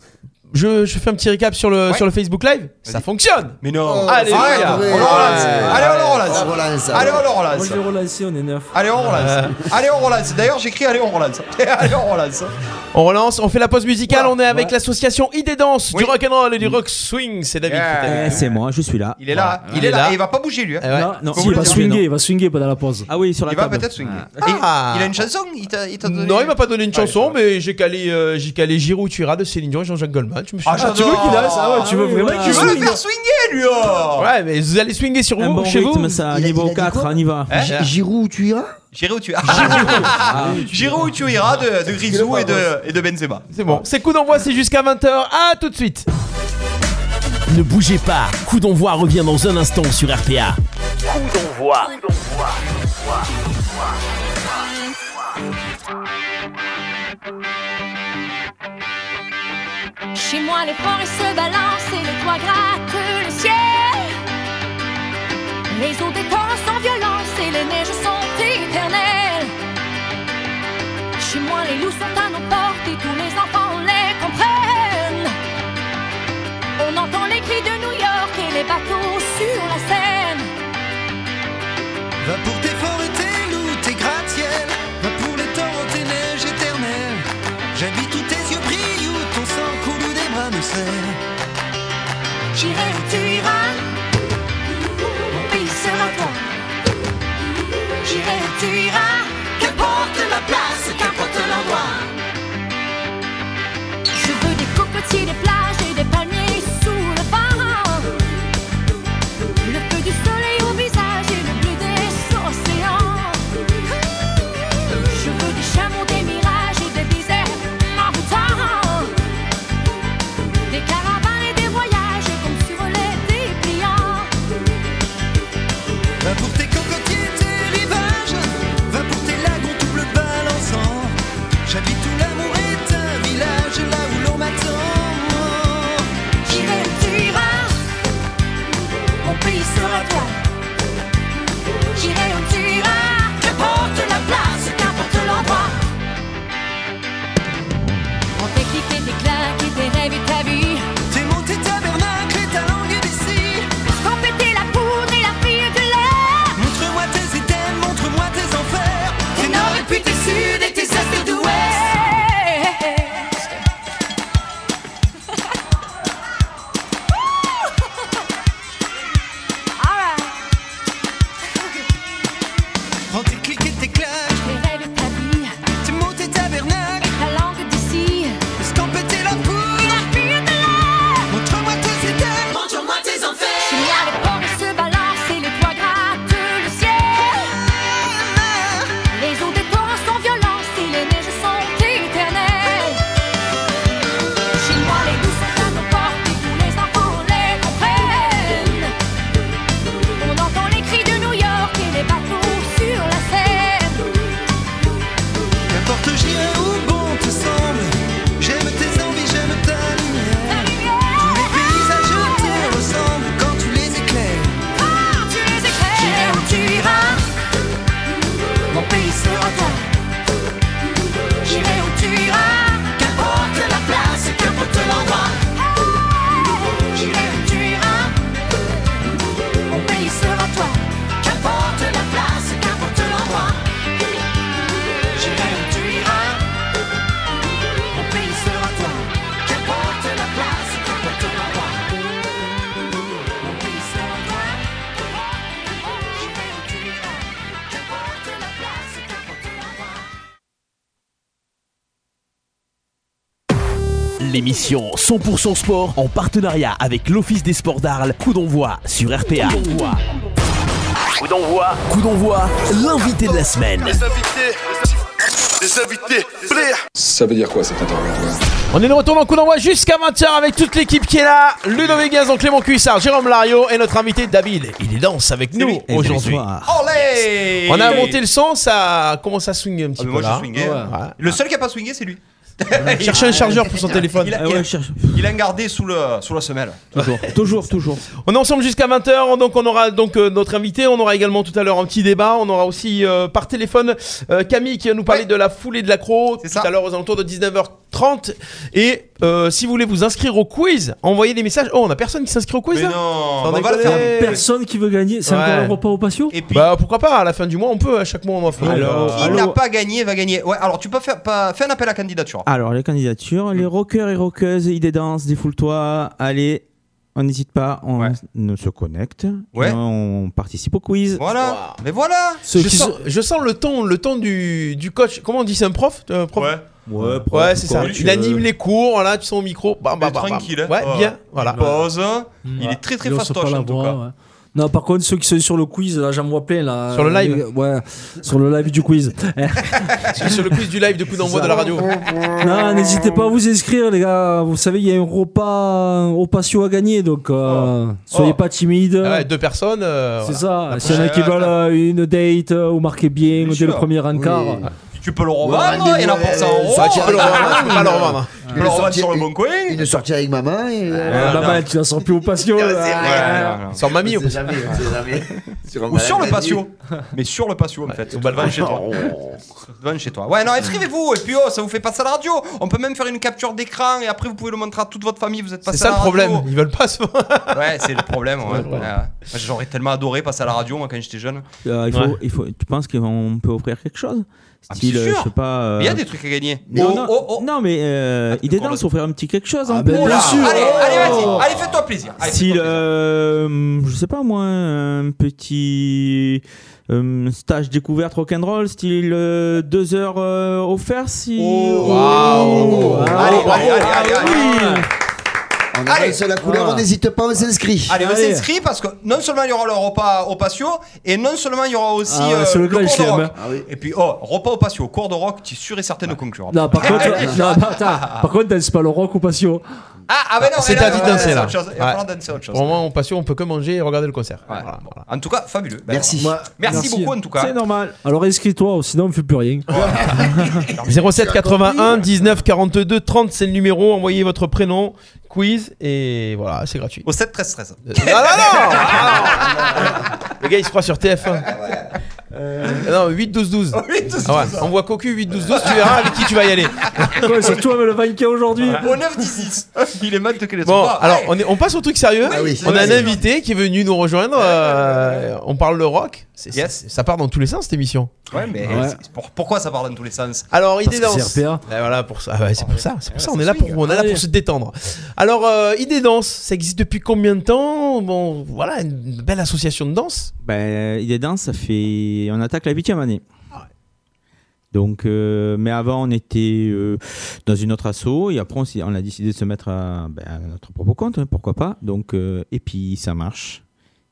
je, je fais un petit récap sur le, Ouais. sur le Facebook Live. Ça fonctionne Mais non. Ah, Oh, Allez, ouais, regarde, ouais. on le relance. Ouais. Allez, Ah. on le relance. On relance, Allez, on le Moi, relance. je l'ai relancé, on est neuf. Allez, on relance. Allez, on relance. D'ailleurs, j'écris Allez, on relance. Allez, on relance. On relance, on fait la pause musicale, Voilà. on est avec l'association ID Danse du Oui. rock and roll et du rock swing, c'est David Yeah. qui est avec Eh, nous. c'est moi, je suis là. Il est là, il, Il est est là. là. Et il va pas bouger lui. hein. Eh ouais. Non, non, Faut si, vous il le va dire. swinguer, il va swinguer pendant la pause. Ah oui, sur la Il va table. peut-être swinguer. Et Ah. Il a une chanson Il t'a il t'a donné Non, il m'a pas donné une Ah, chanson, c'est mais j'ai calé, euh, j'ai calé Giroud, tu iras de Céline Dion et Jean-Jacques Goldman. Je me suis Ah, j'adore. tu veux qu'il Ah, ouais, tu veux oui, vraiment voilà. Tu qu'il veux le swingue faire swinguer lui oh Ouais, mais vous allez swinguer sur Un vous, bon chez rythme, vous. ça, Il a- niveau il a dit 4, quoi on y va. Hein Gi- Giroud, tu iras J'irai où tu iras. Ah, J'irai où tu iras de, de Grisou et de, et de Benzema. C'est bon. C'est coup d'envoi, c'est jusqu'à 20h. À tout de suite. Ne bougez pas. Coup d'envoi revient dans un instant sur RPA. Chez moi, les forêts se balancent et les toits grattent le ciel. Les eaux des torrents sans violence et les neiges sont éternelles. Chez moi, les loups sont à nos portes et tous les enfants les comprennent. On entend les cris de New York et les bateaux sur la Seine. Va pour tes forêts, tes loups, tes gratte-ciel. Va pour les torrents, tes neiges éternelles. J'habite où tes yeux brillent, où ton sang coule, où des bras me serrent. J'irai où tu iras, mon pays sera toi. J'irai où tu iras, qu'importe la place, qu'importe l'endroit. Je veux des cocotiers, des plages et des palmiers sous le vent. Le feu du soleil au visage et le bleu des océans. Je veux des chameaux, des mirages et des déserts en boutant. Des caravanes et des voyages comme sur les dépliants. Va pour tes cocotiers, tes rivages, va pour tes lagons double balançant. J'habite où l'amour est un village, là où l'on m'attend. J'irai où tu iras, mon pays sera toi. J'irai où tu iras, qu'importe la place, qu'importe l'endroit. On tes clics et tes claques et tes rêves et ta vie. T'es mon tes tabernacles et ta langue d'ici. Quand péter la poudre et la fille de l'air. Montre-moi tes items, montre-moi tes enfers. Tes nord et puis tes sud et tes est et tes ouest. Prends tes clics et tes claques, Tes rêves et ta vie, tes mots, tes tabernacles. ta langue d'ici. Escampez-tes la Et poudre. la fille de l'air. Montre-moi tes items. Chez moi, les pommes se balancent et les toits grattent le ciel. Les eaux des torrents sont violentes et les neiges sont éternelles. Chez moi, les douces femmes aux portes et tous les enfants les comprennent. On entend les cris de New York et les bateaux sur la Seine. Qu'importe, j'irai où bon te semble. J'aime tes envies, j'aime ta lumière. Tous les paysages te ressemblent quand tu les éclaires. Ah, tu les éclairs. J'irai où tu iras, mon pays sera toi. J'irai où tu iras, qu'importe la place, qu'importe l'endroit. J'irai où tu iras, mon pays sera toi. Qu'importe la place, qu'importe l'endroit. J'irai où tu iras, mon pays sera toi. Qu'importe la place, qu'importe l'endroit. Mon pays sera toi. J'irai où tu iras, qu'importe la place, qu'importe l'endroit. L'émission 100% sport en partenariat avec l'Office des sports d'Arles, coup d'envoi sur RPA. Coup d'envoi, coup d'envoi, l'invité de la semaine. Ça veut dire quoi cet interview On est de retour dans Coup d'envoi jusqu'à 20h avec toute l'équipe qui est là. Ludovic Gazon, Clément Cuissard, Jérôme Lario et notre invité David. Il danse avec nous Eh bien, aujourd'hui. bonsoir. Olé On a monté le son, ça commence à swinguer un petit Eh. Ah, mais peu moi là. j'ai swingé. Ouais. Le seul qui a pas swingé, c'est lui. Cherchez un chargeur pour son téléphone. Il a, Ah il a- ouais, cherche. il a gardé sous, le, sous la semelle. Toujours, toujours, toujours. On est ensemble jusqu'à 20h, donc on aura donc euh, notre invité, on aura également tout à l'heure un petit débat, on aura aussi euh, par téléphone euh, Camille qui va nous parler Ouais. de la foulée de l'accro tout C'est ça. à l'heure aux alentours de 19h30 et euh, si vous voulez vous inscrire au quiz, envoyez des messages. Oh, on a personne qui s'inscrit au quiz Mais là non, Sans on va le déconner. faire. Personne qui veut gagner, c'est encore Ouais. un repas au patio Et puis, Bah pourquoi pas, à la fin du mois on peut, à chaque mois on offre. Euh, Alors, qui n'a pas gagné va gagner. Ouais, alors tu peux faire, pas, fais un appel à candidature. Ah, Alors, les candidatures, Mm. les rockers et rockeuses, idées danse, défoule-toi, allez, on n'hésite pas, on Ouais. ne se connecte, Ouais. et on participe au quiz. Voilà. Mais voilà. je, sens, je sens le ton, le ton du, du coach. Comment on dit, c'est un prof, euh, prof Ouais, Ouais, c'est ça. coach, Il anime les cours, voilà, tu sens au micro. Bam, Il est bam, bam, bam. tranquille. hein. Ouais, bien, voilà. Pause. Il Ouais. est très très Il lance fastoche Mm. pas la en tout voix, cas. ouais. Non, par contre, ceux qui sont sur le quiz, là, j'en vois plein. Là, Sur le live Les- Ouais, sur le live du quiz. Parce que sur le quiz du live de coup d'envoi de la radio. non, n'hésitez pas à vous inscrire, les gars. Vous savez, il y a un repas au patio à gagner, donc euh, soyez Oh. pas timides. Ah ouais, deux personnes. euh, C'est ça. voilà. S'il y en a qui prochaine- veulent euh, une date euh, ou marquer bien Bien dès sûr. le premier encart. Oui. euh, Tu peux le revendre. Il y en Oh, a pour 100 euros. Ça, tu peux le revendre, tu peux pas le revendre. Tu peux le revendre sur le bon coin. Une sortie avec maman et. euh, Ah, maman, tu n'en sors plus au patio. là. Ouais, ouais, ouais. Sans mamie, on au sait jamais, on sait jamais. Sur un Ou sur le malentendu. patio. Mais sur le patio, en fait. Devant chez toi. Devant chez toi. Ouais, non, inscrivez-vous. Et puis, oh, ça vous fait passer à la radio. On peut même faire une capture d'écran. Et après, vous pouvez le montrer à toute votre famille. Vous êtes C'est passé ça à le la problème. radio. Ils veulent pas se. Ouais, c'est le problème. ouais. Ouais, ouais. Moi, J'aurais tellement adoré passer à la radio, moi, quand j'étais jeune. Euh, il faut, il faut, tu penses qu'on peut offrir quelque chose Ah, mais Style, c'est sûr. je sais pas. euh, Il y a des trucs à gagner. Non, Oh, non, oh, Ah, non, mais euh, il est temps de s'offrir un petit quelque chose en ben, plus. bien Oula, sûr. Oh. allez, allez, vas-y, allez, fais-toi plaisir. Allez, Style, euh, je sais pas moi, un petit euh, stage découverte rock'n'roll, style euh, deux heures euh, Oh. offertes si. Oh, Waouh. Oh, Allez, allez, allez, allez, allez. On avance la couleur, on n'hésite pas, on s'inscrit. Allez, on s'inscrit parce que non seulement il y aura le repas au patio, et non seulement il y aura aussi Ah ouais, euh, c'est le le, grand cours de chelem, rock. hein. Et puis, oh, repas au patio, cours de rock, tu es sûr et certain de conclure. Non, par contre, non, bah, attends, par contre, c'est pas le rock ou passion. Ah, ah, ben non, C'est mais là, à vie de ouais, danser c'est là. autre chose. Il va Ouais. falloir danser autre chose. Au moins, on passe, on peut que manger et regarder le concert. Voilà. En tout cas, fabuleux. Ben, Merci. voilà. Merci, Merci. beaucoup en tout cas. normal. Alors inscris-toi, sinon on fait plus rien. 07 81 19 42 30, c'est le numéro. Envoyez votre prénom, quiz, et voilà, c'est gratuit. Au 7 13 13. Euh, non, non, non Ah, non Le gars, il se croit sur TF1. Euh, Non, 8 12 12. Ah ouais, On voit Cocu 8 12 12, tu verras avec qui tu vas y aller. Ouais, c'est toi mais le vainqueur aujourd'hui. Au 9 16 Il est mal de quel Bon, alors on, est- on passe au truc sérieux. oui. on a un Vas-y. invité qui est venu nous rejoindre. euh, on parle le rock. C'est- Yes. c'est- ça part dans tous les sens cette émission. Ouais, mais Ouais. c'est- c'est pour- pourquoi ça part dans tous les sens Alors, Parce idée que danse. c'est RPA. Eh, voilà pour ça. Ah ouais, c'est pour ça. C'est pour ça. On est là swing. pour on est là Allez. pour se détendre. Alors, euh, idée danse. Ça existe depuis combien de temps Bon, voilà, une belle association de danse. Ah, Ben, il est dans, ça fait. On attaque la huitième année. Donc, euh, mais avant, on était euh, dans une autre asso et après, on, s'est- on a décidé de se mettre à, ben, à notre propre compte, hein, pourquoi pas. Donc, euh, et puis, ça marche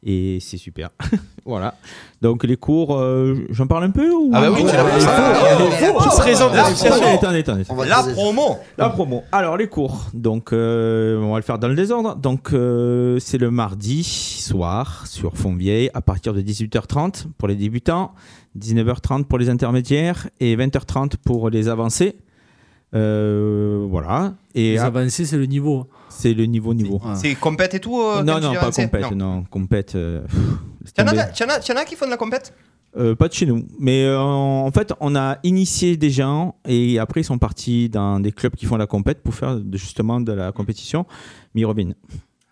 et c'est super. voilà. Donc, les cours, euh, j'en parle un peu ou Ah bah oui, tu l'as fait. Oh, Qui se présente la l'association Attendez, attendez, attendez. On va La poser- promo La promo. Alors les cours, donc euh, on va le faire dans le désordre. Donc euh, c'est le mardi soir sur Fontvieille à partir de 18h30 pour les débutants, 19h30 pour les intermédiaires et 20h30 pour les avancés. Euh, voilà. Et Les ah, avancés, c'est le niveau. hein. c'est le niveau niveau. C'est compète et tout euh, non comme non tu pas avançais compète, non, compète. euh, pff, laisse T'en tomber. as- t'en as t'en as qui font de la compète Euh, pas de chez nous. Mais euh, en fait, on a initié des gens et après, ils sont partis dans des clubs qui font la compète pour faire de- justement de la compétition. Mais ils reviennent.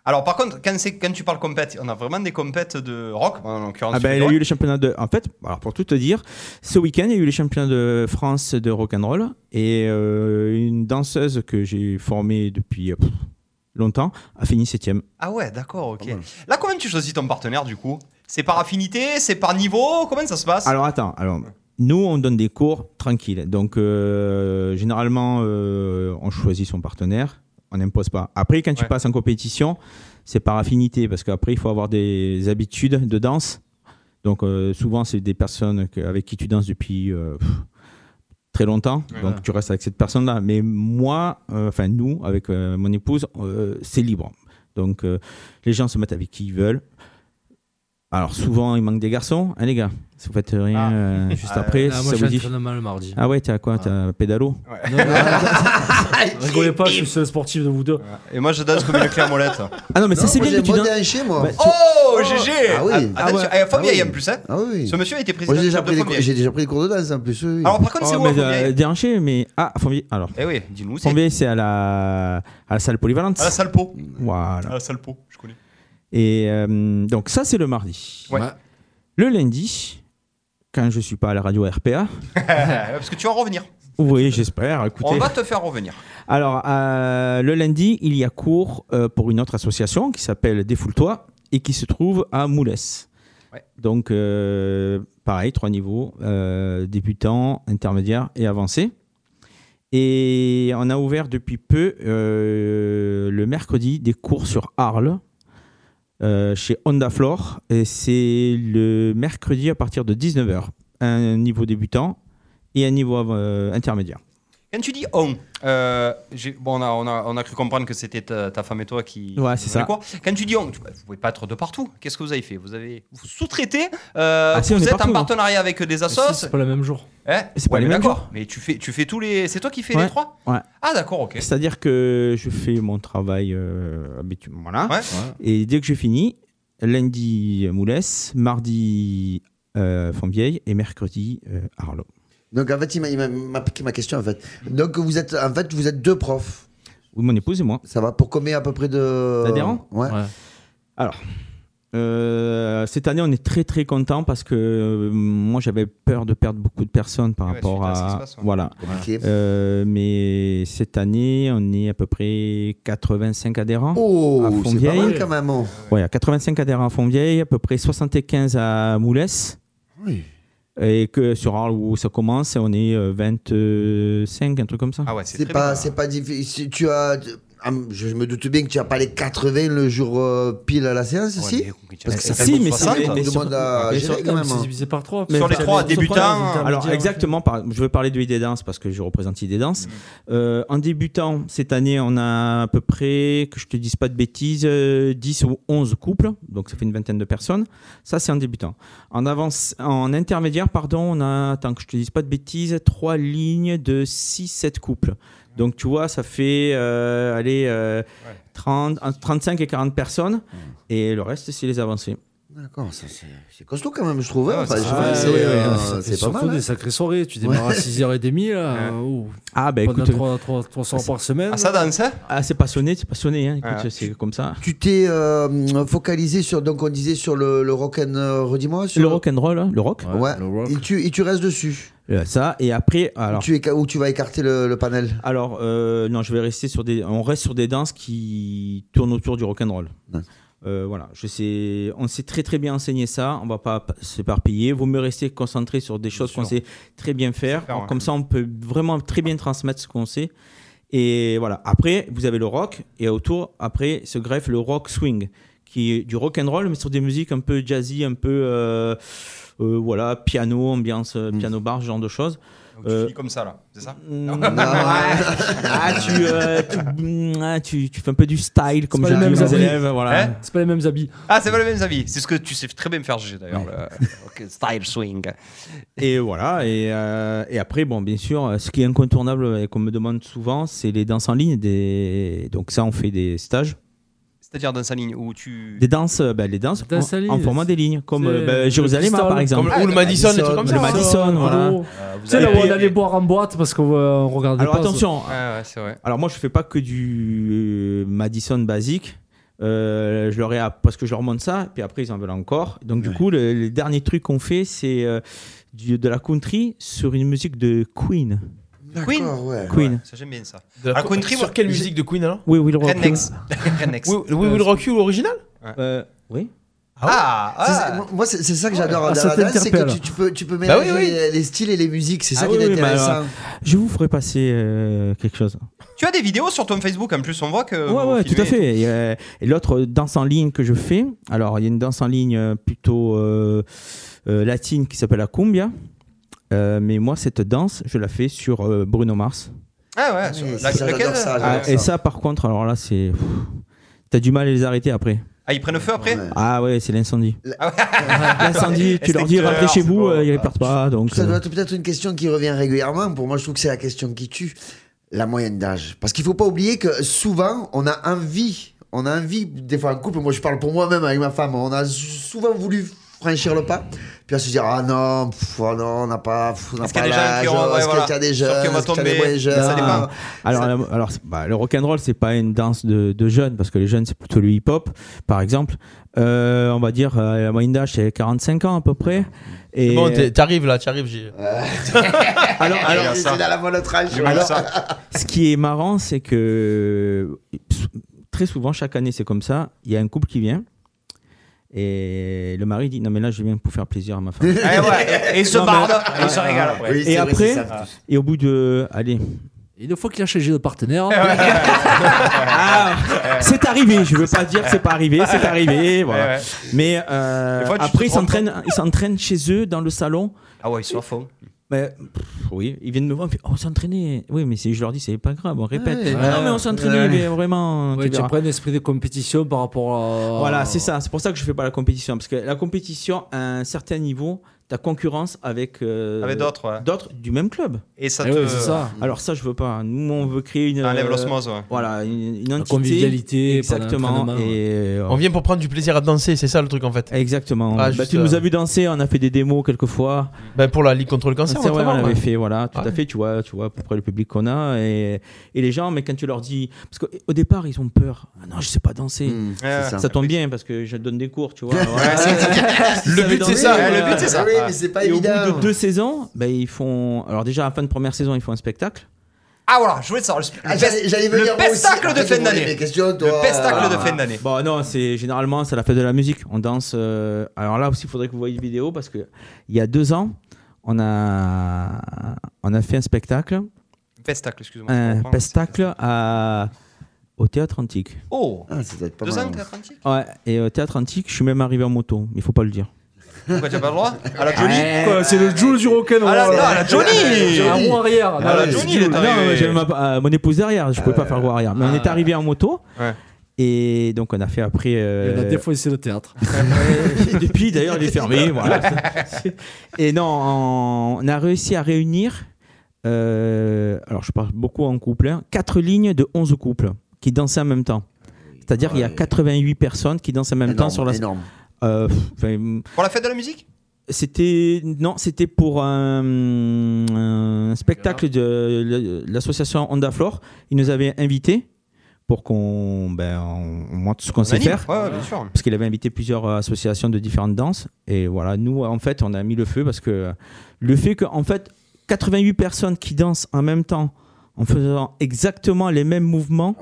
Alors par contre, quand, c'est- quand tu parles compète, on a vraiment des compètes de rock, en l'occurrence. Ah bah, ben, il y celui a eu de rock. les championnats de. En fait, alors pour tout te dire, ce week-end, il y a eu les championnats de France de rock'n'roll et euh, une danseuse que j'ai formée depuis euh, pff, longtemps a fini septième. Ah ouais, d'accord, ok. Là, comment tu choisis ton partenaire du coup C'est par affinité C'est par niveau Comment ça se passe Alors attends, alors nous on donne des cours tranquilles. Donc euh, généralement euh, on choisit son partenaire, on n'impose pas. Après quand tu Ouais. passes en compétition, c'est par affinité parce qu'après il faut avoir des habitudes de danse. Donc euh, souvent c'est des personnes que- avec qui tu danses depuis euh, pff, très longtemps. Donc tu restes avec cette personne-là. Mais moi, euh, enfin nous avec euh, mon épouse, euh, c'est libre. Donc euh, les gens se mettent avec qui ils veulent. Alors souvent il manque des garçons, hein les gars. Si vous faites rien Ah. euh, juste Ah, après, Ah, si moi, ça j'ai vous un dit. entraînement le mardi. Ah ouais, t'as quoi T'as pédalo Non, non, non. Rigolez pas, je suis le seul sportif de vous deux. Et moi, je danse comme une clé à molette. Ah non, mais Non, ça c'est moi, bien que j'ai tu monté danses. un chez moi. Bah, tu- Oh, GG Ah oui. Attention, Ah ouais. eh, Fabien, Ah oui. il y a un plus, hein Ah oui. Ce monsieur a été président Moi, j'ai du déjà club pris de des cours- Fabien. j'ai déjà pris des cours de danse en plus. oui, oui. Alors par contre, c'est Oh, où à mais Fabien euh, dérangé, mais ah, Fontvieille. Alors, Eh oui, dis-nous, c'est Fontvieille, c'est à la à la salle polyvalente. à la salle pot. Voilà. À la salle pot, je connais. Et euh, donc ça c'est le mardi. Ouais. Le lundi, quand je suis pas à la radio RPA, Euh, Parce que tu vas revenir. oui j'espère. On Écoutez, va te faire revenir. alors euh, le lundi il y a cours euh, pour une autre association qui s'appelle Défoule-toi et qui se trouve à Moules. Ouais. Donc euh, pareil trois niveaux euh, débutant, intermédiaire et avancé. Et on a ouvert depuis peu euh, le mercredi des cours sur Arles euh, chez Honda Floor. Et c'est le mercredi à partir de 19h. Un niveau débutant et un niveau euh, intermédiaire. Quand tu dis on, euh, j'ai- bon, on, a, on, a, on a cru comprendre que c'était ta, ta femme et toi qui. Ouais, qui c'est faisaient ça. le cours. Quand tu dis on, tu, bah, vous pouvez pas être de partout. Qu'est-ce que vous avez fait Vous avez vous sous-traité euh, Ah si, on Vous est êtes partout, en hein. partenariat avec euh, des Mais si, assos C'est pas le même jour. Eh c'est pas Ouais, les mais mêmes D'accord. jours. Mais tu fais, tu fais tous les. C'est toi qui fais Ouais. les trois Ouais. Ah d'accord, ok. C'est-à-dire que je fais mon travail euh, habitu- Voilà. Ouais. Et dès que je finis, lundi Moules, mardi euh, Fontvieille et mercredi euh, Arles. Donc en fait, il m'a- il m'a- m'a piqué ma question en fait. Donc vous êtes, en fait, vous êtes deux profs. Oui, mon épouse et moi. Ça va pour combien à peu près de. D'adhérents Ouais. Ouais. Alors, Euh, cette année, on est très très content parce que euh, moi j'avais peur de perdre beaucoup de personnes par Ouais, rapport suite à ce qui à. se passe, ouais. Voilà. Compliqué. Euh, mais cette année, on est à peu près 85 adhérents. Oh, à c'est pas Fontvieille. mal quand même, hein. Ouais, à 85 adhérents à Fontvieille, à peu près 75 à Moulès. Oui. Et que sur Arles où ça commence, on est euh, 25, un truc comme ça. Ah ouais, C'est pas, c'est pas difficile. Tu as, ah, je me doute bien que tu as pas les 80 le jour euh, pile à la séance, Ah, si Parce que ça fait si, beaucoup mais 60, c'est on demande à gérer quand même. hein. Sur les trois débutants, hein, Alors exactement, par- je vais parler de idée danse parce que je représente idée danse. Euh, en débutant, cette année, on a à peu près, que je te dise pas de bêtises, euh, 10 ou 11 couples, donc ça fait une vingtaine de personnes. Ça, c'est en débutant. En avance, en intermédiaire, pardon, on a, tant que je te dise pas de bêtises, trois lignes de 6-7 couples. Donc tu vois, ça fait euh, allez, euh, 30, entre 35 et 40 personnes, et le reste, c'est les avancées. D'accord, ça, c'est- c'est costaud quand même, je trouve. hein. Ah, Enfin, c'est- je- ah, c'est ouais, ouais, euh, ouais, c'est c'était pas mal. surtout hein. des sacrées soirées. Tu démarres à Ouais. 6h30 là. Ah, ben Pendant écoute. trois- trois- 300 par semaine. Ah, ça danse, hein Ah, c'est passionné, c'est passionné, hein. écoute, Ah. c'est comme ça. Tu t'es euh, focalisé sur, donc on disait sur le, le rock and euh, redis-moi, sur Le rock and roll, hein. le rock. Ah. Ouais. Et tu, et tu restes dessus. Euh, Ça et après alors. Ou tu, éca- ou tu vas écarter le, le panel. Alors euh, non, je vais rester sur des. On reste sur des danses qui tournent autour du rock and roll. voilà, je sais, on sait très très bien enseigner ça, on va pas p- s'éparpiller, vaut mieux rester concentré sur des choses qu'on sait très bien faire, faire, ouais. comme ça on peut vraiment très bien transmettre ce qu'on sait. Et voilà, après vous avez le rock et autour après se greffe le rock swing qui est du rock and roll mais sur des musiques un peu jazzy, un peu euh, euh, voilà, piano, ambiance euh, piano bar, ce genre de choses. Euh, finis comme ça là, c'est ça non. ah, tu, euh, tu, mm, ah, tu- tu fais un peu du style comme pas je les dis mêmes aux habits. élèves. Voilà. Hein C'est pas les mêmes habits. Ah, c'est pas le même avis. C'est ce que tu sais très bien faire, Gégé, d'ailleurs. le- ok, style swing. Et voilà, et, euh, et après, bon, bien sûr, euh, ce qui est incontournable et qu'on me demande souvent, c'est les danses en ligne. Des... Donc ça, on fait des stages. C'est-à-dire dans sa ligne où tu. Des danses, euh, ben, les danses Des danses en, en ligne, en formant des lignes, comme c'est euh, ben, le Jérusalem, freestyle. par exemple. Comme- ou le Madison, des trucs Euh, comme Le ça. Madison, voilà. euh, Allô Tu sais, là où on allait boire en boîte parce qu'on euh, on regardait Alors pas. ça. attention. Ah, Alors moi je fais pas que du euh, Madison basique. Euh, je leur ai app- parce que je leur montre ça, puis après ils en veulent encore. Donc du coup le, le dernier truc qu'on fait c'est euh, du- de la country sur une musique de Queen. Queen ouais. Queen. ça, j'aime bien ça. De la Ah, co- sur moi- quelle musique de Queen, alors Oui, Will Rock You. Rednecks. Rednecks. Oui, oui, Will Rock You, l'original Euh, Oui. Ah, C'est- ah. c'est- moi- Moi, c'est c'est ça que j'adore Ah, dans ça la danse, c'est que t'interpelle. tu, tu peux, tu peux Bah oui, mélanger oui. Les, les styles et les musiques, c'est ça Ah qui oui, est oui, mais intéressant. alors, je vous ferai passer euh, quelque chose. Tu as des vidéos sur ton Facebook en plus, on voit que. Ouais, Euh, vous ouais, tout à filmez. fait. Et, euh, et l'autre danse en ligne que je fais, alors il y a une danse en ligne euh, plutôt euh, euh, latine qui s'appelle la cumbia. Euh, mais moi, cette danse, je la fais sur euh, Bruno Mars. Ah ouais, sur la- euh, lequel Ah, et ça, par contre, alors là, c'est. pff, T'as du mal à les arrêter après. Ah, ils prennent feu après Ah ouais, c'est l'incendie. Ah ouais. L'incendie, tu leur dis Extincteur, rentrez chez c'est vous, bon. euh, ils partent pas. Donc, Ça euh, doit être peut-être une question qui revient régulièrement. Pour moi, je trouve que c'est la question qui tue la moyenne d'âge. Parce qu'il faut pas oublier que souvent, on a envie, on a envie, des fois en couple, moi je parle pour moi-même avec ma femme, on a souvent voulu franchir le pas, puis à se dire ah non, pff, ah non, on n'a pas, pff, on n'a Est-ce qu'il y a pas des jeunes qui l'âge, ont- ouais, est-ce voilà. qu'il y a des Sauf jeunes, qu'on va est-ce qu'il y a des tomber. moins jeunes, Ça dépend. ah. Alors, la- alors c'est- bah, le rock and roll, c'est pas une danse de, de jeunes parce que les jeunes, c'est plutôt le hip hop, par exemple. Euh, on va dire euh, la moyenne d'âge c'est 45 ans à peu près. Et Bon, t'es- t'arrives là, t'arrives, j'ai. alors, alors, Ah, c'est dans la bonne tranche. Eh alors, ce qui est marrant, c'est que sou- très souvent, chaque année, c'est comme ça. Il y a un couple qui vient. Et le mari dit non mais là je viens pour faire plaisir à ma femme. Eh ouais, et ils se Non, mais- barrent, et ils se régalent après. et après et au bout de allez Une fois qu'il a changé de Eh partenaire. Ah. Ah. c'est arrivé, je veux pas dire que c'est pas arrivé, c'est arrivé, voilà. Eh Ouais, ouais. Mais euh, Des fois, tu te après ils prends s'entraînent, ils s'entraînent chez eux dans le salon. Ah ouais, ils sont à fond. Mais, pff, oui, ils viennent me voir, ils me font, oh, on s'entraînait. Oui, mais si je leur dis c'est pas grave, on répète. Ouais. non mais on s'entraînait, Ouais. mais vraiment. Ouais, tu verras. prends un esprit de compétition par rapport à. Voilà, c'est ça. C'est pour ça que je fais pas la compétition, parce que la compétition à un certain niveau, ta concurrence avec, euh, Avec d'autres, ouais. d'autres du même club. Et ça Eh euh, te- ouais, c'est ça. Alors ça, je veux pas. Nous, on veut créer une. Un lève euh, l'osmose, ouais. Voilà, une, une entité. convivialité, prendre un train Exactement. de main, ouais. et, euh, On vient pour prendre du plaisir à danser, c'est ça le truc en fait. Exactement. Ah, Bah, juste, tu euh, nous as vu danser, on a fait des démos quelquefois. Ben, pour la Ligue contre le cancer, ouais, on notamment, l'avait ouais. fait, voilà, tout Ouais. à fait. Tu vois, tu vois à peu près le public qu'on a et, et les gens. Mais quand tu leur dis, parce qu'au départ ils ont peur. Ah non, je sais pas danser. Hmm, Mm, c'est ça, Ah. ça. tombe bien parce que je donne des cours, tu vois. Le but, c'est ça. Ouais, le but, c'est ça. Oui, mais c'est pas et Au euh, bout évident. de deux saisons, ben, ils font. Alors déjà à la fin de première saison, ils font un spectacle. Ah voilà, je voulais savoir. Le, Ah, j'allais- j'allais le venir moi aussi. pestacle de Arrête fin de me poser d'année. des questions, toi. Le pestacle de fin d'année. Bon, non, c'est généralement c'est la fête de la musique. On danse. euh, alors là aussi, il faudrait que vous voyiez une vidéo parce que il y a deux ans, on a on a fait un spectacle, Pestacle, excuse-moi. je un comprends. spectacle à au théâtre antique. Oh Ah, Deux mal, ans, hein. théâtre antique Ouais, et au théâtre antique, je suis même arrivé en moto. Il faut pas le dire. Pourquoi tu n'as pas le droit À Ah la Johnny Ouais, c'est le Jules du rock'n'roll. Ah là, non, à la Johnny À roue arrière. Ah Non, ouais, la Johnny, c'est il est cool. arrivé. Non, ouais, j'avais ma- euh, mon épouse derrière, je pouvais pas faire le roue arrière. Mais on était arrivé en moto. Et donc on a fait après. euh, Il a défoncé le théâtre. Et depuis, d'ailleurs, il est fermé. voilà. Et non, on- on a réussi à réunir, euh, alors je parle beaucoup en couple, hein, quatre lignes de 11 couples qui dansaient en même temps. C'est-à-dire qu'il y a 88 personnes qui dansent en même temps sur la énorme. Euh, pff, enfin, Pour la fête de la musique c'était non, c'était pour un, un spectacle de l'association Honda Flore. Ils nous avaient invités pour qu'on ben, on- on montre ce qu'on On sait anime. faire. Ouais, ouais, bien sûr. Parce qu'il avait invité plusieurs euh, associations de différentes danses. Et voilà, nous en fait, on a mis le feu parce que le fait que en fait 88 personnes qui dansent en même temps en faisant exactement les mêmes mouvements.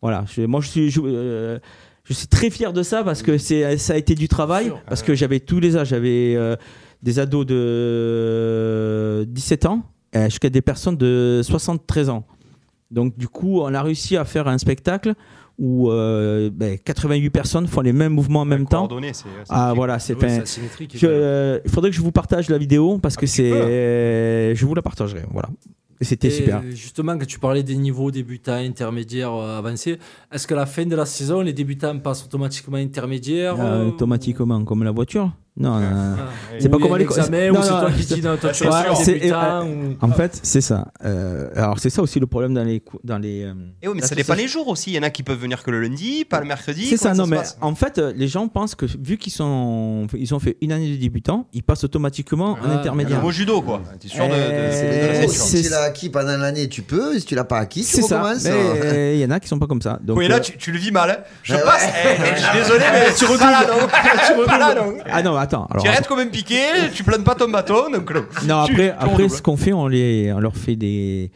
Voilà, je- moi je suis, je, euh, je suis très fier de ça parce que c'est, ça a été du travail, parce que j'avais tous les âges, j'avais euh, des ados de euh, 17 ans euh, jusqu'à des personnes de 73 ans. Donc du coup, on a réussi à faire un spectacle où euh, ben, 88 personnes font les mêmes mouvements en même temps. coordonné, c'est- c'est ah magnifique. voilà, Eh c'est Ouais, c'est fin- asymétrique, je- euh, Il faudrait que je vous partage la vidéo parce que c'est, euh, je vous la partagerai. Voilà, Et c'était Et, super. euh, Justement, quand tu parlais des niveaux débutants, intermédiaires, euh, avancés, est-ce qu'à la fin de la saison, les débutants passent automatiquement intermédiaires Euh, euh, automatiquement, comme la voiture Non, non, non. c'est Ou pas il y comme a à un l'école. examen, Non, ou c'est non, toi qui c'est- dis, non, toi, tu Ouais, vas sur c'est- débutant, euh, ou- En fait, c'est ça. Euh, alors, c'est ça aussi le problème dans les. cou- Dans les euh, Eh oui, mais ça dépend les jours aussi. Il y en a qui peuvent venir que le lundi, pas le mercredi. C'est ça, Comment non, se mais passe en fait, euh, les gens pensent que vu qu'ils sont, ils ont fait une année de débutant, ils passent automatiquement en Ah, intermédiaire. le mot judo, quoi. T'es sûr de- de- Euh, Oh, c'est- si tu l'as acquis pendant l'année, tu peux. et Si tu l'as pas acquis, tu C'est ça. recommences. Mais il y en a qui sont pas comme ça. Donc, oui, là, euh, tu, tu le vis mal. hein. Je Ouais, passe. ouais. eh, eh, je suis désolé, mais Tu Pas là, redoubles. non. Tu Pas là, redoubles. non. Ah non, mais attends. alors, tu arrêtes quand même piqué, tu planes pas ton bâton, donc non. Non, Tu- après, tu après redoubles. ce qu'on fait, on, les, on leur fait des,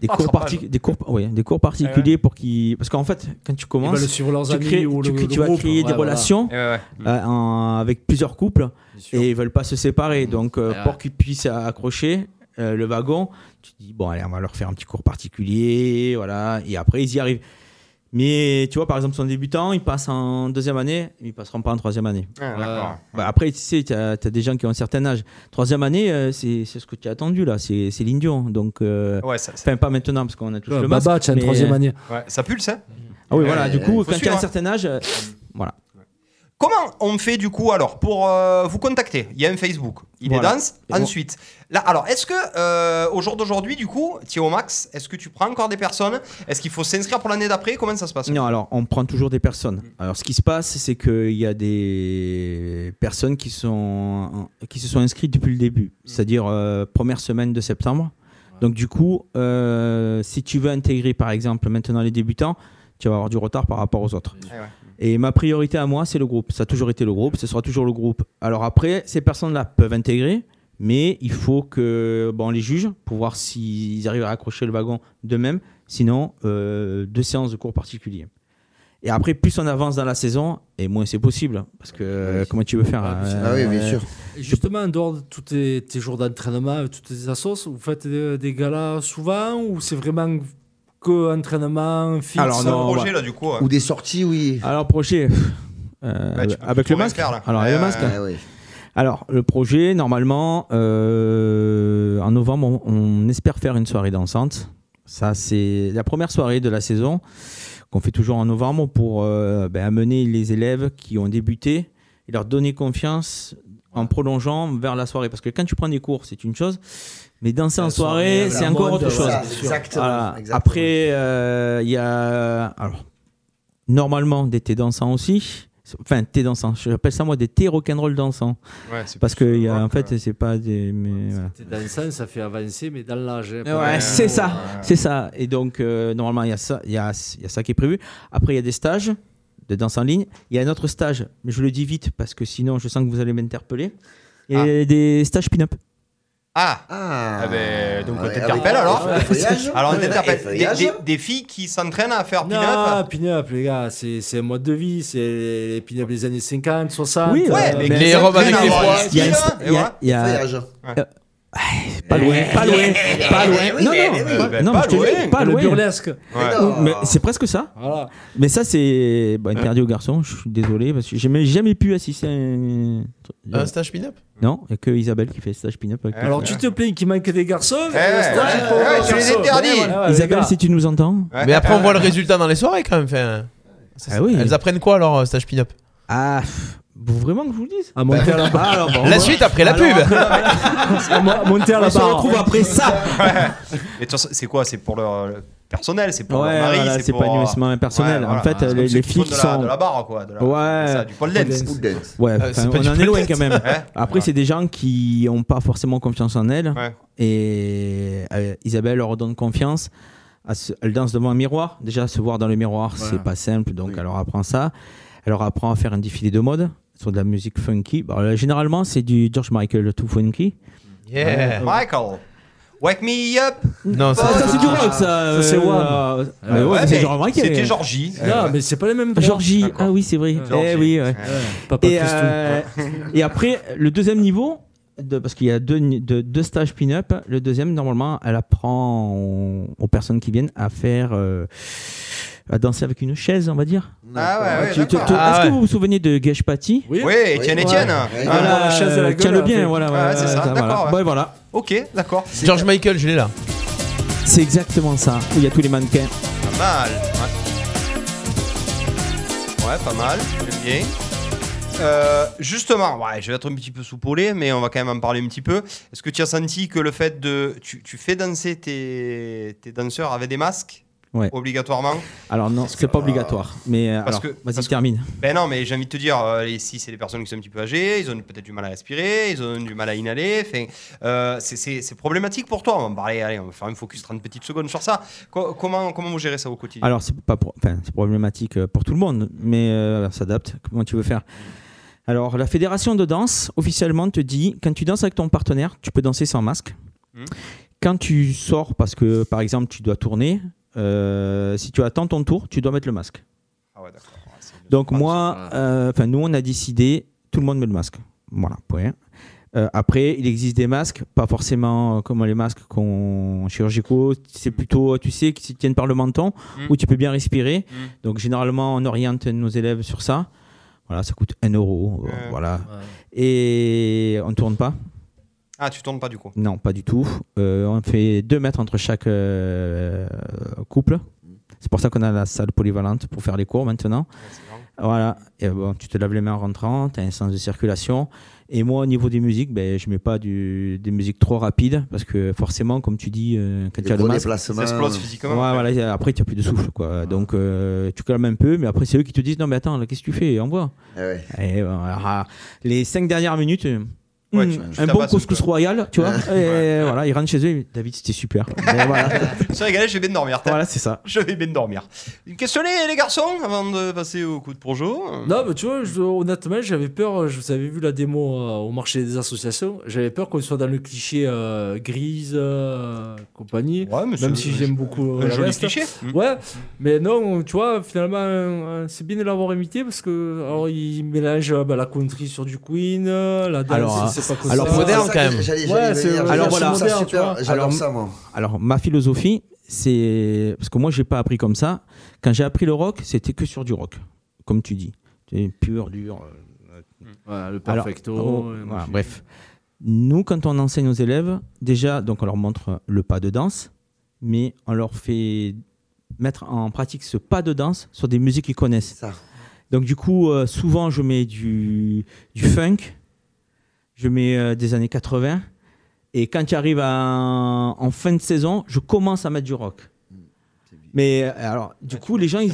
des, Ah, cours, rattrapage. partic- des, cours, ouais, des Eh cours particuliers pour qu'ils. Parce qu'en fait, quand tu Ils commences, veulent suivre leurs tu, ben, amis crées- ou tu le- crées- le tu vas groupe. hein. créer Ouais, des voilà. relations Eh, Et ouais, ouais. euh, en- avec plusieurs couples et ils veulent pas se Mm. séparer. Donc, euh, Eh pour qu'ils puissent accrocher. euh, le wagon, tu te dis bon allez on va leur faire un petit cours particulier, voilà et après ils y arrivent. Mais tu vois par exemple son débutant, il passe en deuxième année, ils passeront pas en troisième année. Ah, d'accord. Bah, après, tu sais, tu as, des gens qui ont un certain âge. Troisième année, euh, c'est c'est ce que tu as attendu là, c'est c'est l'Indion. Donc, euh, Ouais, ça- ça- enfin, pas maintenant parce qu'on a tous Ouais, le masque. Baba, tu as une mais- troisième année. Ouais, ça pulse, hein Ah oui, voilà, Ouais, du ouais, coup, faut quand tu suivre, as un hein. certain âge, euh, voilà. Comment on fait du coup alors pour euh, vous contacter Il y a un Facebook, il Voilà. est dense. Et bon. Ensuite, là, alors est-ce que euh, au jour d'aujourd'hui du coup, Thierry Max, est-ce que tu prends encore des personnes Est-ce qu'il faut s'inscrire pour l'année d'après Comment ça se passe Non, alors on prend toujours des personnes. Alors ce qui se passe, c'est qu'il y a des personnes qui, sont, qui se sont inscrites depuis le Mm. début, c'est-à-dire euh, première semaine de septembre. Donc du coup, euh, si tu veux intégrer par exemple maintenant les débutants, tu vas avoir du retard par rapport aux autres. Ah ouais. Et ma priorité à moi, c'est le groupe. Ça a toujours été le groupe, ce sera toujours le groupe. Alors après, ces personnes-là peuvent intégrer, mais il faut que bon, on les juge pour voir s'ils arrivent à accrocher le wagon d'eux-mêmes. Sinon, euh, deux séances de cours particuliers. Et après, plus on avance dans la saison, et moins c'est possible. Parce que Ah euh, comment tu veux faire euh, Et justement, en dehors de tous tes, tes jours d'entraînement, toutes tes assos, vous faites des, des galas souvent ou c'est vraiment que entraînement fixe Alors, non, ouais. Ou des sorties, oui. Alors, projet. euh, Ouais, Bah, tu peux avec plus le rien masque. faire, là. Euh, Alors, Ouais, avec le ouais, masque. hein. ouais, ouais. Alors, le projet, normalement, euh, en novembre, on, on espère faire une soirée dansante. Ça, c'est la première soirée de la saison qu'on fait toujours en novembre pour euh, ben, amener les élèves qui ont débuté et leur donner confiance en prolongeant vers la soirée. Parce que quand tu prends des cours, c'est une chose, mais danser en soirée, soirée, c'est la encore mode, autre chose. voilà, exactement, Voilà. exactement. Après, euh, il y a. Alors, normalement, des thés dansants aussi. Enfin, thés dansants, j'appelle ça moi des thés rock'n'roll dansants. Ouais, c'est Parce que, il y a- en fait, c'est pas des. mais voilà. Dans le sens, ça fait avancer, mais dans l'âge. hein, Ouais, pas- c'est ça, c'est ça. Et donc euh, normalement il y a ça, il y a, il y a ça qui est prévu. Après il y a des stages de danse en ligne. Il y a un autre stage, mais je le dis vite parce que sinon je sens que vous allez m'interpeller. Il y a des stages pin-up. Ah Ah, ben, donc on avec- t'interpelle avec- alors avec feuillage. Alors on Avec t'interpelle. Des, feuillage. des- des filles qui s'entraînent à faire Non, pin-up pin-up, les gars, c'est c'est un mode de vie, c'est les pin-up des années 50, 60. Oui, ben, Ouais, euh, mais les qui Oh, robes avec s'entraînent à les avoir poils. un bah, Il y a, un style, sta- hein, et il y a- voilà. il y a- Feuillage. euh, pas loin, pas loin, pas loin. eh oui, Non, eh non, oui. pas- Ben, non, pas mais je te loin. dis, pas le loin. burlesque. Ouais. Non. Mais c'est presque ça. Voilà. Mais ça c'est bah, interdit aux garçons. Je suis désolé parce que j'ai même jamais pu assister à un... Ah, Un stage pin-up Non, il y a que Isabelle qui fait stage pin-up. avec moi. Alors tu te plains qu'il manque des garçons, Eh, mais ouais, le stage, il faut ouais, avoir tu des les garçons. interdis. Ouais, voilà, les Isabelle, gars. si tu nous entends. Mais après, on voit le résultat dans les soirées quand même. Enfin, ça, Ah c'est- oui. Elles apprennent quoi alors, euh, stage pin-up Ah, pff, vous vraiment que je vous le dise À monter à la barre. bah, La suite après la pub À mo- monter à la On se barre. retrouve après ça Mais de toute façon, c'est quoi C'est pour leur euh, personnel, c'est Ouais, pour leur mari, voilà, c'est pour, pas euh, épanouissement personnel. ouais, en voilà. fait, C'est euh, comme les, ceux les qui filles font qui de la- sont. de la barre quoi, de la- Ouais. c'est ça, du pole dance. Full dance. Ouais, Ah, enfin, c'est pas on du en est loin quand même. Hein Après, c'est des gens qui n'ont pas forcément confiance en elles. Ouais. Et euh, Isabelle leur donne confiance. à se- Elle danse devant un miroir. Déjà, se voir dans le miroir, c'est pas simple. Donc, elle leur apprend ça. Elle leur apprend à faire un défilé de mode sur de la musique funky. Bon, là, généralement, c'est du George Michael tout funky. Yeah Michael, wake me up. Non, ça, Ah, ça, c'est du rock, ça. Ça, c'est euh, Wham. euh, mais ouais, Ouais, mais c'est mais George Michael. C'était Georgie. Non, mais c'est pas les mêmes. Georgie, ah oui, c'est vrai. Georgie. Eh oui, ouais. Ouais. Papa Et, Christou. euh, et après, le deuxième niveau, de, parce qu'il y a deux, ni- de- deux stages pin-up, le deuxième, normalement, elle apprend aux, aux personnes qui viennent à faire. euh, à danser avec une chaise, on va dire. Ah ouais, ouais, Tu- tu- d'accord. tu- Ah Est-ce ouais. que vous vous souvenez de Geshpati Oui. Oui, Etienne, Ouais. Etienne. Ouais. Ah, la chaise à la gueule, tiens-le elle fait- bien, voilà. Ouais, Ah, c'est ça, d'accord, voilà. ouais. Ouais, voilà. Ok, d'accord. C'est George Michael, je l'ai là. C'est exactement ça, où il y a tous les mannequins. pas mal. Ouais, Ouais, pas mal. J'aime bien. Euh, justement, ouais, je vais être un petit peu soupolé, mais on va quand même en parler un petit peu. Est-ce que tu as senti que le fait de. Tu, tu fais danser tes, tes danseurs avec des masques Ouais. Obligatoirement Alors non, c'est pas obligatoire. Mais euh, Parce alors, que- parce vas-y, que- termine. Ben non, mais j'ai envie de te dire, euh, les- si c'est des personnes qui sont un petit peu âgées, ils ont peut-être du mal à respirer, ils ont du mal à inhaler. Enfin, euh, c'est- c'est c'est problématique pour toi. On va parler, allez, on va faire un focus 30 petites secondes sur ça. Co- comment, comment vous gérez ça au quotidien Alors, c'est pas pro- enfin, c'est problématique euh, pour tout le monde, mais euh, ça s'adapte. Comment tu veux faire Alors, la fédération de danse officiellement te dit quand tu danses avec ton partenaire, tu peux danser sans masque. Mhm. Quand tu sors, parce que par exemple, tu dois tourner, euh, si tu attends ton tour, tu dois mettre le masque. Ah ouais, d'accord. Ouais, c'est une- Donc, Ouais, moi, ça. euh, enfin, nous, on a décidé tout le monde met le masque. Voilà, point. Euh, après, il existe des masques, pas forcément euh, comme les masques qu'on chirurgicaux. C'est plutôt, tu sais, qui se tiennent par le menton, Mhm. où tu peux bien respirer. c'est- Hmm. Donc généralement, on oriente nos élèves sur ça. Voilà, ça coûte 1 euro. euh, Ouais. Voilà. Ouais. Et on ne tourne pas Ah, tu tournes pas du coup Non, pas du tout. Euh, on fait 2 mètres entre chaque euh, couple. C'est pour ça qu'on a la salle polyvalente pour faire les cours maintenant. Ouais, c'est marrant. Voilà. Et bon, tu te laves les mains en rentrant, tu as un sens de circulation. Et moi, au niveau des musiques, ben, je mets pas du- des musiques trop rapides parce que forcément, comme tu dis, euh, quand tu Des as le gros masque, Ça déplacements. explose Ouais, physiquement. voilà, y a- après, tu n'as plus de souffle. Quoi. Ah. Donc, euh, tu calmes un peu, mais après, c'est eux qui te disent Non, mais attends, là, qu'est-ce que tu fais Envoie. Eh ouais. Et, euh, alors, ah, les cinq dernières minutes, euh, Ouais, hmm, tu- tu un tabasses bon un couscous peu. royal, tu vois. Et voilà, ils rentrent chez eux. ils- David, c'était super. Mais voilà, Je suis régalé, je vais bien dormir. voilà t'as- c'est ça. Je vais bien dormir. Une question, les, les garçons, avant de passer au coup de projo. euh, Non, mais tu vois, je- honnêtement, j'avais peur. euh, Je vous avais vu la démo euh, au marché des associations. J'avais peur qu'on soit dans le cliché euh, grise, euh, compagnie. Ouais, mais même c'est- si j'aime beaucoup euh, Un la joli veste. cliché. Hmm. Ouais, mais non, tu vois, finalement, euh, c'est bien de l'avoir invité parce que alors il mélange euh, bah, la country sur du Queen, euh, la danse, Alors, c'est pas quoi alors, ça. moderne, C'est quand ça que même. j'allais- Ouais, j'allais c'est- venir, alors, j'adore voilà. ça, moderne, tu super, vois. J'adore Alors, ça, moi. Alors, ma philosophie, c'est. Parce que moi, j'ai pas appris comme ça. Quand j'ai appris le rock, c'était que sur du rock, comme tu dis. C'est pur, dur. euh, Ouais, le Alors, perfecto. oh, euh, voilà, machin. bref. Nous, quand on enseigne aux élèves, déjà, donc on leur montre le pas de danse, mais on leur fait mettre en pratique ce pas de danse sur des musiques qu'ils connaissent. Ça. Donc du coup, euh, souvent, je mets du, du funk, je mets euh, des années 80. Et quand tu arrives en, en fin de saison, je commence à mettre du rock. Mais euh, alors, du coup, les gens, ils,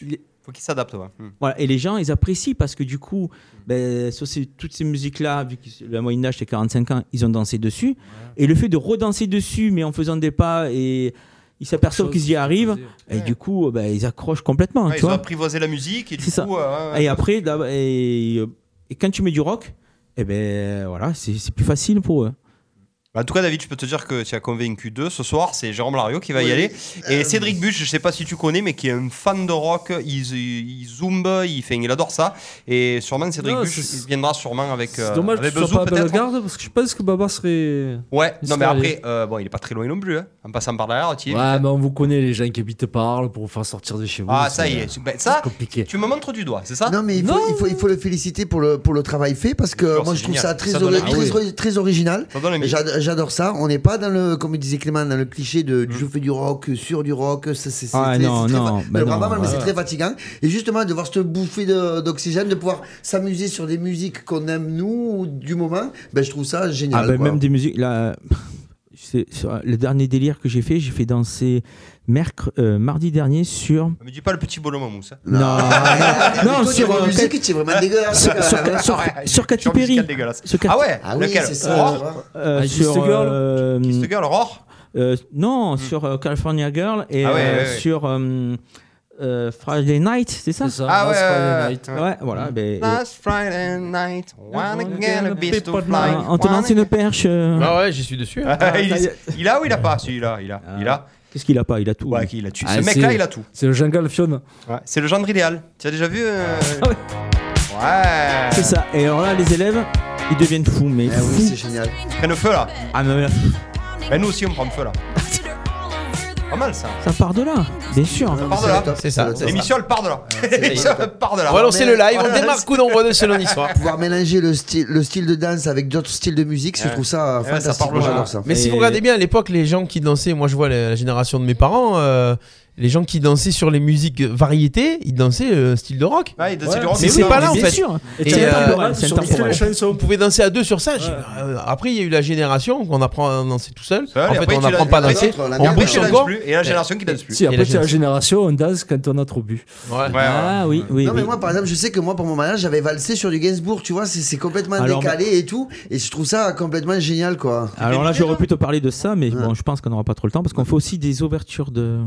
ils- Faut qu'ils s'adaptent. ouais. Hmm. Ah, voilà, et les gens, ils apprécient parce que du coup, ben, sur ces- toutes ces musiques-là, vu que la moyenne d'âge c'est 45 ans, ils ont dansé dessus. Et le fait de redanser dessus, mais en faisant des pas, et ils s'aperçoivent qu'ils y arrivent, et du coup, euh, ben, ils accrochent complètement. Ouais, tu ils ont vois. apprivoisé la musique et du C'est ça. coup. euh, et après, d'ab- et, euh, et quand tu mets du rock, eh ben voilà, c'est c'est plus facile pour eux. Bah, en tout cas, David, je peux te dire que tu as convaincu deux. Ce soir, c'est Jérôme Lario qui va y Oui. aller. Et Cédric Buch, je sais pas si tu connais, mais qui est un fan de rock. Il, il zoombe, il, fait, il adore ça. Et sûrement, Cédric Non, Buch, il viendra sûrement avec. C'est euh, dommage que avec tu sois Bezou, pas à peut-être. Bellegarde parce que je pense que Baba serait. Ouais, il non, mais serait allé. après, euh, bon, il est pas très loin non plus. hein. En passant par derrière, tu y es. Ouais, mais on vous connaît les gens qui habitent par là pour vous faire sortir de chez vous. Ah, ça c'est- y est. Ben, ça, tu me montres du doigt, c'est ça Non, mais il faut, il, faut, il faut le féliciter pour le, pour le travail fait parce que moi sûr, Oh, c'est je trouve génial. ça très, Ça donne ori- envie. très, Ah oui. ori- très original. Ça donne envie. J'ad- J'adore ça. On n'est pas dans le, comme disait Clément, dans le cliché de Mm. je fais du rock, sur du rock. ça, C'est c'est Ah, très- non, c'est très non, fa- bah mais le non, Brabham, mais ouais. c'est très fatigant. Et justement, de voir cette bouffée de- d'oxygène, de pouvoir s'amuser sur des musiques qu'on aime nous ou du moment, ben, je trouve ça génial. Ah ben, quoi. même des musiques. Là, c'est- sur le dernier délire que j'ai fait, j'ai fait danser mercredi, mardi dernier sur. Me dis pas le petit bonhomme en mousse. hein. Non. non, sur, sur euh, musique, Ah, tu es vraiment dégueulasse. Sur, sur, quoi. sur, sur Katy Sur Perry. musical dégueulasse. Sur Katy- Ah ouais Ah oui, Lequel c'est ça. Roar Euh, Ah, Kiss sur the Girl euh, Kiss the Girl, Roar euh, non, sur euh, California Girl et Ah ouais, euh, ouais, ouais. sur euh, euh, Friday Night, c'est ça, C'est ça. Ah Last ouais, Friday ouais, Night. ouais. Ouais, voilà. ben, et- Last Friday night, wanna get a beast to fly. Ah, on te lance une perche. euh, Ah ouais, j'y suis dessus. hein. Ah, il, il a ou il a pas Celui-là, il a. Il a. Qu'est-ce qu'il a pas Il a tout. Ouais, il a tout. Ah, Ce c'est- mec-là, il a tout. C'est le Jean Galfion. Ouais, C'est le genre idéal. Tu as déjà vu euh, ouais. Ouais. C'est ça. Et alors là, les élèves, ils deviennent fous, mais Ah oui, fous. c'est génial. Ils prennent feu là. Ah mais Ben nous aussi, on prend feu là. Pas mal ça. ça part de là, bien sûr. Non, mais Par de c'est là. top, C'est ça, le top. c'est L'émission, elle part de là. L'émission, elle part ah. de là. On va lancer mais- le live, on voilà. démarre coup d'envoi de ce lundi soir. pouvoir mélanger le style, le style de danse avec d'autres styles de musique, je Ouais. trouve ça Ouais, ça fantastique. parle Moi, aux gens. j'adore ça. Mais si Et- vous regardez bien à l'époque, les gens qui dansaient, moi je vois la, la génération de mes parents, euh, les gens qui dansaient sur les musiques variétés, ils dansaient euh, style de rock. Ouais, il Ouais, du rock. mais c'est oui, pas là, en bien fait. sûr. Et, C'est euh, intemporel, c'est sur les intemporel. flèches. On pouvait danser à deux sur ça. j'ai- euh, Après, il y a eu la génération qu'on apprend à danser tout seul. Seul, en et fait, après, on tu n'apprend l'as- pas à après, danser. tu l'as- On Après, bouge tu son danses corps. plus, et la génération qui danse plus. Si, Et la après, c'est la génération, on danse quand on a trop bu. Ouais. Ouais, ouais. Ah oui, oui. non, mais oui. moi, par exemple, je sais que moi, pour mon mariage, j'avais valsé sur du Gainsbourg, tu vois, c'est c'est complètement Alors, décalé et tout, et je trouve ça complètement génial, quoi. Alors là, j'aurais pu te parler de ça, mais bon, je pense qu'on n'aura pas trop le temps parce qu'on fait aussi des ouvertures de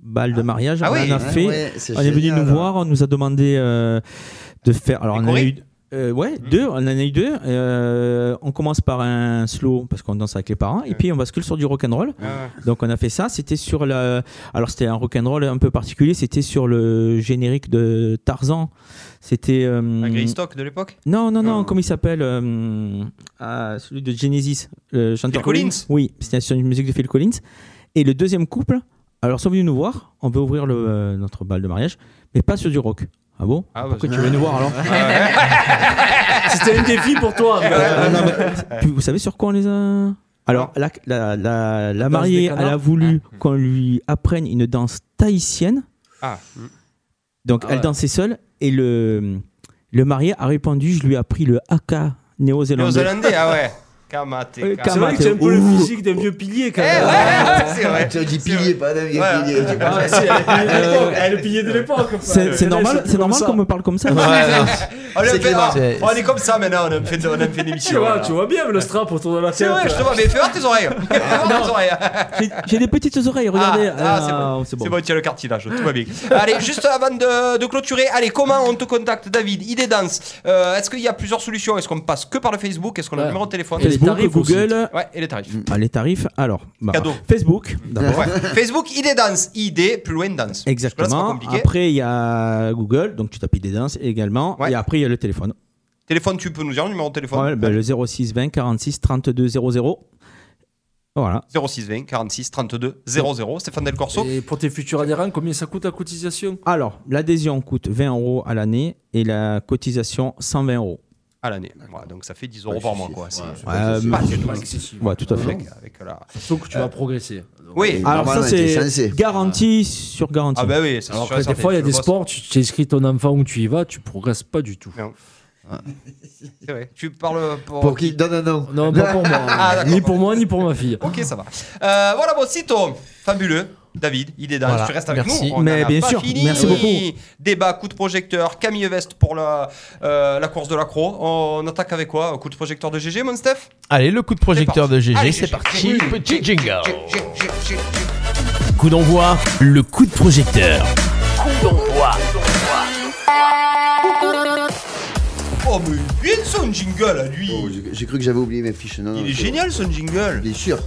balles de mariage. Ah on oui, en a Ouais, fait. ouais, c'est on est venu génial. nous voir, on nous a demandé euh, de faire. Alors, Les on Hmm. en a chorés eu. euh, ouais, deux, on en a eu deux. Euh, on commence par un slow parce qu'on danse avec les parents, et puis on bascule sur du rock'n'roll. Ah Ouais. Donc on a fait ça. C'était sur la. Alors c'était un rock'n'roll un peu particulier. C'était sur le générique de Tarzan. C'était. euh, La Greystock de l'époque non, non, non, Non. comment il s'appelle euh, ah, Celui de Genesis, le chanteur. Phil Collins Oui, c'était sur une musique de Phil Collins. Et le deuxième couple, alors ils sont venus nous voir, on veut ouvrir le, euh, notre bal de mariage, mais pas sur du rock. Ah bon Ah, bah, Pourquoi tu veux nous voir alors C'était un défi pour toi. Ah, non, mais, tu- Vous savez sur quoi on les a Alors, la, la, la, la mariée, des elle canards a voulu qu'on lui apprenne une danse tahitienne. Ah. Donc Ah elle ouais. dansait seule et le, le marié a répondu je lui ai appris le haka néo-zélandais. Néo-zélandais, ah ouais. Kamate. Euh, C'est vrai Kamate. que c'est un peu le Ouh. pilier d'un vieux pilier quand Eh, même. ouais, c'est vrai. Tu as dit C'est pilier, vrai. pas d'un pilier. Ouais. tu vois. Ah, c'est- elle est le pilier de l'époque. C'est c'est normal, c'est normal qu'on me parle comme ça. Ouais, non. On est, C'est fait- clair. ah, on est comme ça maintenant, on a fait, on a fait une Tu émission. vois, voilà. tu vois bien le strap autour de la C'est tête. vrai, je te vois, mais fais voir tes oreilles. Fais voir tes oreilles. J'ai- J'ai des petites oreilles, regardez. Ah, ah, c'est Ah, bon. C'est bon, tu as le cartilage, tout va bien. allez, juste avant de, de clôturer, allez, comment on te contacte, David Idée Dance. Euh, Est-ce qu'il y a plusieurs solutions Est-ce qu'on passe que par le Facebook Est-ce qu'on a le Ouais. numéro de téléphone Et les Facebook, tarifs Google, Ouais, et les tarifs. ah, les tarifs. Alors, bah, Cadeau. Facebook, d'abord. Ouais. Facebook, Idée Dance. Idée, plus loin, Dance. Parce que là, c'est pas Exactement. compliqué. Après, il y a Google, donc tu tapes des danses également. Ouais. Et après, il y a le téléphone. Téléphone, tu peux nous dire le numéro de téléphone Ouais, ben, le 06 20 46 32 00. Voilà. 06 20 46 32 00. Stéphane Del Corso. Et pour tes futurs adhérents, combien ça coûte la cotisation Alors, l'adhésion coûte 20 euros à l'année et la cotisation 120 euros. à l'année. Voilà, donc ça fait 10 euros par mois. Quoi. C'est Ouais, pas mais- du tout excessif. Ouais, tout à fait. avec- avec euh, la- Surtout que tu vas progresser. Oui. Alors, ça, Normalement, t'es censé. c'est garantie sur garantie. Ah bah oui, c'est Alors sûr que et des certain, fois, il y a tu le des vois, sports, tu tu inscris ton enfant ou tu y vas, tu progresses pas du tout. Non. C'est vrai. Tu parles pour. Pour qui Non, non, non. Non, pas pour moi. Ah, d'accord. ni pour moi, ni pour ma fille. Ok, ça va. Euh, voilà, bon, sitôt. Fabuleux. David, il est dans. Voilà, Tu restes avec merci. nous. On Mais en a bien pas sûr, fini. merci beaucoup. Débat, coup de projecteur, Camille Veste pour la, euh, la course de l'accro. On attaque avec quoi Coup de projecteur de GG, mon Steph Allez, le coup de projecteur parti. de GG, Allez, c'est GG. parti. Petit jingle. Coup d'envoi, le coup de projecteur. Oh, mais il son jingle à lui. Oh, j'ai- J'ai cru que j'avais oublié mes fiches. Non, non, il est c'est génial son jingle. bon. Il est sûr.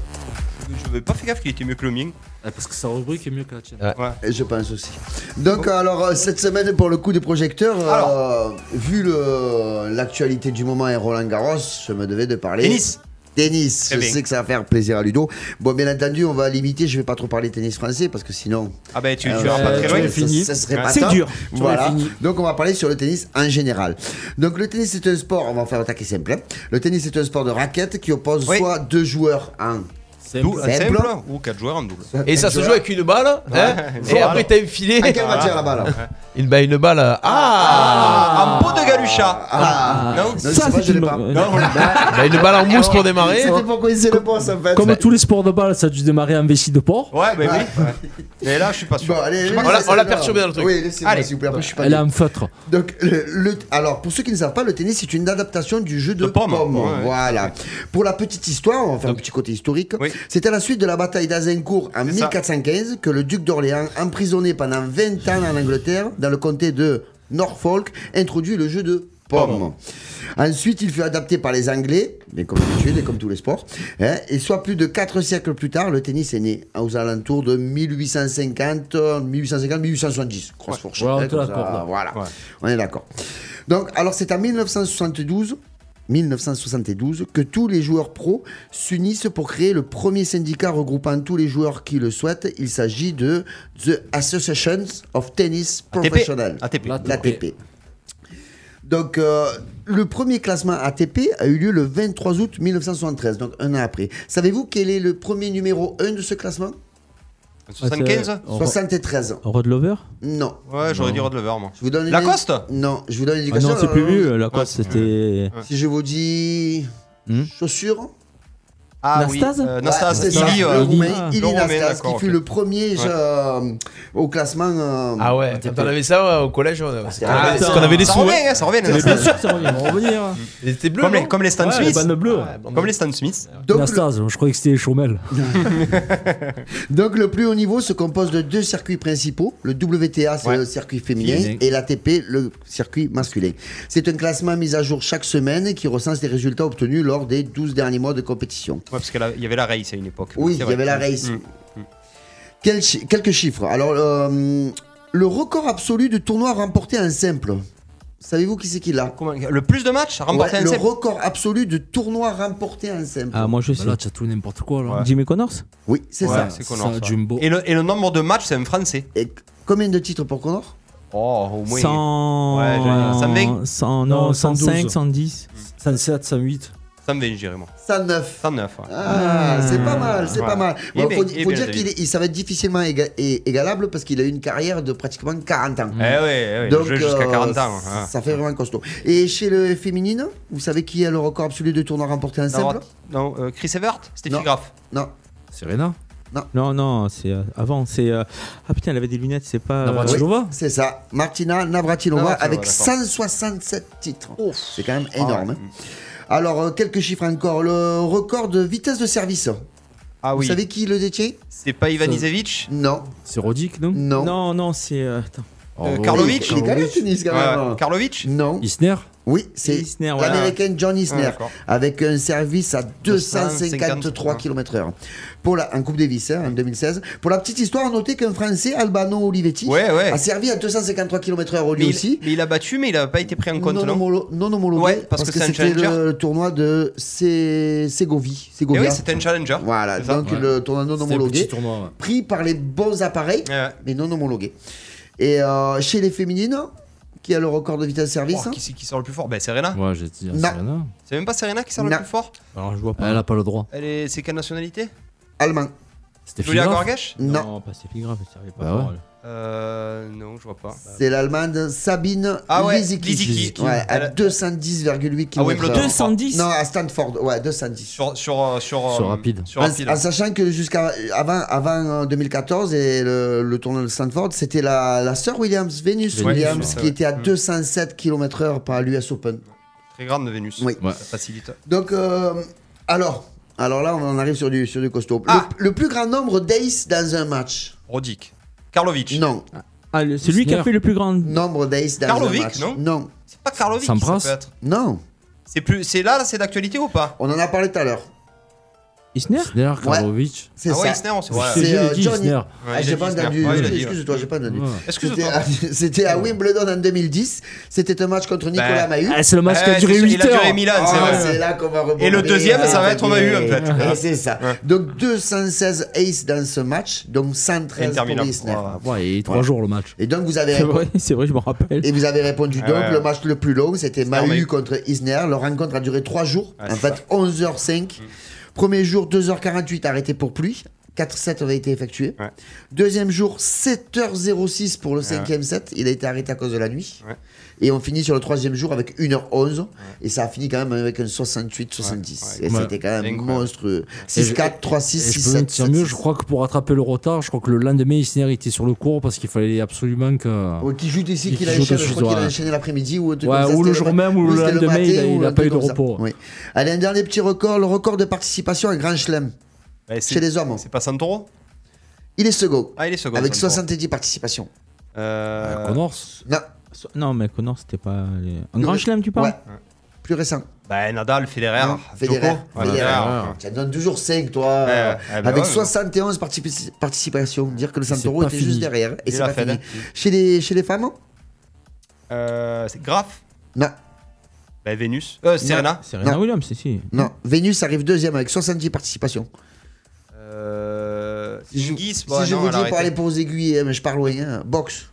Je n'avais pas fait gaffe qu'il était mieux que le mien. Ah, parce que sa rubrique est mieux que la tienne. Et Je pense aussi. Donc alors euh, cette semaine pour le coup des projecteurs, euh, vu le- euh, l'actualité du moment et Roland Garros, je me devais de parler. Tennis. Tennis. Très Je bien. sais que ça va faire plaisir à Ludo. Bon bien entendu on va limiter, je vais pas trop parler tennis français parce que sinon Ah, ben tu euh, tu vas pas ouais, très tu loin. l'as ça- fini. ça serait Ouais. pas C'est top. dur. Tu l'as Voilà. fini. Donc on va parler sur le tennis en général. Donc le tennis c'est un sport, on va faire attaquer simple. hein. Le tennis c'est un sport de raquette qui oppose Oui. soit deux joueurs en Dou- un Simple. simple ou quatre joueurs en double. Et ça se joue avec une balle, hein, une et balle. après t'as une Ah, filée. À quelle matière la balle Une, bah, une balle. euh, Ah, Ah, en pot de galucha. Ah. Non, Non Ça, c'est pas, c'est je l'ai une- pas. euh, Bah, Une balle en mousse pour démarrer. C'était pour coincer le boss en fait. Comme tous les sports de balle, ça a dû démarrer en vessie de porc. Ouais, ben Ah. oui. ouais. Mais là, je suis pas sûr. Bon, allez, Je sais pas laissez- on l'a- on l'a non. perturbé dans le truc. hein. Oui, laissez-moi Allez. s'il vous plaît, après je suis pas Elle est bien. en feutre. Donc, le, le- alors, pour ceux qui ne savent pas, le tennis, c'est une adaptation du jeu de, De pommes. Ouais, ouais. Voilà. Pour la petite histoire, on va faire un petit côté historique. Oui. C'est à la suite de la bataille d'Azincourt en C'est ça. 1415 que le duc d'Orléans, emprisonné pendant 20 ans en Angleterre, dans le comté de Norfolk, introduit le jeu de pommes. Ensuite, il fut adapté par les Anglais, mais comme d'habitude et comme tous les sports. hein, et soit plus de 4 siècles plus tard, le tennis est né aux alentours de 1850, 1850-1870. Grosse fourchette, Ouais, on hein, te comme ça, l'accorde. voilà, on est d'accord. Donc, alors c'est en 1972, 1972 que tous les joueurs pros s'unissent pour créer le premier syndicat regroupant tous les joueurs qui le souhaitent. Il s'agit de The Association of Tennis Professional, ATP. l'ATP. Donc, euh, le premier classement ATP a eu lieu le 23 août 1973, donc un an après. Savez-vous quel est le premier numéro 1 de ce classement 75 Oh. 73. Euh, Rod Lover Non. Ouais, j'aurais dit Rod Lever, moi. Je vous donne une- Lacoste Non, je vous donne une Ah indication. non, c'est plus euh, vu. La Corse, c'était. Si je vous dis Hmm. chaussures, Ah Nastase oui. euh, Nastase, Ouais, c'est Ili, ça, euh, le Roumain, Ah. Ili le Roumain, Nastase, qui d'accord, fut ok. le premier Ouais. euh, au classement. euh, Ah ouais, quand on avait ça ouais, au collège, on- parce qu'on Ah, avait- parce attends. qu'on avait des Ça sous. revient, hein, ça revient. les Nastase. sûr, ça va revenir. hein. Ils étaient bleus. Comme non les, comme les Stan Ouais, les Smith. bandes bleues. Ouais, bon, Comme les Stan Smith. donc, le, Nastase, je croyais que c'était les Chaumel. donc le plus haut niveau se compose de deux circuits principaux, le WTA c'est Ouais. le circuit féminin Féminin. et l'ATP le circuit masculin. C'est un classement mis à jour chaque semaine qui recense les résultats obtenus lors des 12 derniers mois de compétition. Ouais, parce qu'il y avait la race à une époque. Oui, C'est il y vrai. avait la race. Mm. Quel chi- quelques chiffres. Alors, euh, le record absolu de tournoi remporté en simple. Savez-vous qui c'est qui l'a Comment- le plus de matchs remporté Ouais, un Le simple. record absolu de tournoi remporté en simple. Ah, moi je Bah sais. là, tu as tout n'importe quoi. Là. Jimmy Connors Oui, c'est Ouais, ça. c'est Connor. Ça, ça. Jumbo. Et le, et le nombre de matchs, c'est un français. Et combien de titres pour Connor Oh, au moins. 100. Ouais, j'allais dire 120. 100, Non, non, 112. 105, 110. 107, 108. Ça me vient, je dirais, moi. 109. 109. ouais. Ah, c'est pas mal, c'est Ouais. Eh ben, pas mal. Il est Bon, bien, faut, il est faut bien, dire David. qu'il est- il- ça va être difficilement éga- é- égalable parce qu'il a eu une carrière de pratiquement 40 ans. Eh ouais, eh ouais, il a joué jusqu'à euh, 40 ans. hein. ça fait vraiment costaud. Et chez le féminine, vous savez qui a le record absolu de tournois remporté en simple Non, euh, Chris Evert C'était Non. Graff. Non. Serena. Non, non, c'est euh, avant. C'est. euh, Ah putain, elle avait des lunettes, c'est pas. euh, oui. Navratilova. C'est ça, Martina Navratilova Navratilova, avec Ah, d'accord. Ah. 167 titres. C'est quand même énorme. hein. Alors, euh, quelques chiffres encore. Le record de vitesse de service. Ah Vous oui. savez qui le détient C'est pas Ivan Isevich Non, C'est Rodic, non non. Non, non, c'est. euh, Attends. Euh, Oh, Karlovic Il est calé au tennis quand même. hein. Ouais, Karlovic Ah, Non. Isner. Oui, c'est Isner, voilà. l'américaine John Ah, Isner d'accord. avec un service à 253 253 km/h pour la, en Coupe Davis hein, en 2016. Pour la petite histoire, notez qu'un Français, Albano Olivetti, Ouais, ouais. a servi à 253 km/h lui mais Ah, aussi. il, mais il a battu, mais il a pas été pris en compte, non, non, homolo- non homologué Ouais, parce parce, que que, c'est un c'était challenger. le, le tournoi de Sé- Ségovie. Eh Ségovia. oui, c'était un challenger. voilà, C'est ça. donc Ouais. le tournoi non C'était un petit homologué tournoi. ouais. pris par les bons appareils Ouais, ouais. mais non homologués. Et euh, chez les féminines, qui a le record de vitesse service Oh, qui c'est qui sort le plus fort Ben Serena. Ouais, j'ai dit à Non. Serena. C'est même pas Serena qui sort le Non. plus fort Alors je vois pas. Elle a pas le droit. Elle est... C'est quelle nationalité allemand. C'était Julia Figrave Gorgache hein, Non. pas Stéphie Grave, ça n'arrivait pas Bah ouais. parole. Euh. Non, je vois pas. C'est l'Allemande Sabine Ah ouais, Lisicki. Lisicki. Ouais, Elle à a- 210,8 km. Ah, Wimbledon. 210 Non, à Stanford, ouais, 210. Sur. Sur. euh, Sur, Sur euh, rapide. Sur En- rapide. En, sachant que jusqu'à avant, avant euh, 2014 et le, le tournoi de Stanford, c'était la, la sœur Williams, Venus Venus, Williams, ouais. qui était à Mm. 207 km/h par l'US Open. Très grande de Vénus. Oui. Ouais. Ça facilite. Donc, euh, alors, alors là, on en arrive sur du, sur du costaud. Le- Ah. Le, plus grand nombre d'aces dans un match. Rodic. Karlovic. Non, Ah, le- celui qui a Sinner. fait le plus grand. nombre d'aces dans Karlovic, un match. non non, C'est pas Karlovic. Ça Sampras. peut être. non. C'est plus. C'est là, là, c'est d'actualité ou pas On en a parlé tout à l'heure. Isner Isner, Karlovic. C'est Ah ouais, ça. Isner, on sait. Ouais. C'est Ouais. C'est, euh, dit, Johnny. Isner. Ouais, Ah, il j'ai a pas dit Isner. entendu. Ouais, il a dit, Excuse-toi, j'ai pas entendu. Ouais. C'était Excuse-toi. à, c'était à Wimbledon en 2010. C'était un match contre Nicolas Ben, Mahut. Ah, c'est le match qui a Ouais, duré c'est- 8 Il a duré heures. Milan, c'est Ah, vrai. c'est là qu'on va rebondir. Et le deuxième, ça va être Mahut, en fait. Et c'est ça. Ouais. Donc 216 aces dans ce match, donc 113 pour Interminable. Isner. Ouais. Ouais, et 3 jours le match. Et donc vous avez C'est vrai, c'est vrai, je m'en rappelle. et vous avez répondu Ah donc ouais. le match le plus long, c'était Mahut Mahut. contre Isner. Leur rencontre a duré 3 jours, Ah, en c'est Mm. fait 11h05. Premier jour 2h48 arrêté pour pluie. 4 sets avaient été effectués. Ouais. Deuxième jour 7h06 pour le cinquième set. Il a été arrêté à cause de la nuit. Ouais. Et on finit sur le troisième jour avec 1h11. Et ça a fini quand même avec un 68-70. Ouais, Et ouais. c'était quand même Incroyable. monstrueux. Et je- 6-4, 3-6, Et je peux 6-7. même te dire mieux, 7-6. je crois que pour rattraper le retard, je crois que le lendemain, Isner était sur le court parce qu'il fallait absolument que. Ouais, qui joue d'ici, Qui qu'il a joue enchaîné, de je suite, crois qu'il a ouais. enchaîné l'après-midi ou, un truc Ouais, comme ça, ou le c'était jour même, ou le c'était lendemain, matin, il a- ou il a un pas eu truc de comme ça. repos. Oui. Allez, un dernier petit record, le record de participation à Grand Chelem Bah, c'est- chez les hommes. C'est pas Santoro Il est second, Ah, il est second. avec Santoro. 70 participations. Euh, Connors. Non, So- Non, mais Connor, c'était pas. les- En grand chelem, tu parles ouais. Plus récent. Bah, Nadal, Federer, Non, Federer. Djoko. Ouais, Federer. Nadal. Tu en donnes toujours 5, toi. Ouais, euh, ouais, bah avec ouais, 71 partici- participations. Dire que le c'est Santoro pas était fini. juste derrière. Et Il c'est l'a pas fait, fini. hein. Chez les, chez les femmes Euh, c'est Graf, Non, bah, Vénus, euh, Serena, Serena Non. Williams, si, si. non. Vénus arrive deuxième avec 70 participations. euh, Si je- Hingis, si je vous dis pour aller pour aux aiguilles, hein, mais je parle loin, hein. boxe.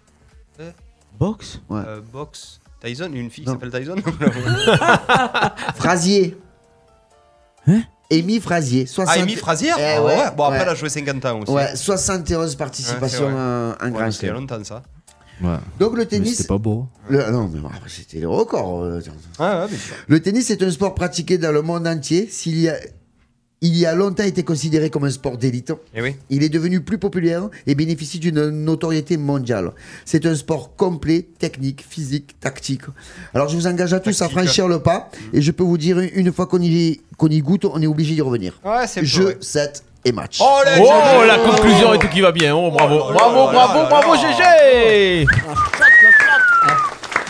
Box Euh, Box, Tyson, une fille qui Non. s'appelle Tyson Frasier. Hein Amy Frasier. 60... Ah, Amy Frazier Eh Ah ouais, ouais, Bon, après, ouais. elle a joué 50 ans aussi. Ouais, 71 participations Ouais, c'est vrai. euh, en Ouais, Grand c'était il y Chelem. a longtemps ça. Ouais. Donc le Mais tennis. c'était pas beau. le- ah Non, mais bon, après, c'était le record. euh, attends. Ouais, Ah, ouais, bien sûr. Le tennis est un sport pratiqué dans le monde entier. S'il y a. Il y a longtemps été considéré comme un sport d'élite. Et Eh oui. Il est devenu plus populaire et bénéficie d'une notoriété mondiale. C'est un sport complet, technique, physique, tactique. Alors je vous engage à tous à Tactique. franchir le pas et je peux vous dire une fois qu'on y, qu'on y goûte, on est obligé d'y revenir. Ouais, Ah, c'est Jeu, peu, ouais. set et match. Oh, là, Oh, là, la là, conclusion là, et tout qui va bien. Oh, bravo. Oh là là bravo, là bravo, là bravo, là. GG.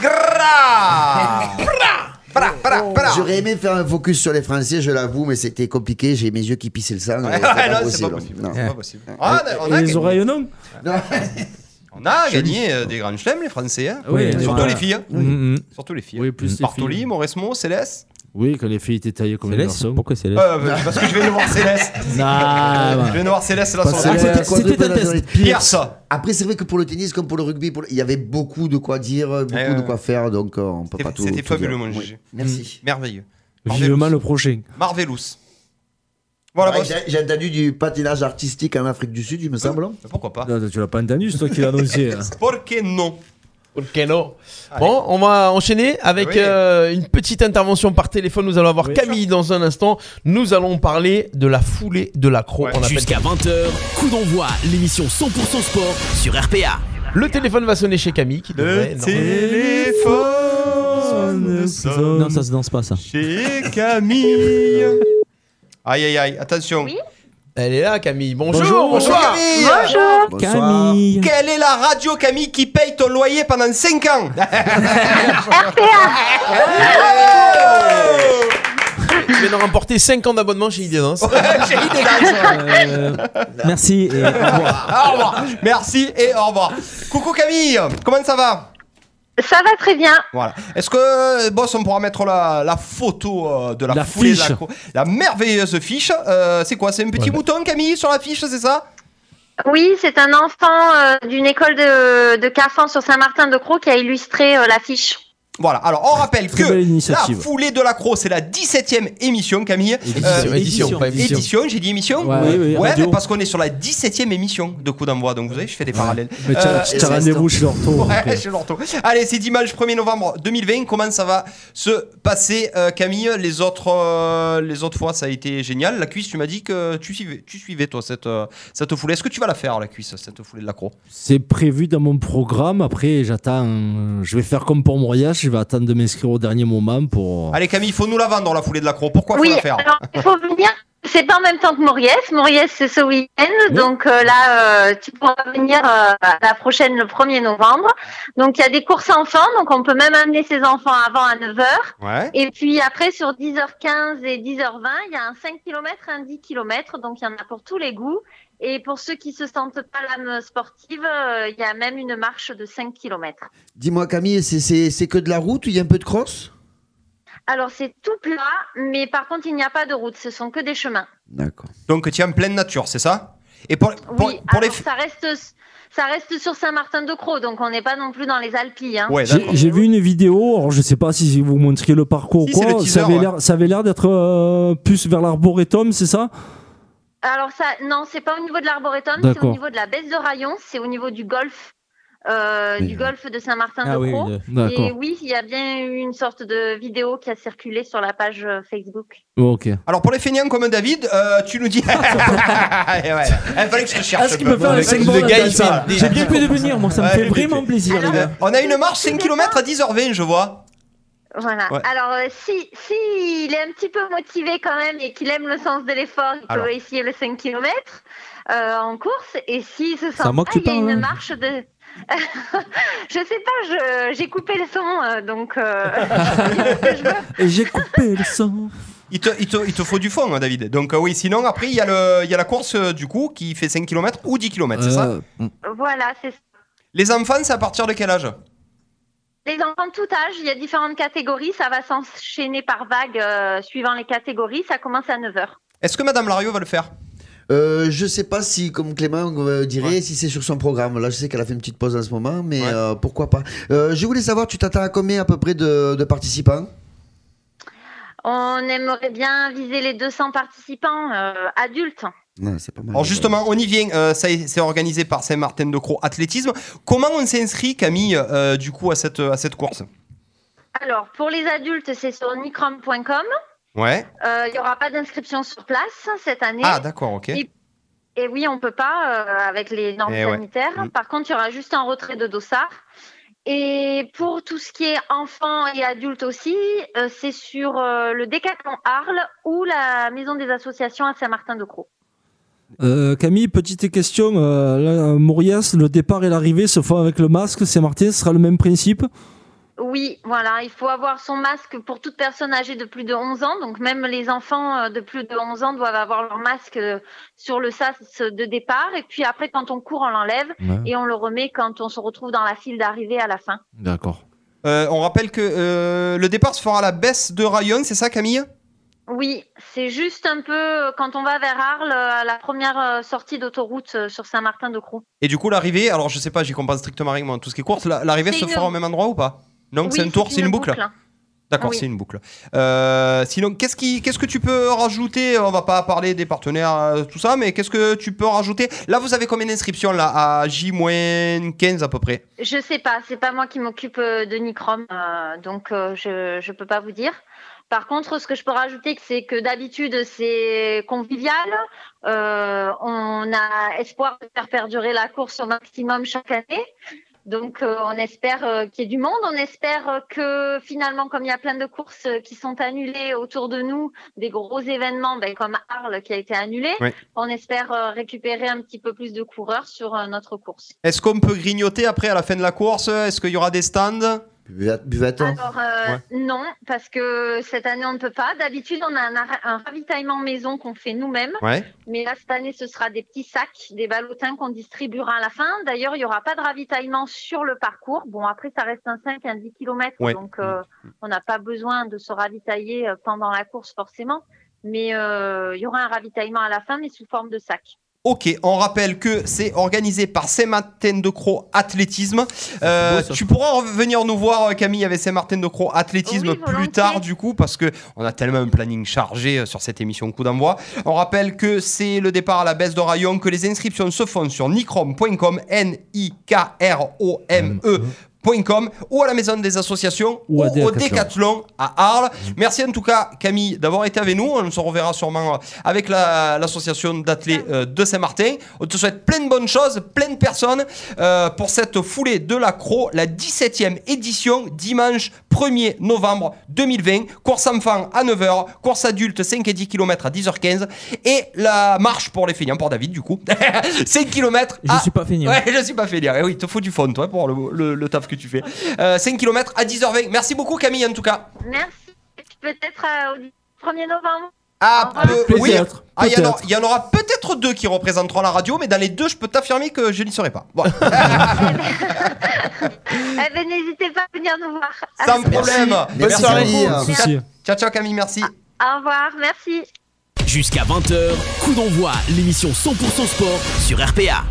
Gra Pra, pra, Oh, pra J'aurais aimé faire un focus sur les Français, je l'avoue, mais c'était compliqué. J'ai mes yeux qui pissaient le sang. et Ouais, c'était pas ouais, Ah, non, c'est possible. pas possible. Non. C'est pas possible. Ah, on a- on Et a les gagné. oreilles, non On a gagné euh, des grands chelems, les Français. hein. Oui, Ouais, Surtout ouais. les filles. hein. Mhm. Surtout les filles. hein. Oui, plus les Bartoli, filles. Mauresmo, Céleste. Oui, que les filles étaient taillées comme les Céleste garçons. Pourquoi Céleste Euh, bah, parce que je vais le voir Céleste. Ah, Je vais le voir Céleste là sur Céleste. la C'était c'était quadruple un test. nationalité. Pire ça. Après, c'est vrai que pour le tennis, comme pour le rugby, pour le- il y avait beaucoup de quoi dire, beaucoup ouais, de ouais. quoi faire, donc euh, on peut C'était- pas tout. tout c'était dire. fabuleux, mon Mm. Oui. Gigi. Merci. Merveilleux. Vivement le prochain. Marvelous. Voilà, Ouais, boss. Ah, Mm. j'ai- J'ai entendu du patinage artistique en Afrique du Sud, Bah, il me semble. Pourquoi pas Non, Tu l'as pas entendu, c'est toi qui l'as annoncé. hein. Pourquoi non Ok, non. Bon, on va enchaîner avec Ah Oui. euh, une petite intervention par téléphone. Nous allons avoir Camille dans un instant. Nous allons parler de la foulée de l'accro. Ouais. On appelle Jusqu'à 20h, coup d'envoi, l'émission 100% sport sur RPA. Le téléphone va sonner chez Camille. Qui devrait, Le non. téléphone Euh, sonne Non, ça se danse pas, ça. chez Camille. Aïe aïe aïe, attention. Oui. Elle est là, Camille. Bonjour. Bonjour. bonsoir. Bonsoir. Quelle est la radio Camille qui paye ton loyer pendant 5 ans Oh Tu viens de remporter 5 ans d'abonnement chez Idédance. J'ai eu des danses. Euh, merci et au revoir. Au revoir. Merci et au revoir. Coucou Camille, comment ça va Ça va très bien. Voilà. Est-ce que, boss, on pourra mettre la, la photo euh, de la, La foulée de fiche. la, cour- la merveilleuse fiche. Euh, c'est quoi C'est un petit bouton, Camille, sur la fiche, c'est ça Oui, c'est un enfant euh, d'une école de, de Carfan sur Saint-Martin-de-Croix qui a illustré euh, l'affiche. Voilà, alors on rappelle Très que belle la initiative. foulée de la croix, c'est la 17ème émission, Camille. Euh, Édition, édition, pas émission. Édition, j'ai dit émission Ouais, oui, oui, radio. mais parce qu'on est sur la 17ème émission de Coup d'envoi, donc vous voyez, je fais des parallèles. Mais Euh, t'as t'as rendez-vous chez l'ortho. Ouais, après. chez l'ortho. Ah, Allez, c'est dimanche 1er novembre 2020. Comment ça va se passer, euh, Camille Les autres, euh, les autres fois, ça a été génial. La cuisse, tu m'as dit que tu suivais, tu suivais toi, cette, euh, cette foulée. Est-ce que tu vas la faire, la cuisse, cette foulée de l'accro C'est prévu dans mon programme. Après, j'attends. euh, Je vais faire comme pour Moriage. Je vais attendre de m'inscrire au dernier moment pour. euh, Allez, Camille, il faut nous la vendre, la foulée de l'accro. Pourquoi oui, faut la faire alors il faut venir. C'est pas en même temps que Moriès. Moriès, c'est ce week-end. Donc euh, là, euh, tu pourras venir euh, à la prochaine, le 1er novembre. Donc il y a des courses enfants. Donc on peut même amener ses enfants avant à 9h. Ouais. Et puis après, sur 10h15 et 10h20, il y a un 5 km et un 10 km. Donc il y en a pour tous les goûts. Et pour ceux qui se sentent pas l'âme sportive, euh, il y a même une marche de 5 km. Dis-moi, Camille, c'est- c'est c'est que de la route ou il y a un peu de cross Alors c'est tout plat, mais par contre il n'y a pas de route, ce sont que des chemins. D'accord. Donc, tu es en pleine nature, c'est ça Et pour, pour, pour oui, alors les. ça reste ça reste sur Saint-Martin-de-Croix, donc on n'est pas non plus dans les Alpilles. Hein. Ouais, J'ai- d'accord. J'ai vu une vidéo, alors je sais pas si vous montriez le parcours Si, ou c'est le quoi, teaser, ça avait ouais. l'air- ça avait l'air d'être euh, plus vers l'arboretum, c'est ça Alors ça, non, c'est pas au niveau de l'arboretum, c'est au D'accord. niveau de la baisse de rayon, c'est au niveau du golfe, euh, Mais, du euh, golfe de Ah oui, Saint-Martin-de-Croix. oui, Et D'accord. oui, il y a bien eu une sorte de vidéo qui a circulé sur la page euh, Facebook. Ok. Alors, pour les feignants comme David, euh, tu nous dis. Eh ouais. Eh, fallait que je te cherche. Ah, ce un qui peu. peut faire Ouais. un cinq Le bornes, gars, t'as il ça. parle. Déjà bien de venir, moi ça me Ouais, fait écoutez. vraiment plaisir, les gars. On a une marche 5 km à 10h20, je vois. Voilà. Ouais. Alors euh, si si il est un petit peu motivé quand même et qu'il aime le sens de l'effort, il Alors. peut essayer le 5 km euh, en course. Et si se sent à moi que pas, tu il y a parles, une hein. marche de. je sais pas, je- j'ai coupé le son, euh, donc. euh, Et j'ai coupé le sang. Il te, il, te, il te faut du fond, hein, David. Donc, euh, oui, sinon, après, il y, a le- il y a la course, euh, du coup, qui fait 5 km ou 10 km, c'est ça Euh, voilà, c'est ça. Les enfants, c'est à partir de quel âge Les enfants de tout âge, il y a différentes catégories, ça va s'enchaîner par vagues euh, suivant les catégories, ça commence à 9h. Est-ce que Madame Lario va le faire Euh, je sais pas si, comme Clément euh, dirait, si c'est sur son programme. Là, je sais qu'elle a fait une petite pause en ce moment, mais Ouais. euh, pourquoi pas. Euh, je voulais savoir, tu t'attends à combien à peu près de, de participants On aimerait bien viser les 200 participants euh, adultes. Non, c'est pas mal. Alors, justement, on y vient. euh, ça y est, c'est organisé par Saint-Martin-de-Croix Athlétisme. Comment on s'inscrit, Camille, euh, du coup, à cette, à cette course Alors, pour les adultes, c'est sur nicrom.com. Ouais. Euh, Il n'y aura pas d'inscription sur place cette année. Ah, d'accord, ok. Et- Et oui, on ne peut pas euh, avec les normes Eh ouais. sanitaires. Mm. Par contre, il y aura juste un retrait de dossard. Et pour tout ce qui est enfants et adultes aussi, euh, c'est sur euh, le Décathlon Arles ou la Maison des Associations à Saint-Martin-de-Croix. euh, Camille, petite question. euh, là, euh, Maurias, le départ et l'arrivée se font avec le masque. Saint-Martin, ce sera le même principe Oui, voilà, il faut avoir son masque pour toute personne âgée de plus de 11 ans. Donc même les enfants euh, de plus de 11 ans doivent avoir leur masque euh, sur le sas de départ. Et puis après, quand on court, on l'enlève et on le remet quand on se retrouve dans la file d'arrivée à la fin. D'accord. Euh, on rappelle que euh, le départ se fera à la baisse de Rayon, c'est ça, Camille Oui, c'est juste un peu euh, quand on va vers Arles, euh, à la première euh, sortie d'autoroute euh, sur Saint-Martin-de-Croix. Et du coup, l'arrivée, alors je sais pas, j'y comprends strictement rien, moi, tout ce qui est course, la- l'arrivée C'est se une- fera au même endroit ou pas Non, c'est un tour, c'est une boucle. D'accord, Oui. c'est une boucle. Euh, sinon, qu'est-ce qui, qu'est-ce que tu peux rajouter On va pas parler des partenaires, euh, tout ça, mais qu'est-ce que tu peux rajouter Là, vous avez combien d'inscriptions là à J-15 à peu près Je sais pas, c'est pas moi qui m'occupe euh, de Nicrom, euh, donc euh, je je peux pas vous dire. Par contre, ce que je peux rajouter, que c'est que d'habitude c'est convivial. Euh, on a espoir de faire perdurer la course au maximum chaque année. Donc euh, on espère euh, qu'il y ait du monde, on espère euh, que finalement, comme il y a plein de courses euh, qui sont annulées autour de nous, des gros événements ben, comme Arles qui a été annulé, Ouais. on espère euh, récupérer un petit peu plus de coureurs sur euh, notre course. Est-ce qu'on peut grignoter après à la fin de la course Est-ce qu'il y aura des stands Buvez- Buvez-en. Alors euh, non, parce que cette année on ne peut pas. D'habitude on a un, arra- un ravitaillement maison qu'on fait nous-mêmes, Ouais. mais là cette année ce sera des petits sacs, des ballotins qu'on distribuera à la fin. D'ailleurs il n'y aura pas de ravitaillement sur le parcours. Bon après ça reste un 5, un 10 km, Ouais. donc euh, on n'a pas besoin de se ravitailler euh, pendant la course forcément. Mais euh, il y aura un ravitaillement à la fin, mais sous forme de sac. Ok, on rappelle que c'est organisé par Saint-Martin de Croix Athlétisme. Euh, tu pourras revenir nous voir, euh, Camille, avec Saint-Martin de Croix Athlétisme plus tard, du coup, parce que on a tellement un planning chargé euh, sur cette émission Coup d'envoi. On rappelle que c'est le départ à la baisse de rayon, que les inscriptions se font sur nicrom.com, N-I-K-R-O-M-E. E .com ou à la maison des associations Ou ou, à au Decathlon. Décathlon à Arles. Merci en tout cas Camille d'avoir été avec nous. On se reverra sûrement avec la- l'association d'athlètes euh, de Saint-Martin. On te souhaite plein de bonnes choses, plein de personnes euh, pour cette foulée de l'accro, la 17e édition dimanche 1er novembre 2020. Course enfant à 9h, course adulte 5 et 10 km à 10h15 et la marche pour les fainéants, pour David du coup. 5 km Je suis pas hein. fainéant. Ouais, je suis pas fainéant. Eh oui, il te faut du fond, toi, pour le, le- le taf que tu fais. Euh, 5 km à 10h20. Merci beaucoup, Camille, en tout cas. Merci. Peut-être euh, au 1er novembre. Ah, Au revoir. peu- oui. Peut-être, Ah, il y en aura- peut-être. il y, en aura peut-être deux qui représenteront la radio, mais dans les deux, je peux t'affirmer que je n'y serai pas. Voilà. ben, Eh ben, n'hésitez pas à venir nous voir. Sans problème. Merci, Camille. Pas de souci. Ciao, ciao, Camille, merci. Au revoir, merci. Jusqu'à 20h, coup d'envoi, l'émission 100% sport sur RPA.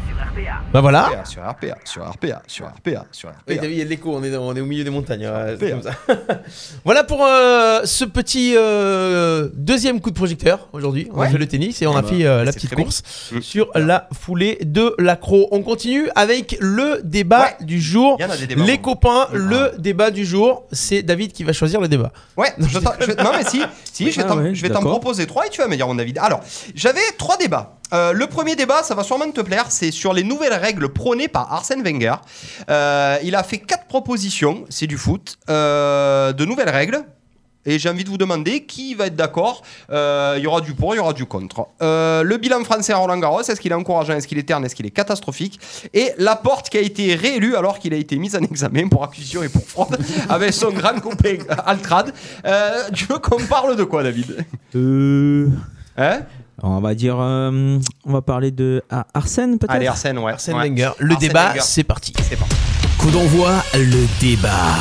Bah voilà. Ah. Sur RPA, sur RPA, sur RPA, sur RPA. Oui, t'as vu, il y a de l'écho, on est, dans- on est au milieu des montagnes. ouais, c'est comme ça. voilà pour euh, ce petit euh, deuxième coup de projecteur aujourd'hui. On a Ouais. fait le tennis et on Ah a bah, fait euh, la c'est petite très bien. course Mm. sur la foulée de l'accro. On continue avec le débat du jour. Il y en a des débats, Les bon. copains, le débat du jour, c'est David qui va choisir le débat. Ouais, je t'en- je- non mais si, si je vais Ah t'en ouais, je vais t'en d'accord. proposer trois et tu vas me dire mon avis. Alors, j'avais trois débats. Euh, le premier débat, ça va sûrement te plaire, c'est sur les nouvelles règles prônées par Arsène Wenger. Euh, il a fait quatre propositions, c'est du foot, euh, de nouvelles règles. Et j'ai envie de vous demander qui va être d'accord. Euh, Il y aura du pour, il y aroil du contre. Euh, le bilan français à Roland Garros, est-ce qu'il est encourageant, est-ce qu'il est terne, est-ce qu'il est catastrophique Et Laporte qui a été réélu alors qu'il a été mis en examen pour accusation et pour fraude avec son grand copain Altrad. Euh, tu veux qu'on parle de quoi, David Euh, Hein on va dire, euh, on va parler de ah, Arsène peut-être. Allez, Arsène, ouais. Ouais. Arsène Wenger. parti. C'est parti. Coup d'envoi, le débat.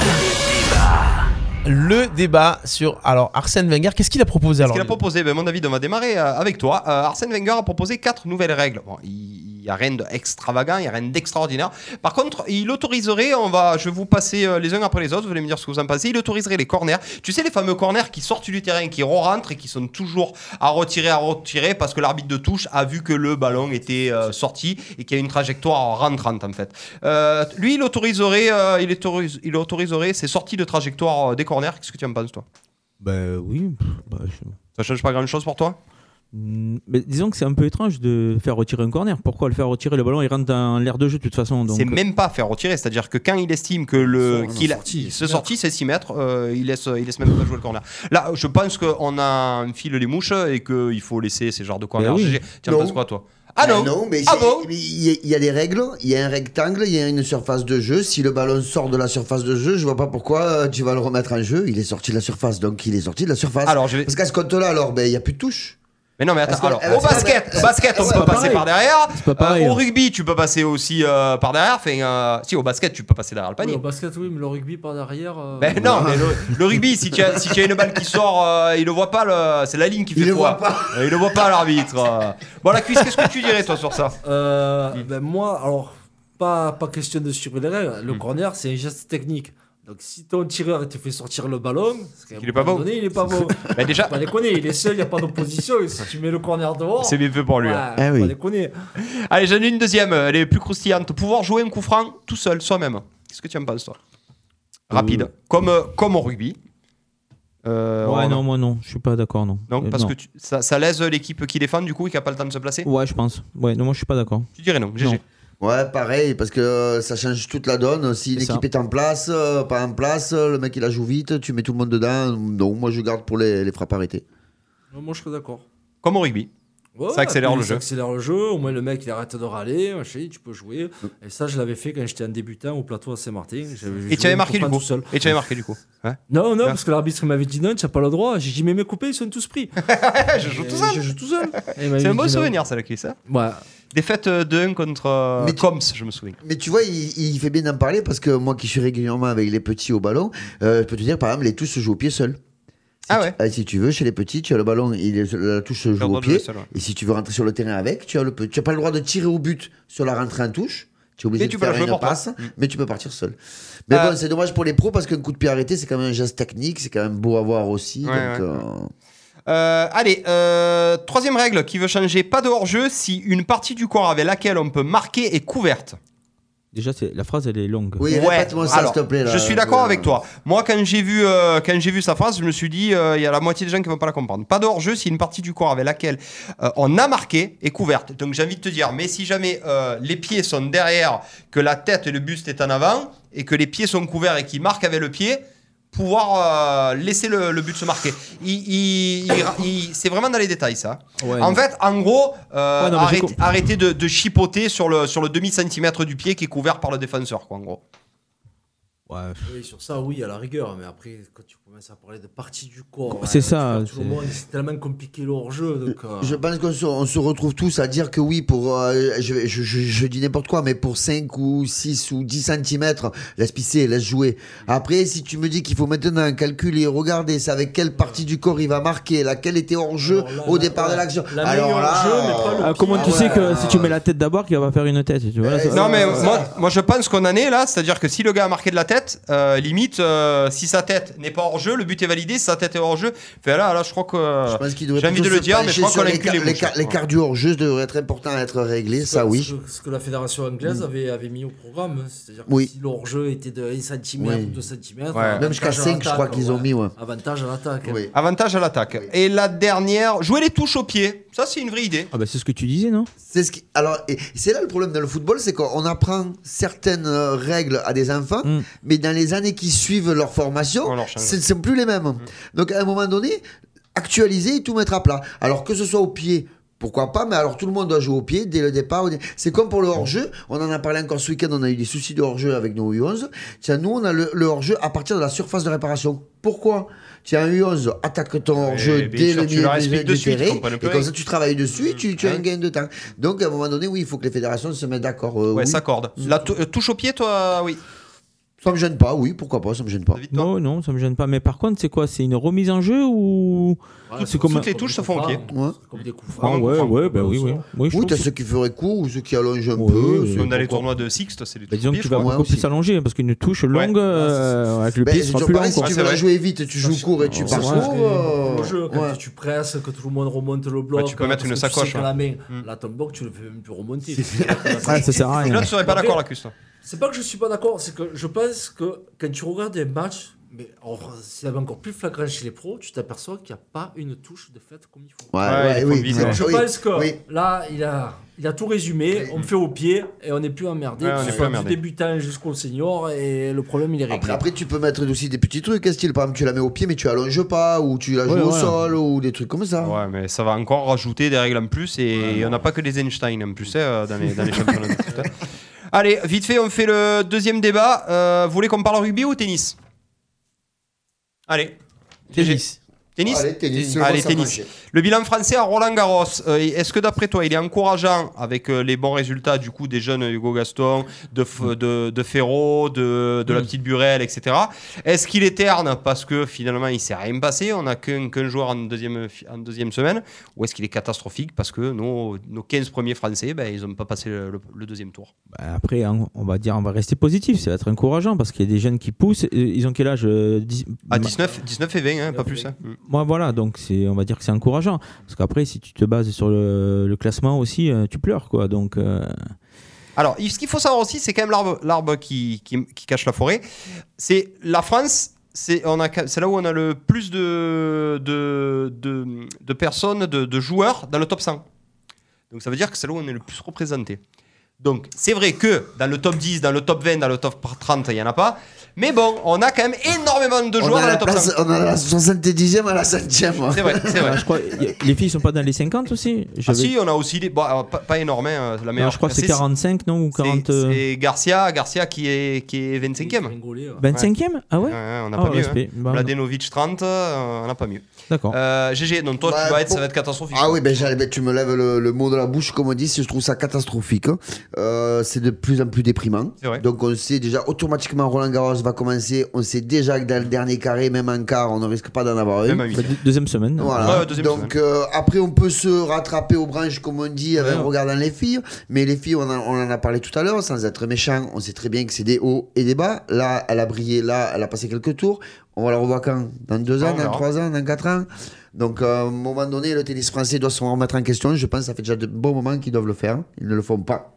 Le débat sur alors Arsène Wenger, qu'est-ce qu'il a proposé Ce alors qu'il a proposé, ben, mon David, on va démarrer euh, avec toi. Euh, Arsène Wenger a proposé quatre nouvelles règles. Bon, il n'y a rien d'extravagant, il n'y a rien d'extraordinaire. Par contre, il autoriserait, on va, je vais vous passer euh, les uns après les autres, vous allez me dire ce que vous en pensez, il autoriserait les corners. Tu sais, les fameux corners qui sortent du terrain, qui re-rentrent et qui sont toujours à retirer, à retirer, parce que l'arbitre de touche a vu que le ballon était euh, sorti et qu'il y a une trajectoire rentrante, en fait. Euh, lui, il autoriserait, euh, il, autorise- il autoriserait ces sorties de trajectoire euh, des corners. Qu'est-ce que tu en penses, toi Bah oui. pff, bah, je- Ça change pas grand-chose pour toi Mm, Mais disons que c'est un peu étrange de faire retirer un corner. Pourquoi le faire retirer le ballon Il rentre dans l'air de jeu de toute façon. Donc... euh, C'est même pas faire retirer, c'est-à-dire que quand il estime que le qu'il a- il se sorti c'est 6 mètres, euh, il laisse il laisse même pas jouer le corner. Là, je pense qu'on a un fil les mouches et qu'il faut laisser ces genres de corners. oui. GG. Tiens, Non. pense quoi toi Ah non, Ben mais Ah c'est- mais il y, a- il y a des règles, il y a un rectangle, il y a une surface de jeu. Si le ballon sort de la surface de jeu, je vois pas pourquoi euh, tu vas le remettre en jeu. Il est sorti de la surface, donc il est sorti de la surface. Alors, je vais- Parce qu'à ce compte-là, alors, ben, il n'y a plus de touche. Mais non, mais Parce attends, que- alors, euh, au c'est pas basket, vrai. au basket, on C'est peut pas passer pareil. par derrière. pas Euh, pareil, au hein. rugby, tu peux passer aussi euh, par derrière. Enfin, euh, si, au basket, tu peux passer derrière le panier. au basket, oui, mais le rugby par derrière. euh, Ben non, mais le, le rugby, si tu as, si tu as une balle qui sort, euh, il le voit pas, le- c'est la ligne qui fait il voit pas. Il le voit pas, l'arbitre. euh. Bon, la cuisse, qu'est-ce que tu dirais, toi, sur ça Euh, ben moi, alors, pas, pas question de suivre les règles. Le corner, c'est un geste technique. Donc, si ton tireur te fait sortir le ballon, c'est qu'à un Il est pas moment bon. donné, il est pas bon. Bah, déjà- Faut pas déconner, il est seul, il n'y a pas d'opposition. Et si tu mets le corner dehors. C'est bien fait pour lui, ouais, hein. faut Eh pas oui. déconner. Allez, j'en ai une deuxième, euh, elle est plus croustillante. Pouvoir jouer un coup franc tout seul, soi-même. Qu'est-ce que tu en penses, toi Rapide. Euh. Comme, euh, comme au rugby. Euh, ouais, on- non, moi non, je suis pas d'accord, non. Non, Euh, parce que tu- ça, ça lèse l'équipe qui défend, du coup, et qui a pas le temps de se placer Ouais, je pense. Ouais, non, moi je suis pas d'accord. Tu dirais non, GG. Ouais, pareil, parce que euh, ça change toute la donne. Si C'est l'équipe est en place, euh, pas en place, euh, le mec il la joue vite, tu mets tout le monde dedans. Donc, moi je garde pour les, les frappes arrêtées. Non, Moi, je serais d'accord. Comme au rugby. Ouais, ça accélère puis le ça jeu. accélère le jeu. Au moins, le mec, il arrête de râler. machin, tu peux jouer. Et ça, je l'avais fait quand j'étais un débutant au plateau à Saint-Martin. J'avais joué Et tu avais mon marqué du copain coup. tout seul. Et tu avais marqué du coup. Hein Non, non, parce que l'arbitre il m'avait dit non, tu n'as pas le droit. J'ai dit, mais mes coupés, ils sont tous pris. je joue tout Et seul. Je joue tout seul. Et il m'avait C'est un dit beau non. souvenir, ça, la cuisse. hein Ouais. Défaite euh, de 1 contre euh, Mais Coms, je me souviens. Mais tu vois, il, il fait bien d'en parler parce que moi qui suis régulièrement avec les petits au ballon, euh, je peux te dire par exemple, les tous se jouent au pied seul. Ah ouais Ah, si tu veux, chez les petits, tu as le ballon, il est- la touche se joue droit au de pied. jouer seul, ouais. Et si tu veux rentrer sur le terrain avec, tu as le pe- tu as pas le droit de tirer au but sur la rentrée en touche. Tu es obligé Mais de tu peux la faire jouer une pour toi. Mm. passe, mais tu peux partir seul. Mais Euh, bon, c'est dommage pour les pros parce qu'un coup de pied arrêté, c'est quand même un geste technique, c'est quand même beau à voir aussi. Ouais, donc, ouais. euh, Euh, allez, euh, troisième règle qui veut changer pas de hors-jeu si une partie du corps avec laquelle on peut marquer est couverte. Déjà, c'est- la phrase, elle est longue. Oui, répète-moi ça, alors, s'il te plaît, là. je suis d'accord Euh, avec toi. Moi, quand j'ai vu, euh, quand j'ai vu sa phrase, je me suis dit, euh, il y a la moitié des gens qui vont pas la comprendre. Pas de hors-jeu si une partie du corps avec laquelle euh, on a marqué est couverte. Donc, j'ai envie de te dire, mais si jamais euh, les pieds sont derrière, que la tête et le buste est en avant, et que les pieds sont couverts et qu'ils marquent avec le pied, pouvoir euh, laisser le, le but se marquer. Il- il- il- il- c'est vraiment dans les détails, ça. Ouais, en mais- fait, en gros, euh, Ouais, non, mais j'ai arrêtez, compris. arrêtez de, de chipoter sur le, sur le demi-centimètre du pied qui est couvert par le défenseur, quoi, en gros. Ouais. Oui, sur ça, oui, à la rigueur, mais après, quand tu commences à parler de partie du corps, C'est ouais, ça, tu perds tout le c'est- monde, c'est tellement compliqué le hors-jeu. donc, Ah. euh, Je pense qu'on se, on se retrouve tous à dire que oui, pour, euh, je, je- je- je dis n'importe quoi, mais pour 5 ou 6 ou 10 cm, laisse pisser, laisse jouer. Après, si tu me dis qu'il faut maintenant calculer, regarder, c'est avec quelle partie du corps il va marquer, laquelle était hors jeu au départ de l'action. la Alors meilleure là, jeu, mais pas le Ah, pire. comment tu sais que si tu mets la tête d'abord, qu'il va faire une tête tu vois, là, ça- Non mais ça- moi, moi, je pense qu'on en est là, c'est-à-dire que si le gars a marqué de la tête, euh, limite euh, si sa tête n'est pas hors jeu, le but est validé, si sa tête est hors jeu, fait ah là là je crois que je pense qu'il devrait j'ai envie de plutôt le se dire mais pencher je crois qu'on sur a les, inclus les les, mouches. les quarts du hors jeu devrait être important à être réglé, ça ce oui. Mm. que- Ce que la fédération anglaise avait, avait mis au programme, hein, c'est-à-dire Oui. que si le hors-jeu était de 1 cm Oui. ou 2 cm, Ouais. Même jusqu'à 5, je crois qu'ils ont mis, ouais. Avantage à l'attaque. hein. Oui. Avantage à l'attaque. Et la dernière, jouer les touches au pied, ça c'est une vraie idée. Ah bah c'est ce que tu disais, non C'est ce qui... Alors, et c'est là le problème dans le football, c'est qu'on apprend certaines euh, règles à des enfants, Mm. mais dans les années qui suivent leur formation, On leur Mm. change. ce ne sont plus les mêmes. Donc, à un moment donné, actualiser et tout mettre à plat. Alors, que ce soit au pied, pourquoi pas, mais alors tout le monde doit jouer au pied dès le départ. au dé- C'est comme pour le hors-jeu, on en a parlé encore ce week-end, on a eu des soucis de hors-jeu avec nos U11. Tiens, nous, on a le, le hors-jeu à partir de la surface de réparation. Pourquoi Tiens, U11, attaque ton hors-jeu Eh bien dès sûr, le tu milieu leur expliques du de suite, ils terrain, comprennent et plus comme rien. ça, tu travailles dessus, tu, tu as Ouais. un gain de temps. Donc, à un moment donné, oui, il faut que les fédérations se mettent d'accord. euh, Ouais, oui. ça s'accorde. La tou- euh, touche au pied toi oui. Ça me gêne pas, oui, pourquoi pas, ça me gêne pas. David, toi Non, non, ça me gêne pas. Mais par contre, c'est quoi C'est une remise en jeu ou Ouais, c'est comme un- toutes les touches se font au pied. Ouais. C'est Comme des coups francs. Ah ouais, ouais, bah oui, oui. Oui, je Oui, trouve t'as que- ceux qui feraient court ou ceux qui allongent un Ouais, peu. ouais. ceux- On a les pourquoi tournois de Sixte, c'est les Bah, touches disons au que pied. tu je vas crois. crois, beaucoup ouais, plus s'allonger parce qu'une touche longue euh, avec le Ben, pied c'est sera toujours plus long. pareil, si quoi. tu C'est veux la vrai. jouer vite, tu joues court et tu Ouais, pars c'est Parce court, que court. le euh, jeu, quand ouais. tu presses, que tout le monde remonte le bloc, Bah, tu peux mettre parce une que sacoche, Tu sais qu'à hein. la main, Mm. la tombe bloc, tu le fais même plus remonter. Ah, ça sert à Là rien. tu serais pas d'accord hein. là Custon. C'est pas que je suis pas d'accord, c'est que je pense que quand tu regardes des matchs, mais alors, c'est encore plus flagrant chez les pros, tu t'aperçois qu'il n'y a pas une touche de fait comme il faut. Ouais, Ouais, ouais, il faut oui. viser. ouais. Je Oui, pense que oui. là, il a, il a tout résumé, on fait au pied et on n'est plus emmerdé, Ouais, on que ce n'est plus soit emmerdé. du débutant jusqu'au senior et le problème il est réglé. Après, après, tu peux mettre aussi des petits trucs, hein, style par exemple, tu la mets au pied, mais tu allonges pas, ou tu la joues Ouais, au voilà. sol, ou des trucs comme ça. Ouais, mais ça va encore rajouter des règles en plus et on n'a pas que des Einstein en plus hein, euh, dans les, dans les championnats. de foot, hein. Allez, vite fait, on fait le deuxième débat. Euh, vous voulez qu'on parle rugby ou tennis Allez. Tennis. Tennis Allez, tennis. Allez, tennis. Le bilan français à Roland Garros, euh, est-ce que d'après toi, il est encourageant avec euh, les bons résultats du coup des jeunes euh, Hugo Gaston, de, F- de, de Ferro, de, de la petite Burel, etc. Est-ce qu'il est terne parce que finalement il s'est rien passé, on n'a qu'un qu'un joueur en deuxième, fi- en deuxième semaine, ou est-ce qu'il est catastrophique parce que nos, nos 15 premiers Français, ben, ils n'ont pas passé le, le- le deuxième tour Bah, Après, hein, on va dire, on va rester positif. Ça va être encourageant parce qu'il y a des jeunes qui poussent. Euh, Ils ont quel âge euh, dix- À ma- 19, 19 Ah, et 20, hein, pas plus. hein. Mm. Moi, voilà. Donc, c'est, on va dire que c'est encourageant. Parce qu'après, si tu te bases sur le, le classement aussi, euh, tu pleures, quoi. Donc, euh, Alors, il- ce qu'il faut savoir aussi, c'est quand même l'arbre, l'arbre qui, qui- qui cache la forêt. C'est la France, c'est, on a, ca- c'est là où on a le plus de, de, de- de personnes, de, de joueurs dans le top 100. Donc ça veut dire que c'est là où on est le plus représenté. Donc c'est vrai que dans le top 10, dans le top 20, dans le top 30, il n'y en a pas. Mais bon, on a quand même énormément de On joueurs a, dans la le top place, 100. on a la 70e à la 5e. hein. C'est vrai, c'est vrai. je crois, y a- les filles sont pas dans les 50 aussi. Ah J'avais- si, on a aussi des... Bon, alors, pas, pas énorme, hein, la Non, meilleure je crois que c'est classée, 45, non Ou c'est- 40. euh, c'est Garcia, Garcia qui est, qui est 25e. Ringolé, ouais. 25e Ah ouais, Ouais, ouais, on n'a Ah, pas mieux. hein. respect. Bah, Mladenovic 30, euh, on n'a pas mieux. D'accord. Euh, GG, donc toi, Bah, tu vas être, pour- ça va être catastrophique. Ah oui, ben, j'allais- ben, tu me lèves le, le mot de la bouche, comme on dit, si je trouve ça catastrophique. hein. Euh, c'est de plus en plus déprimant. C'est vrai. Donc on sait déjà automatiquement Roland Garros va commencer. On sait déjà que dans le dernier carré, même en quart, on ne risque pas d'en avoir une. Bah, Deuxième semaine. Voilà. Donc euh, après, on peut se rattraper aux branches, comme on dit, avec Ouais. en regardant les filles. Mais les filles, on, en- on en a parlé tout à l'heure, sans être méchant, on sait très bien que c'est des hauts et des bas. Là, elle a brillé, là, elle a passé quelques tours. On va la revoir quand Dans deux Ah, ans, on dans verra. trois ans, dans quatre ans donc, euh, à un moment donné, le tennis français doit se remettre en question. Je pense que ça fait déjà de bons moments qu'ils doivent le faire. Ils ne le font pas.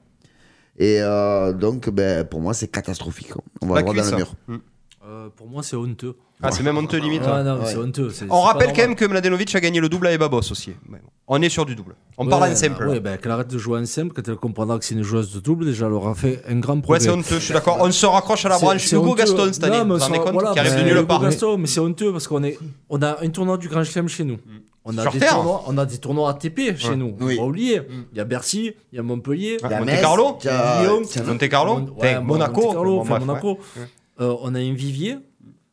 Et euh, donc, ben, pour moi, c'est catastrophique. On va La le voir dans cuisse. le mur. Euh, pour moi, c'est honteux. Ah, c'est même honteux limite. Ah, hein. non, mais c'est honteux. c'est- On c'est rappelle pas quand même que Mladenovic a gagné le double à Eba Boss aussi. Mais bon, On est sur du double. On Ouais, parle en bah, simple. ouais, bah, qu'elle arrête de jouer en simple, quand elle comprendra que c'est une joueuse de double, déjà, elle aura fait un grand Ouais, progrès. c'est honteux, je suis d'accord. On se raccroche à la C'est- branche c'est Hugo honteux. Gaston cette année. Non, mais Vous en ça- rendez compte voilà, Qui arrive de mais nulle Hugo part. Gaston, mais c'est honteux parce qu'on est, on a un tournoi du Grand Chelem chez nous. On Mm. a, Sur des Terre. tournois, on a des tournois ATP chez Ouais. Mm. nous. On va oublier. Il y a Bercy, il y a Montpellier, Ah, Il y a Monte Metz, Carlo, il y a- Lyon, il y a- Monte Carlo, Mon- t'es- ouais, Monaco, Monte Carlo, bon, enfin, bref, Monaco. ouais. Euh, on a un vivier.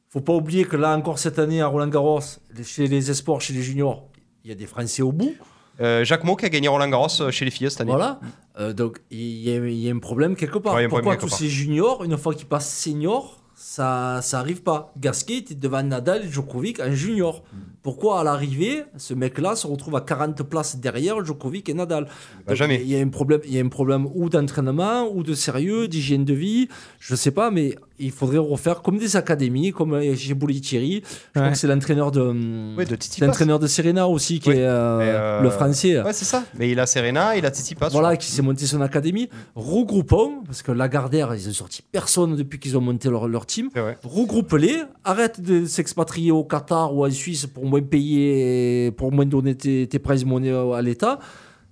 Faut pas oublier que là encore cette année à Roland Garros, chez les esports, chez les juniors, il y a des Français au bout. Euh, Jacques Mo qui a gagné Roland Garros euh, chez les filles cette année. Voilà. Euh, donc il y, a- il y a un problème quelque part. Ouais, il y a un Pourquoi problème quelque tous part. ces juniors, une fois qu'ils passent senior, ça ça arrive pas. Gasquet était devant Nadal et Djokovic en junior. Mm. Pourquoi à l'arrivée, ce mec-là se retrouve à 40 places derrière Djokovic et Nadal Bah, jamais. Euh, Il y a un problème, il y a un problème ou d'entraînement ou de sérieux, d'hygiène de vie, je sais pas, mais il faudrait refaire comme des académies, comme euh, chez Bouli Thierry. Je crois Ouais. que c'est l'entraîneur de hum, de Tsitsipas. l'entraîneur de Serena aussi qui est euh, Euh, le français. Ouais, c'est ça. Mais il a Serena, il a Tsitsipas. Voilà, qui s'est monté son académie. Regroupons, parce que Lagardère, ils ont sorti personne depuis qu'ils ont monté leur, leur team. Regroupe-les, arrête de s'expatrier au Qatar ou en Suisse pour moins payer, pour moins donner tes, tes prize money à l'État.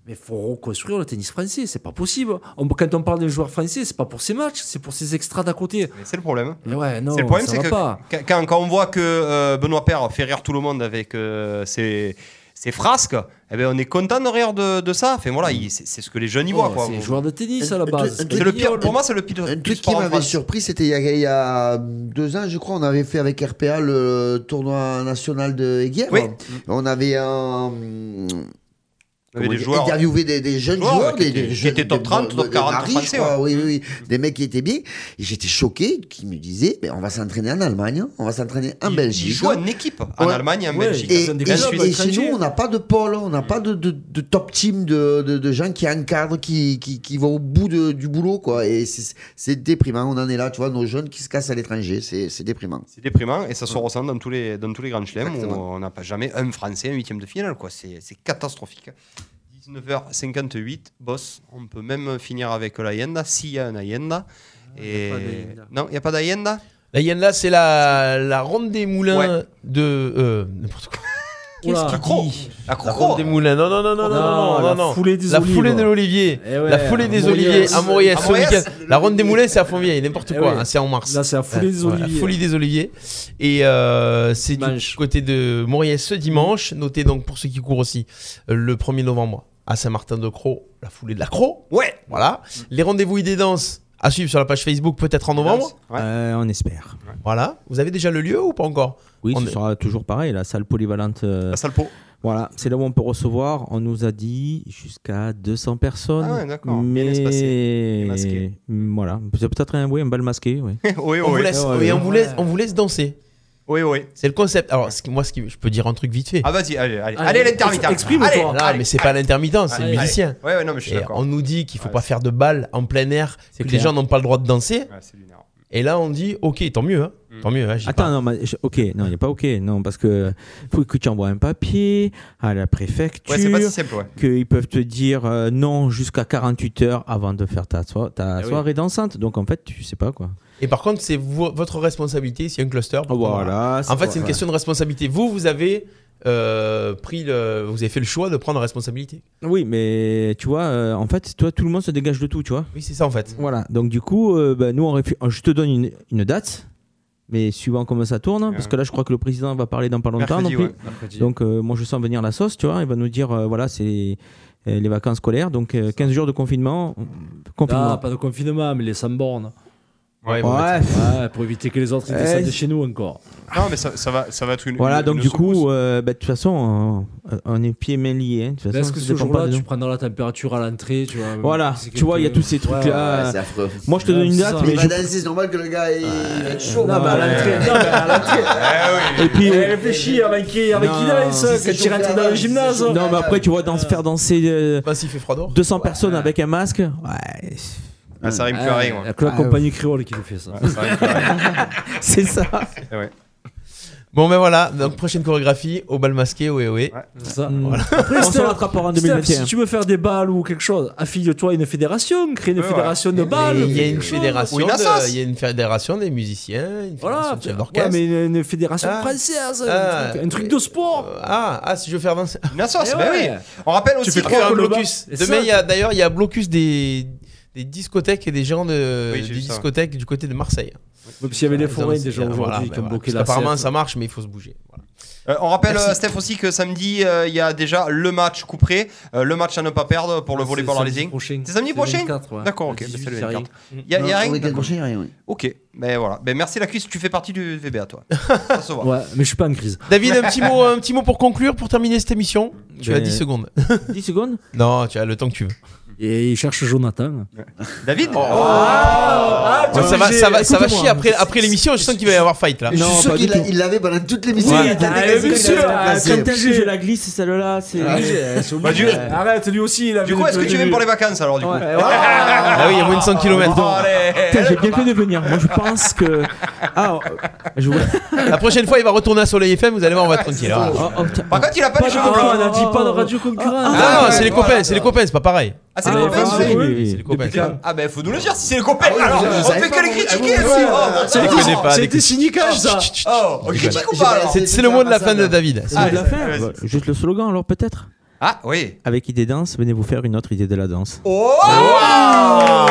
Mais faut reconstruire le tennis français, c'est pas possible. On- quand on parle d'un joueur français, c'est pas pour ses matchs, c'est pour ses extras d'à côté. C'est le problème. Mais ouais, non, c'est le problème, ça c'est va que pas. quand- quand, quand on voit que euh, Benoît Père fait rire tout le monde avec euh, ses, ses frasques, eh ben, on est content de rire de, de ça. Enfin, voilà, il- c'est c'est ce que les jeunes y voient. Oh, quoi. c'est joueur de tennis, à la Un- un base. truc- C'est le pire, pour moi, c'est le pire. Un pire Euh, truc qui sport en m'avait France. surpris, c'était il y, a, il y a deux ans, je crois, on avait fait avec RPA le tournoi national de Eguerre. Oui. On avait un. On avait comment des dire, joueurs. interviewé des, des jeunes Joueurs, joueurs, ouais, qui des, étaient- des qui jeunes- étaient top des- 30, des- top des 40 maris, français, je crois, ouais. oui, oui, oui. des mecs qui étaient bien. Et j'étais choqué, qui me disaient ben, on va s'entraîner en Allemagne, hein. on va s'entraîner en Belgique. hein. Ils jouent en équipe, en Ouais. Allemagne, en Ouais, Belgique. Et, en et- Suisse. et chez nous, on n'a pas de pôle, on n'a pas de, de- de top team de, de- de gens qui encadrent, qui, qui, qui vont au bout de- du boulot. Quoi. Et c'est c'est déprimant, on en est là, tu vois, nos jeunes qui se cassent à l'étranger, c'est c'est dépriments. C'est déprimant et ça se ressent dans tous les, dans tous les grands chelems où Exactement. on n'a pas jamais un Français, un huitième de finale. quoi. C'est c'est catastrophique. 19h58, boss. On peut même finir avec l'Ayenda, s'il y a un Ayenda. Ah, Et... pas d'Allende. Non, il n'y a pas d'Ayenda La Yen là, c'est la, la ronde des moulins de. Euh, n'importe quoi. Oula. Qu'est-ce qu'il Crocro. dit La Crocro. ronde des moulins. Non, non, non, non, non, Ah, Non, non, la non, non. foulée des La olives. foulée de l'Olivier. Eh ouais, la foulée des à Moriès. Oliviers à Moriès À ce Moriès. week-end. La ronde des moulins, c'est à Fontvieille, n'importe Eh quoi. ouais. hein, c'est en mars. Là, c'est la foulée des ouais, oliviers. La foulée des Oliviers. Et euh, c'est du côté de Moriès ce dimanche. Notez donc pour ceux qui courent aussi euh, le 1er novembre à Saint-Martin-de-Croix, la foulée de la Croix. Ouais. Voilà. Mm. Les rendez-vous idées danse à suivre sur la page Facebook peut-être en novembre. Euh, on espère. Voilà. Vous avez déjà le lieu ou pas encore Oui, On ce est- sera toujours pareil, la salle polyvalente. La salle po. Voilà, c'est là où on peut recevoir, on nous a dit, jusqu'à 200 personnes. Ah ouais, d'accord. Bien espacé et Mais. masqué. Mm, Voilà, c'est peut-être un, oui, un bal masqué. Oui. Oui, on, vous oui. laisse, Ah ouais, et on, oui. vous laisse, on vous laisse danser. Oui, oui. C'est le concept. Alors, ce qui- moi, ce qui, je peux dire un truc vite fait. Ah, vas-y, allez, allez. Allez, l'intermittent. Allez, Non, allez, mais c'est allez. pas l'intermittent, c'est le Allez. musicien. Ouais, ouais, non, mais je suis Et d'accord. on nous dit qu'il faut pas faire de bal en plein air, que les clair. gens n'ont pas le droit de danser. c'est et là, on dit, ok, tant mieux. hein. Mm. Tant mieux. hein, je dis Attends, pas. non, mais je- ok, non, il n'y a pas ok, non, parce que faut que tu envoies un papier à la préfecture, Ouais, c'est pas si simple, ouais. qu'ils peuvent te dire euh, non jusqu'à 48 heures avant de faire ta, so- ta Eh oui. soirée dansante. Donc en fait, tu sais pas quoi. Et par contre, c'est vo- votre responsabilité s'il y a un cluster. Oh, Voilà, c'est- En fait, Ah, c'est une voilà. question de responsabilité. Vous, vous avez euh, pris le, vous avez fait le choix de prendre la responsabilité. Oui, mais tu vois, euh, en fait, toi, tout le monde se dégage de tout, tu vois. Oui, c'est ça en fait. Voilà. Donc du coup, euh, bah, nous, on réfléchit- je te donne une, une date, mais suivant comment ça tourne, hein, parce que là, je crois que le président va parler dans pas longtemps. Mercredi, non plus. ouais, mercredi. Donc euh, moi, je sens venir la sauce, tu vois. Il va nous dire, euh, voilà, c'est euh, les vacances scolaires, donc euh, 15 jours de euh, confinement. Confinement. Ah, pas de confinement, mais les 100 bornes. Ouais, bon, bah, Ouais. Ouais, pour éviter que les autres ils Eh, descendent de c'est- chez nous encore. Non, mais ça, ça va, ça va être une. Voilà, une- donc une du coup, euh, bah, de toute façon, on, on est pieds et mains liés. hein. De toute façon, Est-ce que ça ce dépend jour-là, pas de tu nous. prendras la température à l'entrée tu vois, Voilà, c'est tu vois, il y a quelque- tous ces trucs-là. Ouais, ouais, Ah c'est affreux. Moi, je te Ouais, donne une Ah, c'est date, ça. mais Il va je- danser, c'est normal que le gars il va être chaud. Non, mais à l'entrée, non, mais à l'entrée. Et puis, Eh, réfléchis avec qui, avec qui danse Non. quand tu rentres dans le gymnase. Non, mais après, tu vois, dans- faire danser euh, 200 personnes avec un masque. Ouais. Ah, ça rime plus à rien, ouais. Que Euh, la Ah, compagnie créole qui nous fait ça. C'est ça. Bon, ben voilà, donc prochaine chorégraphie au bal masqué, ouais, ouais. Ça. Hmm. Voilà. Après, On Steph, s'en rattrapera en Steph, 2021. Si tu veux faire des balles ou quelque chose, affile-toi à une fédération, crée une fédération de balles. Il y a une quelque chose. fédération, Ou une de- assoce. il y a une fédération des musiciens, une fédération Voilà, de chefs ouais, d'orchestre. mais une, une fédération Ah. française, Ah. un, truc, un truc de sport. Ah, ah, si je veux faire danser. Une assoce, Eh bah ouais. oui. On rappelle aussi Tu fais que- euh, créer un Colomba. blocus. Et Demain, ça, il y a- d'ailleurs, il y a blocus des, des discothèques et des gens de, Oui, j'ai des vu ça. discothèques du côté de Marseille. Même s'il y Ah, avait les forains Ils ont- déjà voilà, aujourd'hui ben qui ont voilà. bloqué Parce la Apparemment, CF. ça marche, mais il faut se bouger. Voilà. Euh, on rappelle, Merci. euh, Steph, aussi que samedi, euh, il y a déjà le match couperé, euh, le match à ne pas perdre pour le Ah, C'est volleyball samedi Racing. prochain. C'est samedi C'est prochain 24, ouais. D'accord, ok. Le bah, 18, c'est le c'est rien. 24. Il y a, il y a rien Le week-end D'accord. prochain, il y a rien, oui. Ok, mais voilà. Ben, merci la cuisse, tu fais partie du VBA, toi. Ça se voit. Ouais, mais je suis pas en crise. David, un petit, mot, un petit mot pour conclure, pour terminer cette émission. Tu Ben- as 10 secondes. 10 secondes Non, tu as le temps que tu veux. Et il cherche Jonathan. David Ah, Bon, ça va, ça va, ça va Écoute-moi. chier après, après l'émission. Je sens qu'il va y avoir fight là. Je suis Non, sûr pas qu'il du l'a- tout. il l'avait pendant toutes les missions. Ouais. bien sûr, Ah, c'est quand obligé. je la glisse, celle-là, c'est. Bah, du, Arrête, lui aussi. Il a du coup, est-ce que tu viens pour les vacances alors du coup Ah oui, il y a moins de 100 km. Oh, allez. Putain, J'ai bien fait de venir. Moi, je pense que. Ah, euh, je vois. La prochaine fois, il va retourner à Soleil FM. Vous allez voir, on va être tranquille. Ah, Oh, oh, putain. Par contre, il a pas les cheveux on blancs. Ah, a dit pas de radio concurrente. Ah, non, ouais, c'est les voilà. copains, c'est les copains, c'est pas pareil. Ah, c'est Ah, les oui, copains, oui, c'est oui, oui. C'est les copains. Ah, ben faut nous le dire si c'est les copains. Hein. Ah oui, Alors, je- je on savait fait pas que les vous- critiquer ah, vous- aussi. ouais. Oh, Ça les connaît pas. C'était déconne- cynical ça. Chut, chut, chut. Oh, on critique ou pas alors C'est c'est le mot de la fin de David. C'est de la Allez, fin. vas-y. Bah, Juste le slogan, alors peut-être. Ah, oui. Avec idée danse, venez vous faire une autre idée de la danse. Oh Bon,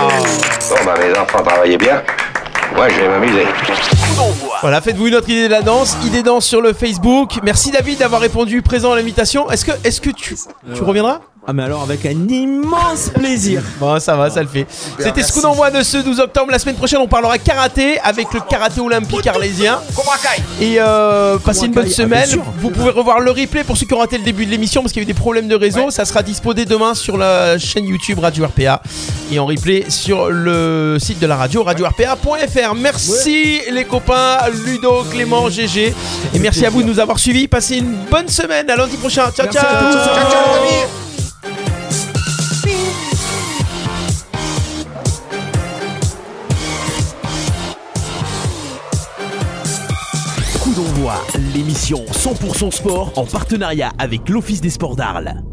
bah, mes enfants travaillaient bien. Moi, je vais m'amuser. Voilà, faites-vous une autre idée de la danse, idée danse sur le Facebook. Merci David d'avoir répondu présent à l'invitation. Est-ce que, est-ce que tu, tu reviendras Ah, mais alors avec un immense plaisir. Bon, ça va, ça le fait. C'était ce coup merci. d'envoi de ce 12 octobre. La semaine prochaine, on parlera karaté avec le karaté olympique arlésien. Cobra Kai. Et euh, passez une bonne Kai, ah, bien semaine. sûr. Vous pouvez revoir le replay pour ceux qui ont raté le début de l'émission parce qu'il y a eu des problèmes de réseau. Ça sera dispo dès demain sur la chaîne YouTube Radio RPA et en replay sur le site de la radio radio-rpa.fr. Merci les copains, Ludo, Clément, GG. Et merci à vous de nous avoir suivis. Passez une bonne semaine. À lundi prochain. Ciao, ciao. Ciao, ciao, les amis. Coup d'envoi, l'émission 100% sport en partenariat avec l'Office des sports d'Arles.